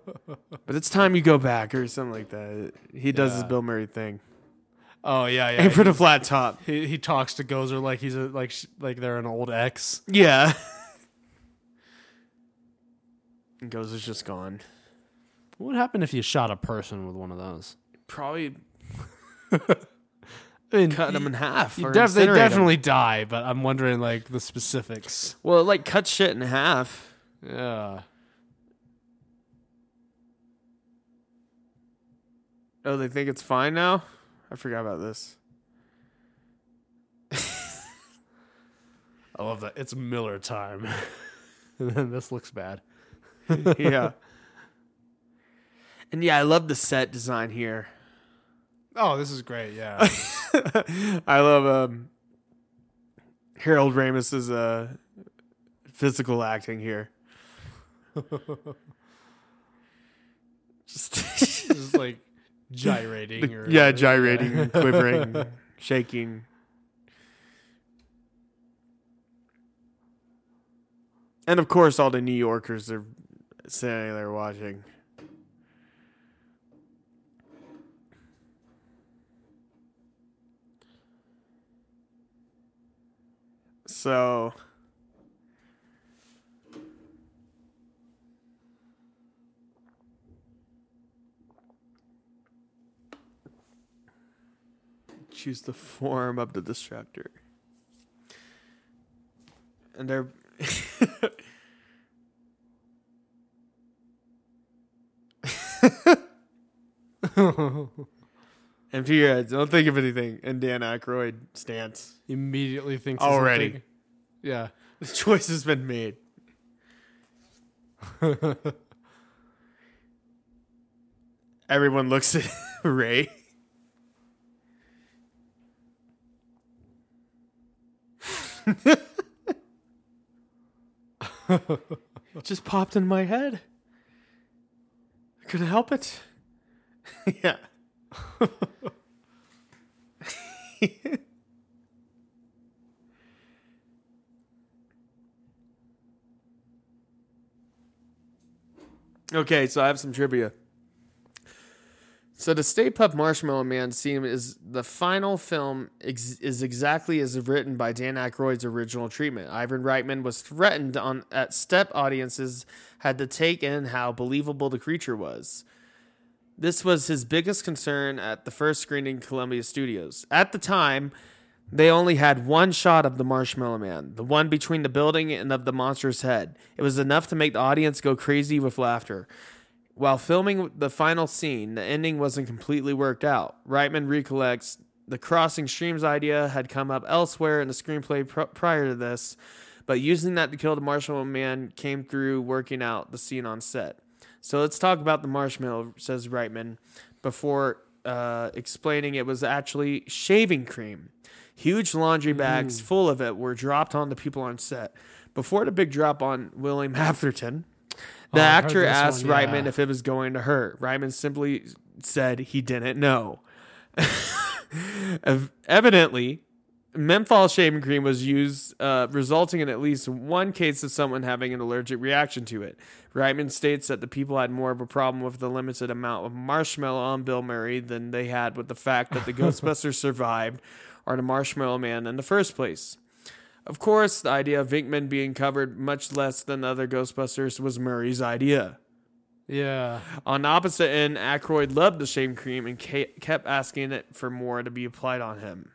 Speaker 2: it's time you go back or something like that he does his
Speaker 3: Yeah.
Speaker 2: bill murray thing
Speaker 3: Oh yeah, yeah.
Speaker 2: apron a flat top
Speaker 3: He, he talks to Gozer like he's a, like sh- like they're an old ex.
Speaker 2: Yeah. Goes is just gone.
Speaker 3: What would happen if you shot a person with one of those?
Speaker 2: Probably
Speaker 3: I mean,
Speaker 2: cut him in half.
Speaker 3: you
Speaker 2: or
Speaker 3: def- they
Speaker 2: incinerate 'em.
Speaker 3: definitely die, but I'm wondering like the specifics.
Speaker 2: Well, it, like cut shit in half.
Speaker 3: Yeah.
Speaker 2: Oh, they think it's fine now. I forgot about this.
Speaker 3: I love that. It's Miller time. and then this looks bad.
Speaker 2: yeah. And yeah, I love the set design here.
Speaker 3: Oh, this is great. Yeah.
Speaker 2: I love um Harold Ramis's uh physical acting here. just
Speaker 3: just like gyrating. or
Speaker 2: yeah,
Speaker 3: whatever.
Speaker 2: gyrating, quivering, shaking. And of course, all the New Yorkers are sitting there watching. So, choose the form of the distractor. And they're. Empty your heads. Don't think of anything. And Dan Aykroyd stance.
Speaker 3: Immediately thinks of
Speaker 2: Already.
Speaker 3: something. Yeah.
Speaker 2: The choice has been made. Everyone looks at Ray. It just popped in my head. I couldn't help it. yeah. Okay, so I have some trivia. So the Stay Puft Marshmallow Man scene is the final film ex- is exactly as written by Dan Aykroyd's original treatment. Ivan Reitman was threatened on at step audiences had to take in how believable the creature was. This was his biggest concern at the first screening in Columbia Studios. At the time, they only had one shot of the Marshmallow Man, the one between the building and of the monster's head. It was enough to make the audience go crazy with laughter. While filming the final scene, the ending wasn't completely worked out. Reitman recollects the crossing streams idea had come up elsewhere in the screenplay pr- prior to this, but using that to kill the marshmallow man came through working out the scene on set. So let's talk about the marshmallow, says Reitman, before uh, explaining it was actually shaving cream. Huge
Speaker 3: Mm-hmm.
Speaker 2: laundry bags full of it were dropped on the people on set. Before the big drop on William Atherton, the
Speaker 3: Oh, I heard
Speaker 2: actor
Speaker 3: this
Speaker 2: asked
Speaker 3: one, yeah.
Speaker 2: Reitman if it was going to hurt. Reitman simply said he didn't know. Ev- Evidently, Menthol shaving cream was used, uh, resulting in at least one case of someone having an allergic reaction to it. Reitman states that the people had more of a problem with the limited amount of marshmallow on Bill Murray than they had with the fact that the Ghostbusters survived or the Marshmallow Man in the first place. Of course, the idea of Vinkman being covered much less than the other Ghostbusters was Murray's idea.
Speaker 3: Yeah.
Speaker 2: On the opposite end, Aykroyd loved the shame cream and ca- kept asking it for more to be applied on him.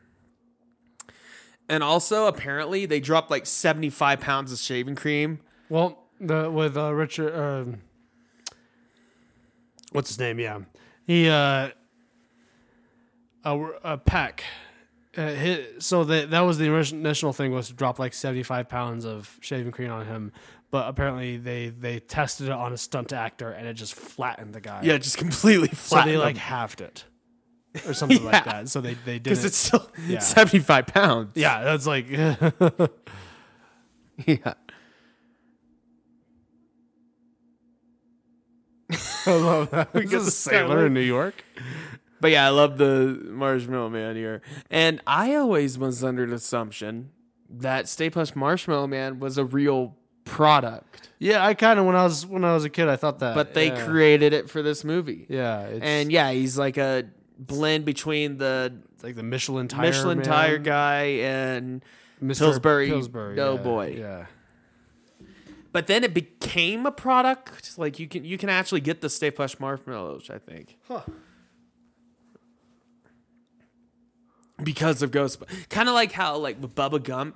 Speaker 2: And also, apparently, they dropped like 75 pounds of shaving cream.
Speaker 3: Well, the with uh, Richard, um what's his name? Yeah, he uh, a, a pack. Uh, hit, so that that was the initial thing was to drop like seventy five pounds of shaving cream on him, but apparently they they tested it on a stunt actor and it just flattened the guy.
Speaker 2: Yeah, just completely
Speaker 3: so
Speaker 2: flat.
Speaker 3: they like halved it or something like
Speaker 2: Yeah.
Speaker 3: that. So they they did
Speaker 2: because
Speaker 3: it.
Speaker 2: it's still
Speaker 3: Yeah.
Speaker 2: 75 pounds.
Speaker 3: yeah, that's like
Speaker 2: Yeah.
Speaker 3: I love that.
Speaker 2: We
Speaker 3: This
Speaker 2: got
Speaker 3: is
Speaker 2: the
Speaker 3: a sailor
Speaker 2: sailor.
Speaker 3: in New York.
Speaker 2: But yeah, I love the marshmallow man here. And I always was under the assumption that Stay Puft Marshmallow Man was a real product,
Speaker 3: Yeah, I kind of when I was when I was a kid, I thought that.
Speaker 2: but they
Speaker 3: yeah.
Speaker 2: created it for this movie.
Speaker 3: Yeah, it's
Speaker 2: and yeah, he's like a blend between the
Speaker 3: it's like the Michelin tire
Speaker 2: Michelin
Speaker 3: man,
Speaker 2: tire guy and
Speaker 3: Mr.
Speaker 2: Pillsbury
Speaker 3: Pillsbury
Speaker 2: Doughboy.
Speaker 3: Yeah, yeah.
Speaker 2: but then it became a product. Like you can you can actually get the Stay Puft marshmallows, I think. Huh. Because of Ghost, kind of like how like with Bubba Gump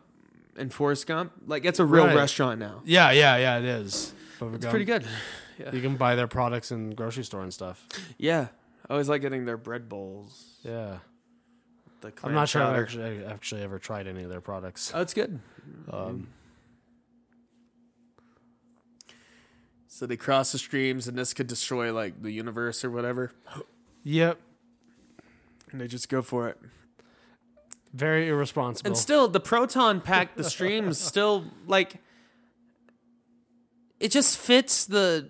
Speaker 2: and Forrest Gump, like it's a real
Speaker 3: Right.
Speaker 2: restaurant now.
Speaker 3: yeah, yeah, yeah, It is.
Speaker 2: It's pretty good. Yeah.
Speaker 3: You can buy their products in grocery store and stuff.
Speaker 2: yeah, I always like getting their bread bowls.
Speaker 3: Yeah,
Speaker 2: The
Speaker 3: I'm
Speaker 2: clam
Speaker 3: not sure I've
Speaker 2: chowder.
Speaker 3: actually, I've actually ever tried any of their products.
Speaker 2: Oh, it's good.
Speaker 3: Um,
Speaker 2: So they cross the streams, and this could destroy like the universe or whatever.
Speaker 3: yep,
Speaker 2: And they just go for it.
Speaker 3: very irresponsible.
Speaker 2: And still, the proton pack, the streams, still like it just fits the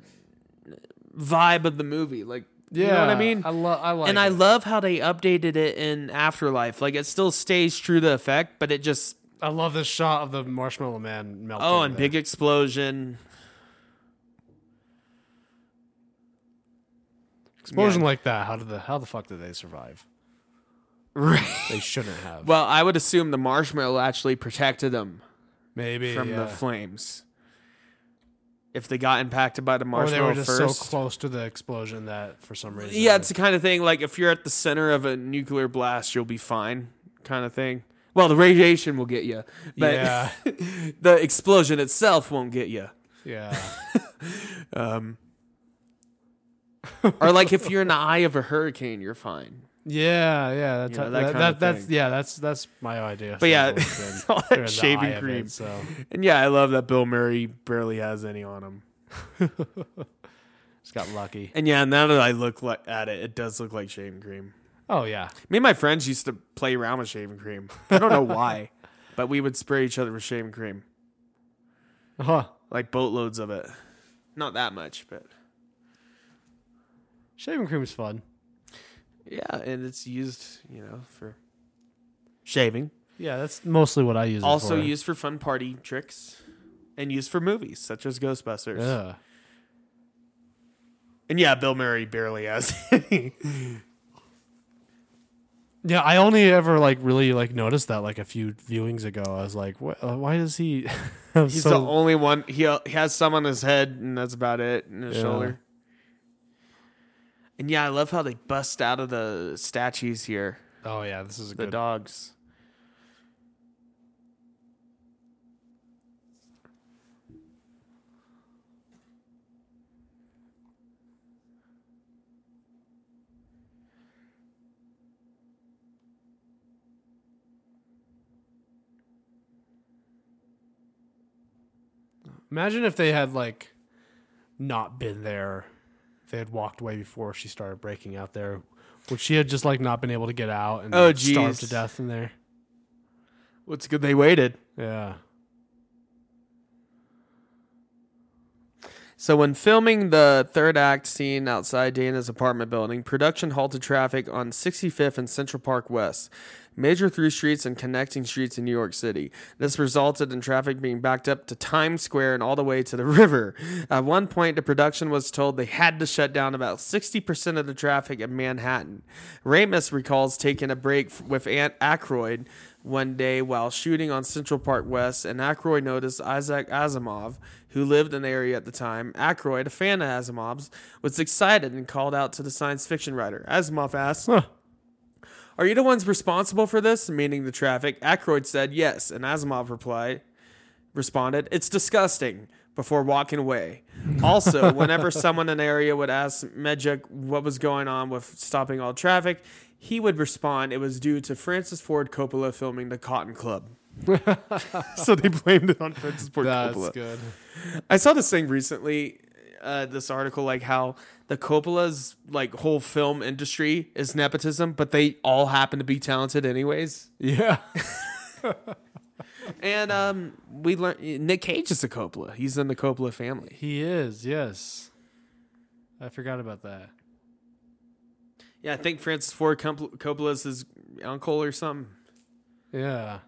Speaker 2: vibe of the movie. Like,
Speaker 3: yeah,
Speaker 2: you know what I mean?
Speaker 3: I love, I like,
Speaker 2: and I love how they updated it in Afterlife. Like, it still stays true to effect, but it just
Speaker 3: I love this shot of the marshmallow man melting.
Speaker 2: oh, and
Speaker 3: there.
Speaker 2: big explosion.
Speaker 3: explosion
Speaker 2: yeah.
Speaker 3: like that. How did the how the fuck did they survive?
Speaker 2: Right.
Speaker 3: They shouldn't have.
Speaker 2: Well, I would assume the marshmallow actually protected them
Speaker 3: Maybe
Speaker 2: from
Speaker 3: yeah.
Speaker 2: the flames. If they got impacted by the
Speaker 3: or
Speaker 2: marshmallow
Speaker 3: they were just
Speaker 2: first,
Speaker 3: so close to the explosion that for some reason.
Speaker 2: Yeah, it's the kind of thing like if you're at the center of a nuclear blast, you'll be fine, kind of thing. Well, the radiation will get you, but
Speaker 3: yeah,
Speaker 2: the explosion itself won't get you.
Speaker 3: yeah.
Speaker 2: Or like if you're in the eye of a hurricane, you're fine.
Speaker 3: Yeah, yeah, that's
Speaker 2: know,
Speaker 3: that,
Speaker 2: that
Speaker 3: that,
Speaker 2: kinda
Speaker 3: that's
Speaker 2: thing.
Speaker 3: yeah, that's that's my idea.
Speaker 2: But yeah,
Speaker 3: Sometimes
Speaker 2: all
Speaker 3: they're in
Speaker 2: that
Speaker 3: the
Speaker 2: shaving
Speaker 3: eye of it,
Speaker 2: cream.
Speaker 3: so
Speaker 2: And yeah, I love that Bill Murray barely has any on him.
Speaker 3: just got lucky.
Speaker 2: And yeah, now that I look li- at it, it does look like shaving cream.
Speaker 3: Oh yeah,
Speaker 2: Me and my friends used to play around with shaving cream. I don't know why, but we would spray each other with shaving cream,
Speaker 3: huh?
Speaker 2: like boatloads of it. Not that much, but
Speaker 3: Shaving cream is fun.
Speaker 2: Yeah, and it's used, you know, for shaving.
Speaker 3: Yeah, that's mostly what I use. it
Speaker 2: Also
Speaker 3: for.
Speaker 2: used for fun party tricks and used for movies such as Ghostbusters.
Speaker 3: Yeah.
Speaker 2: And yeah, Bill Murray barely has any.
Speaker 3: Yeah, I only ever like really like noticed that like a few viewings ago. I was like, what, uh, why does he? have
Speaker 2: He's
Speaker 3: so,
Speaker 2: the only one. He, uh, he has some on his head, and that's about it, and his
Speaker 3: Yeah.
Speaker 2: shoulder. And yeah, I love how they bust out of the statues here,
Speaker 3: oh yeah, this is a
Speaker 2: the
Speaker 3: good.
Speaker 2: dogs.
Speaker 3: Imagine if they had like not been there. If they had walked away before she started breaking out there. Would she have just like not been able to get out and
Speaker 2: Oh,
Speaker 3: like, starved to
Speaker 2: jeez.
Speaker 3: death in there?
Speaker 2: What's good? They waited.
Speaker 3: Yeah.
Speaker 2: So, when filming the third act scene outside Dana's apartment building, production halted traffic on 65th and Central Park West, major through streets and connecting streets in New York City. This resulted in traffic being backed up to Times Square and all the way to the river. At one point, the production was told they had to shut down about 60% of the traffic in Manhattan. Ramis recalls taking a break f- with Aunt Aykroyd one day while shooting on Central Park West, and Aykroyd noticed Isaac Asimov, who lived in the area at the time. Aykroyd, a fan of Asimov's, was excited and called out to the science fiction writer. Asimov asked, Are you the ones responsible for this? Meaning the traffic. Aykroyd said yes, and Asimov replied, responded, It's disgusting. Before walking away. Also, whenever someone in the area would ask Medjuk what was going on with stopping all traffic, he would respond it was due to Francis Ford Coppola filming The Cotton Club. so they blamed it on Francis Ford Coppola.
Speaker 3: good.
Speaker 2: I saw this thing recently, uh, this article like how the Coppola's like whole film industry is nepotism, but they all happen to be talented anyways.
Speaker 3: Yeah.
Speaker 2: And um, we learned Nick Cage is a Coppola. He's in the Coppola family.
Speaker 3: He is, yes. I forgot about that.
Speaker 2: Yeah, I think Francis Ford Coppola- Coppola's his uncle or something.
Speaker 3: Yeah.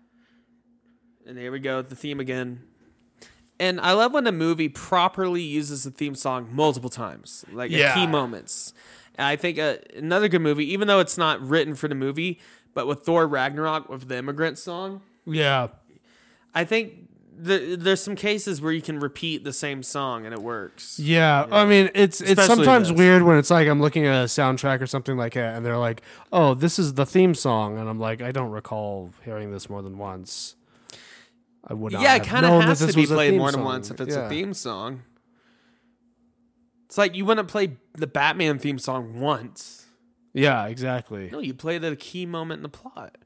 Speaker 2: And here we go, the theme again. And I love when a movie properly uses the theme song multiple times, like at key
Speaker 3: Yeah.
Speaker 2: moments. And I think uh, another good movie, even though it's not written for the movie, but with Thor Ragnarok with the immigrant song,
Speaker 3: Yeah.
Speaker 2: I think the, there's some cases where you can repeat the same song and it works.
Speaker 3: Yeah, I mean it's it's
Speaker 2: Especially
Speaker 3: sometimes
Speaker 2: this.
Speaker 3: weird when it's like I'm looking at a soundtrack or something like that, and they're like, "Oh, this is the theme song," and I'm like, "I don't recall hearing this more than once." I would not.
Speaker 2: Yeah, it
Speaker 3: have
Speaker 2: kind of
Speaker 3: known that
Speaker 2: has to
Speaker 3: this
Speaker 2: be
Speaker 3: was a
Speaker 2: played
Speaker 3: theme
Speaker 2: more than
Speaker 3: song.
Speaker 2: once if it's
Speaker 3: Yeah.
Speaker 2: a theme song. It's like you wouldn't play the Batman theme song once.
Speaker 3: Yeah, exactly.
Speaker 2: No, you play the key moment in the plot.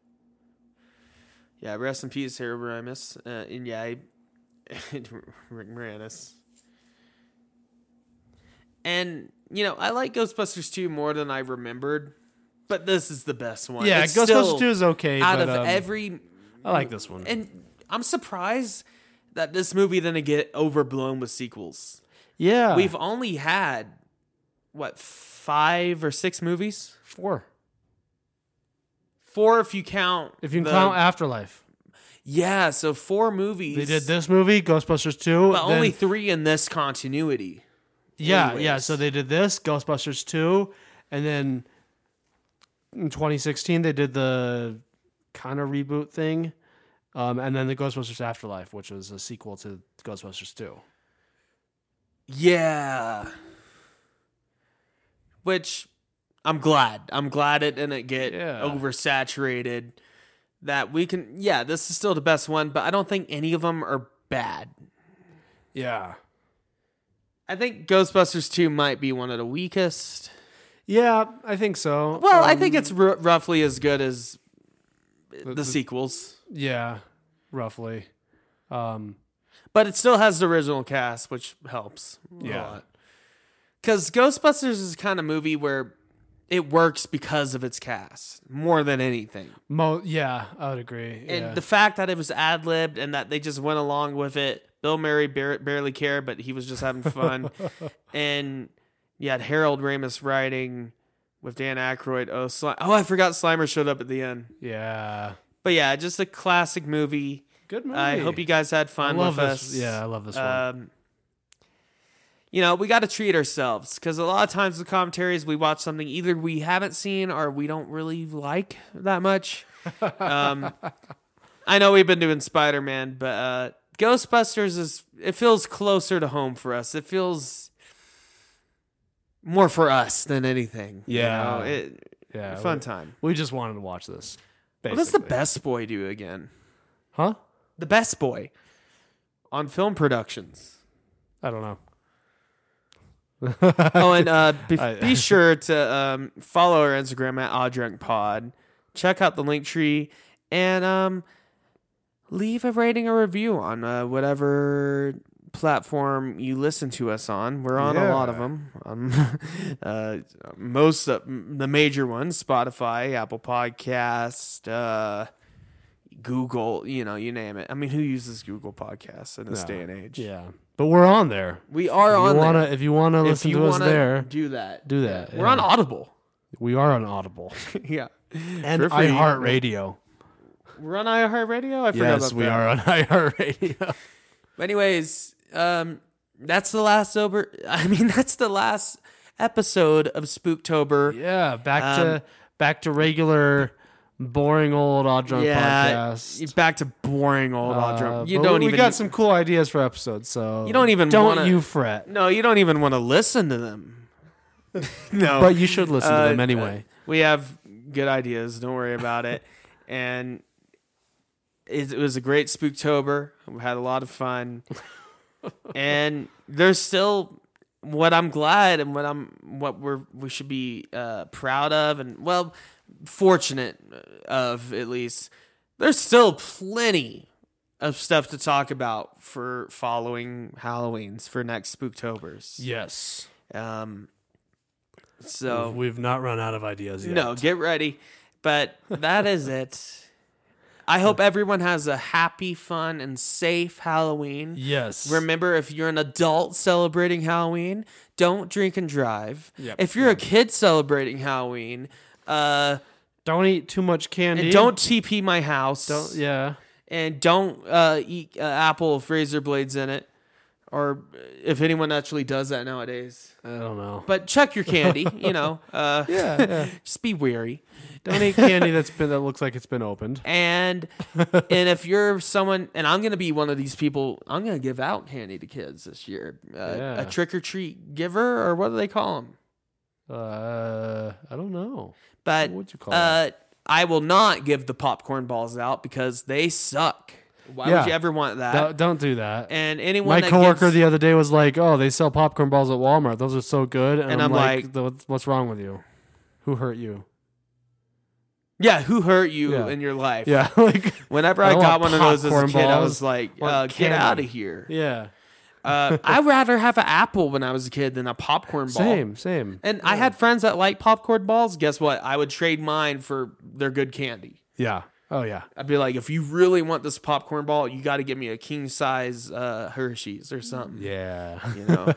Speaker 2: Yeah, rest in peace, Harold Ramis. Uh, and yeah, I- Rick Moranis. And, you know, I like Ghostbusters 2 more than I remembered, but this is the best one.
Speaker 3: Yeah,
Speaker 2: It's
Speaker 3: Ghostbusters
Speaker 2: still
Speaker 3: Two is okay.
Speaker 2: Out
Speaker 3: but,
Speaker 2: of
Speaker 3: um,
Speaker 2: every
Speaker 3: I like this one.
Speaker 2: and I'm surprised that this movie didn't get overblown with sequels.
Speaker 3: yeah,
Speaker 2: We've only had what five or six movies?
Speaker 3: four.
Speaker 2: Four if you count.
Speaker 3: If you
Speaker 2: the-
Speaker 3: can count Afterlife,
Speaker 2: yeah, so four movies.
Speaker 3: they did this movie, Ghostbusters Two,
Speaker 2: but
Speaker 3: then-
Speaker 2: only three in this continuity.
Speaker 3: Yeah, yeah.
Speaker 2: anyways.
Speaker 3: So they did this, Ghostbusters 2, and then in 2016 they did the kind of reboot thing. Um, and then the Ghostbusters Afterlife, which was a sequel to Ghostbusters 2.
Speaker 2: Yeah, which I'm glad. I'm glad it didn't get
Speaker 3: Yeah.
Speaker 2: oversaturated. That we can. Yeah, this is still the best one, but I don't think any of them are bad.
Speaker 3: Yeah.
Speaker 2: I think Ghostbusters 2 might be one of the weakest.
Speaker 3: Yeah, I think so.
Speaker 2: Well, I
Speaker 3: Um,
Speaker 2: think it's r- roughly as good as the,
Speaker 3: the-
Speaker 2: sequels,
Speaker 3: Yeah, roughly. Um,
Speaker 2: but it still has the original cast, which helps
Speaker 3: Yeah.
Speaker 2: Because Ghostbusters is the kind of movie where it works because of its cast more than anything.
Speaker 3: mo- yeah, I would agree.
Speaker 2: And
Speaker 3: yeah.
Speaker 2: the fact that it was ad libbed and that they just went along with it. Bill Murray bar- barely cared, but he was just having fun. and you had Harold Ramis writing with Dan Aykroyd. Oh, Sli- oh, I forgot Slimer showed up at the end.
Speaker 3: yeah.
Speaker 2: But yeah, just a classic movie.
Speaker 3: Good movie.
Speaker 2: I hope you guys had
Speaker 3: I
Speaker 2: fun
Speaker 3: love
Speaker 2: with
Speaker 3: this.
Speaker 2: us.
Speaker 3: Yeah, I love this one.
Speaker 2: Um, you know, we got to treat ourselves because a lot of times the commentaries we watch something either we haven't seen or we don't really like that much. Um, I know we've been doing Spider Man, but uh, Ghostbusters is it feels closer to home for us. It feels more for us than anything. you
Speaker 3: Yeah.
Speaker 2: know? it,
Speaker 3: yeah,
Speaker 2: fun
Speaker 3: we-
Speaker 2: time.
Speaker 3: We just wanted to watch this.
Speaker 2: What does the
Speaker 3: basically.
Speaker 2: best boy do again?
Speaker 3: Huh?
Speaker 2: The best boy on film productions.
Speaker 3: I don't know.
Speaker 2: oh, and uh, be,
Speaker 3: I-
Speaker 2: be sure to um, follow our Instagram at oddrunkpod. Check out the link tree and um, leave a rating or review on uh, whatever platform you listen to us on. We're on a lot of
Speaker 3: Yeah.
Speaker 2: them. Um, uh, most of the major ones: Spotify, Apple Podcast, uh, Google, you know, you name it. I mean, who uses Google podcasts in this
Speaker 3: No.
Speaker 2: day and age?
Speaker 3: Yeah, but we're on there.
Speaker 2: We are
Speaker 3: If you
Speaker 2: on
Speaker 3: wanna,
Speaker 2: there.
Speaker 3: If you wanna
Speaker 2: If
Speaker 3: listen
Speaker 2: you
Speaker 3: to us
Speaker 2: wanna
Speaker 3: there,
Speaker 2: do that.
Speaker 3: do that,
Speaker 2: We're on
Speaker 3: yeah.
Speaker 2: Audible.
Speaker 3: we are on Audible
Speaker 2: yeah.
Speaker 3: and
Speaker 2: For free.
Speaker 3: iHeartRadio.
Speaker 2: We're on iHeartRadio. I forgot
Speaker 3: Yes,
Speaker 2: about
Speaker 3: we
Speaker 2: that.
Speaker 3: are on iHeartRadio.
Speaker 2: But anyways, um, that's the last sober. I mean, that's the last episode of Spooktober.
Speaker 3: yeah, back
Speaker 2: Um,
Speaker 3: to back to regular, boring old Odd Drunk podcast.
Speaker 2: back to boring old uh,
Speaker 3: Uh,
Speaker 2: You
Speaker 3: but
Speaker 2: don't
Speaker 3: we,
Speaker 2: even.
Speaker 3: We got some cool ideas for episodes, so
Speaker 2: You don't even
Speaker 3: don't
Speaker 2: wanna-
Speaker 3: you fret.
Speaker 2: No, you don't even want to listen to them. no,
Speaker 3: But you should listen
Speaker 2: Uh,
Speaker 3: to them anyway.
Speaker 2: uh, we have good ideas. Don't worry about it. and it, it was a great Spooktober. We had a lot of fun. and there's still what I'm glad and what I'm what we're we should be uh, proud of and well fortunate of at least. There's still plenty of stuff to talk about for following Halloween's for next Spooktobers.
Speaker 3: yes,
Speaker 2: Um, so
Speaker 3: we've not run out of ideas yet.
Speaker 2: no, get ready. But that is it. I hope everyone has a happy, fun, and safe Halloween.
Speaker 3: Yes.
Speaker 2: Remember, if you're an adult celebrating Halloween, don't drink and drive.
Speaker 3: Yep.
Speaker 2: If you're a kid celebrating Halloween, uh,
Speaker 3: don't eat too much candy.
Speaker 2: and don't TP my house.
Speaker 3: Don't. Yeah.
Speaker 2: And don't uh, eat uh, apple with razor blades in it. Or if anyone actually does that nowadays.
Speaker 3: I don't know.
Speaker 2: But check your candy, you know. Uh,
Speaker 3: yeah, yeah.
Speaker 2: Just be wary.
Speaker 3: Don't eat candy that's been that looks like it's been opened.
Speaker 2: And and if you're someone, and I'm gonna be one of these people, I'm gonna give out candy to kids this year. Uh,
Speaker 3: Yeah.
Speaker 2: A trick or treat giver, or what do they call them?
Speaker 3: Uh, I don't know.
Speaker 2: But
Speaker 3: What would you call
Speaker 2: uh, I will not give the popcorn balls out because they suck. Why
Speaker 3: Yeah.
Speaker 2: would you ever want that?
Speaker 3: Don't, don't do that.
Speaker 2: and anyone
Speaker 3: My
Speaker 2: that
Speaker 3: coworker
Speaker 2: gives-
Speaker 3: the other day was like, "Oh, they sell popcorn balls at Walmart. Those are so good." And,
Speaker 2: And I'm
Speaker 3: I'm, like,
Speaker 2: like-
Speaker 3: "Th- what's- "What's wrong with you? Who hurt you?"
Speaker 2: yeah, who hurt you
Speaker 3: Yeah.
Speaker 2: in your life?
Speaker 3: Yeah, like
Speaker 2: Whenever
Speaker 3: I
Speaker 2: I,
Speaker 3: don't
Speaker 2: got one
Speaker 3: want
Speaker 2: of those as a
Speaker 3: popcorn
Speaker 2: kid, I
Speaker 3: balls
Speaker 2: was like,
Speaker 3: or
Speaker 2: uh, "Get
Speaker 3: candy.
Speaker 2: out of here!"
Speaker 3: yeah.
Speaker 2: Uh, I'd rather have an apple when I was a kid than a popcorn ball.
Speaker 3: Same, same.
Speaker 2: And I had friends that like popcorn balls. Guess what? I would trade mine for their good candy.
Speaker 3: yeah. Oh yeah.
Speaker 2: I'd be like, if you really want this popcorn ball, you got to give me a king size uh, Hershey's or something.
Speaker 3: Yeah.
Speaker 2: You know.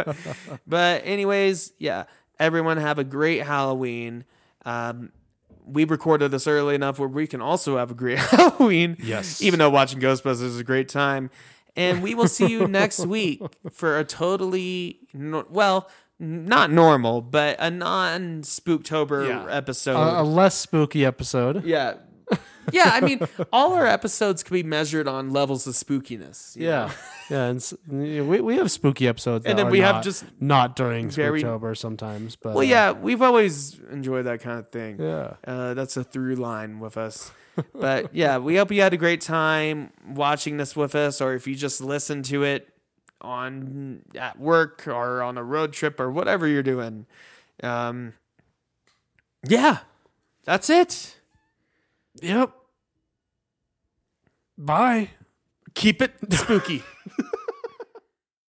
Speaker 2: but anyways, yeah. Everyone have a great Halloween. Um, we recorded this early enough where we can also have a great Halloween.
Speaker 3: Yes.
Speaker 2: Even though watching Ghostbusters is a great time. And we will see you next week for a totally, no- well, n- not normal, but a non spooktober
Speaker 3: Yeah.
Speaker 2: episode.
Speaker 3: A, a less spooky episode.
Speaker 2: yeah. Yeah. I mean, all our episodes can be measured on levels of spookiness. you
Speaker 3: Yeah. Yeah, and s- we we have spooky episodes,
Speaker 2: And
Speaker 3: that
Speaker 2: then
Speaker 3: are
Speaker 2: we have
Speaker 3: not-
Speaker 2: just
Speaker 3: not during
Speaker 2: very-
Speaker 3: Spooktober sometimes, but
Speaker 2: Well,
Speaker 3: uh,
Speaker 2: yeah, we've always enjoyed that kind of thing.
Speaker 3: Yeah.
Speaker 2: Uh, that's a through line with us. but yeah, we hope you had a great time watching this with us, or if you just listened to it on at work or on a road trip or whatever you're doing. Um, yeah, that's it.
Speaker 3: Yep. Bye.
Speaker 2: Keep it spooky.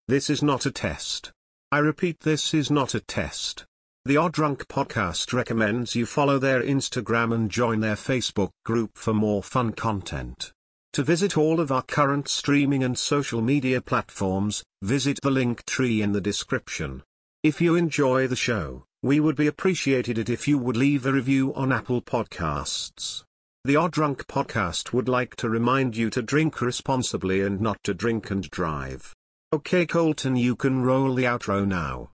Speaker 5: This is not a test. I repeat, this is not a test. The Odd Drunk podcast recommends you follow their Instagram and join their Facebook group for more fun content. To visit all of our current streaming and social media platforms, visit the link tree in the description. If you enjoy the show, we would be appreciated it if you would leave a review on Apple Podcasts. The Odd Drunk podcast would like to remind you to drink responsibly and not to drink and drive. Okay, Colton, you can roll the outro now.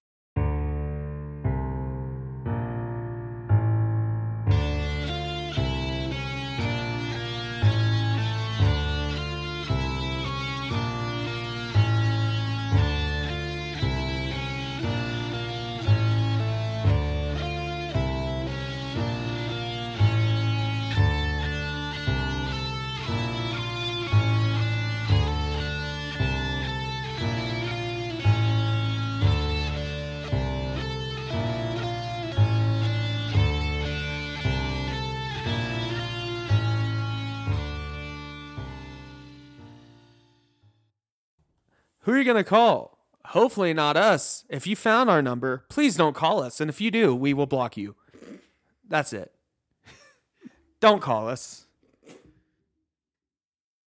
Speaker 2: Who are you going to call? Hopefully, not us. If you found our number, please don't call us. And if you do, we will block you. That's it. don't call us.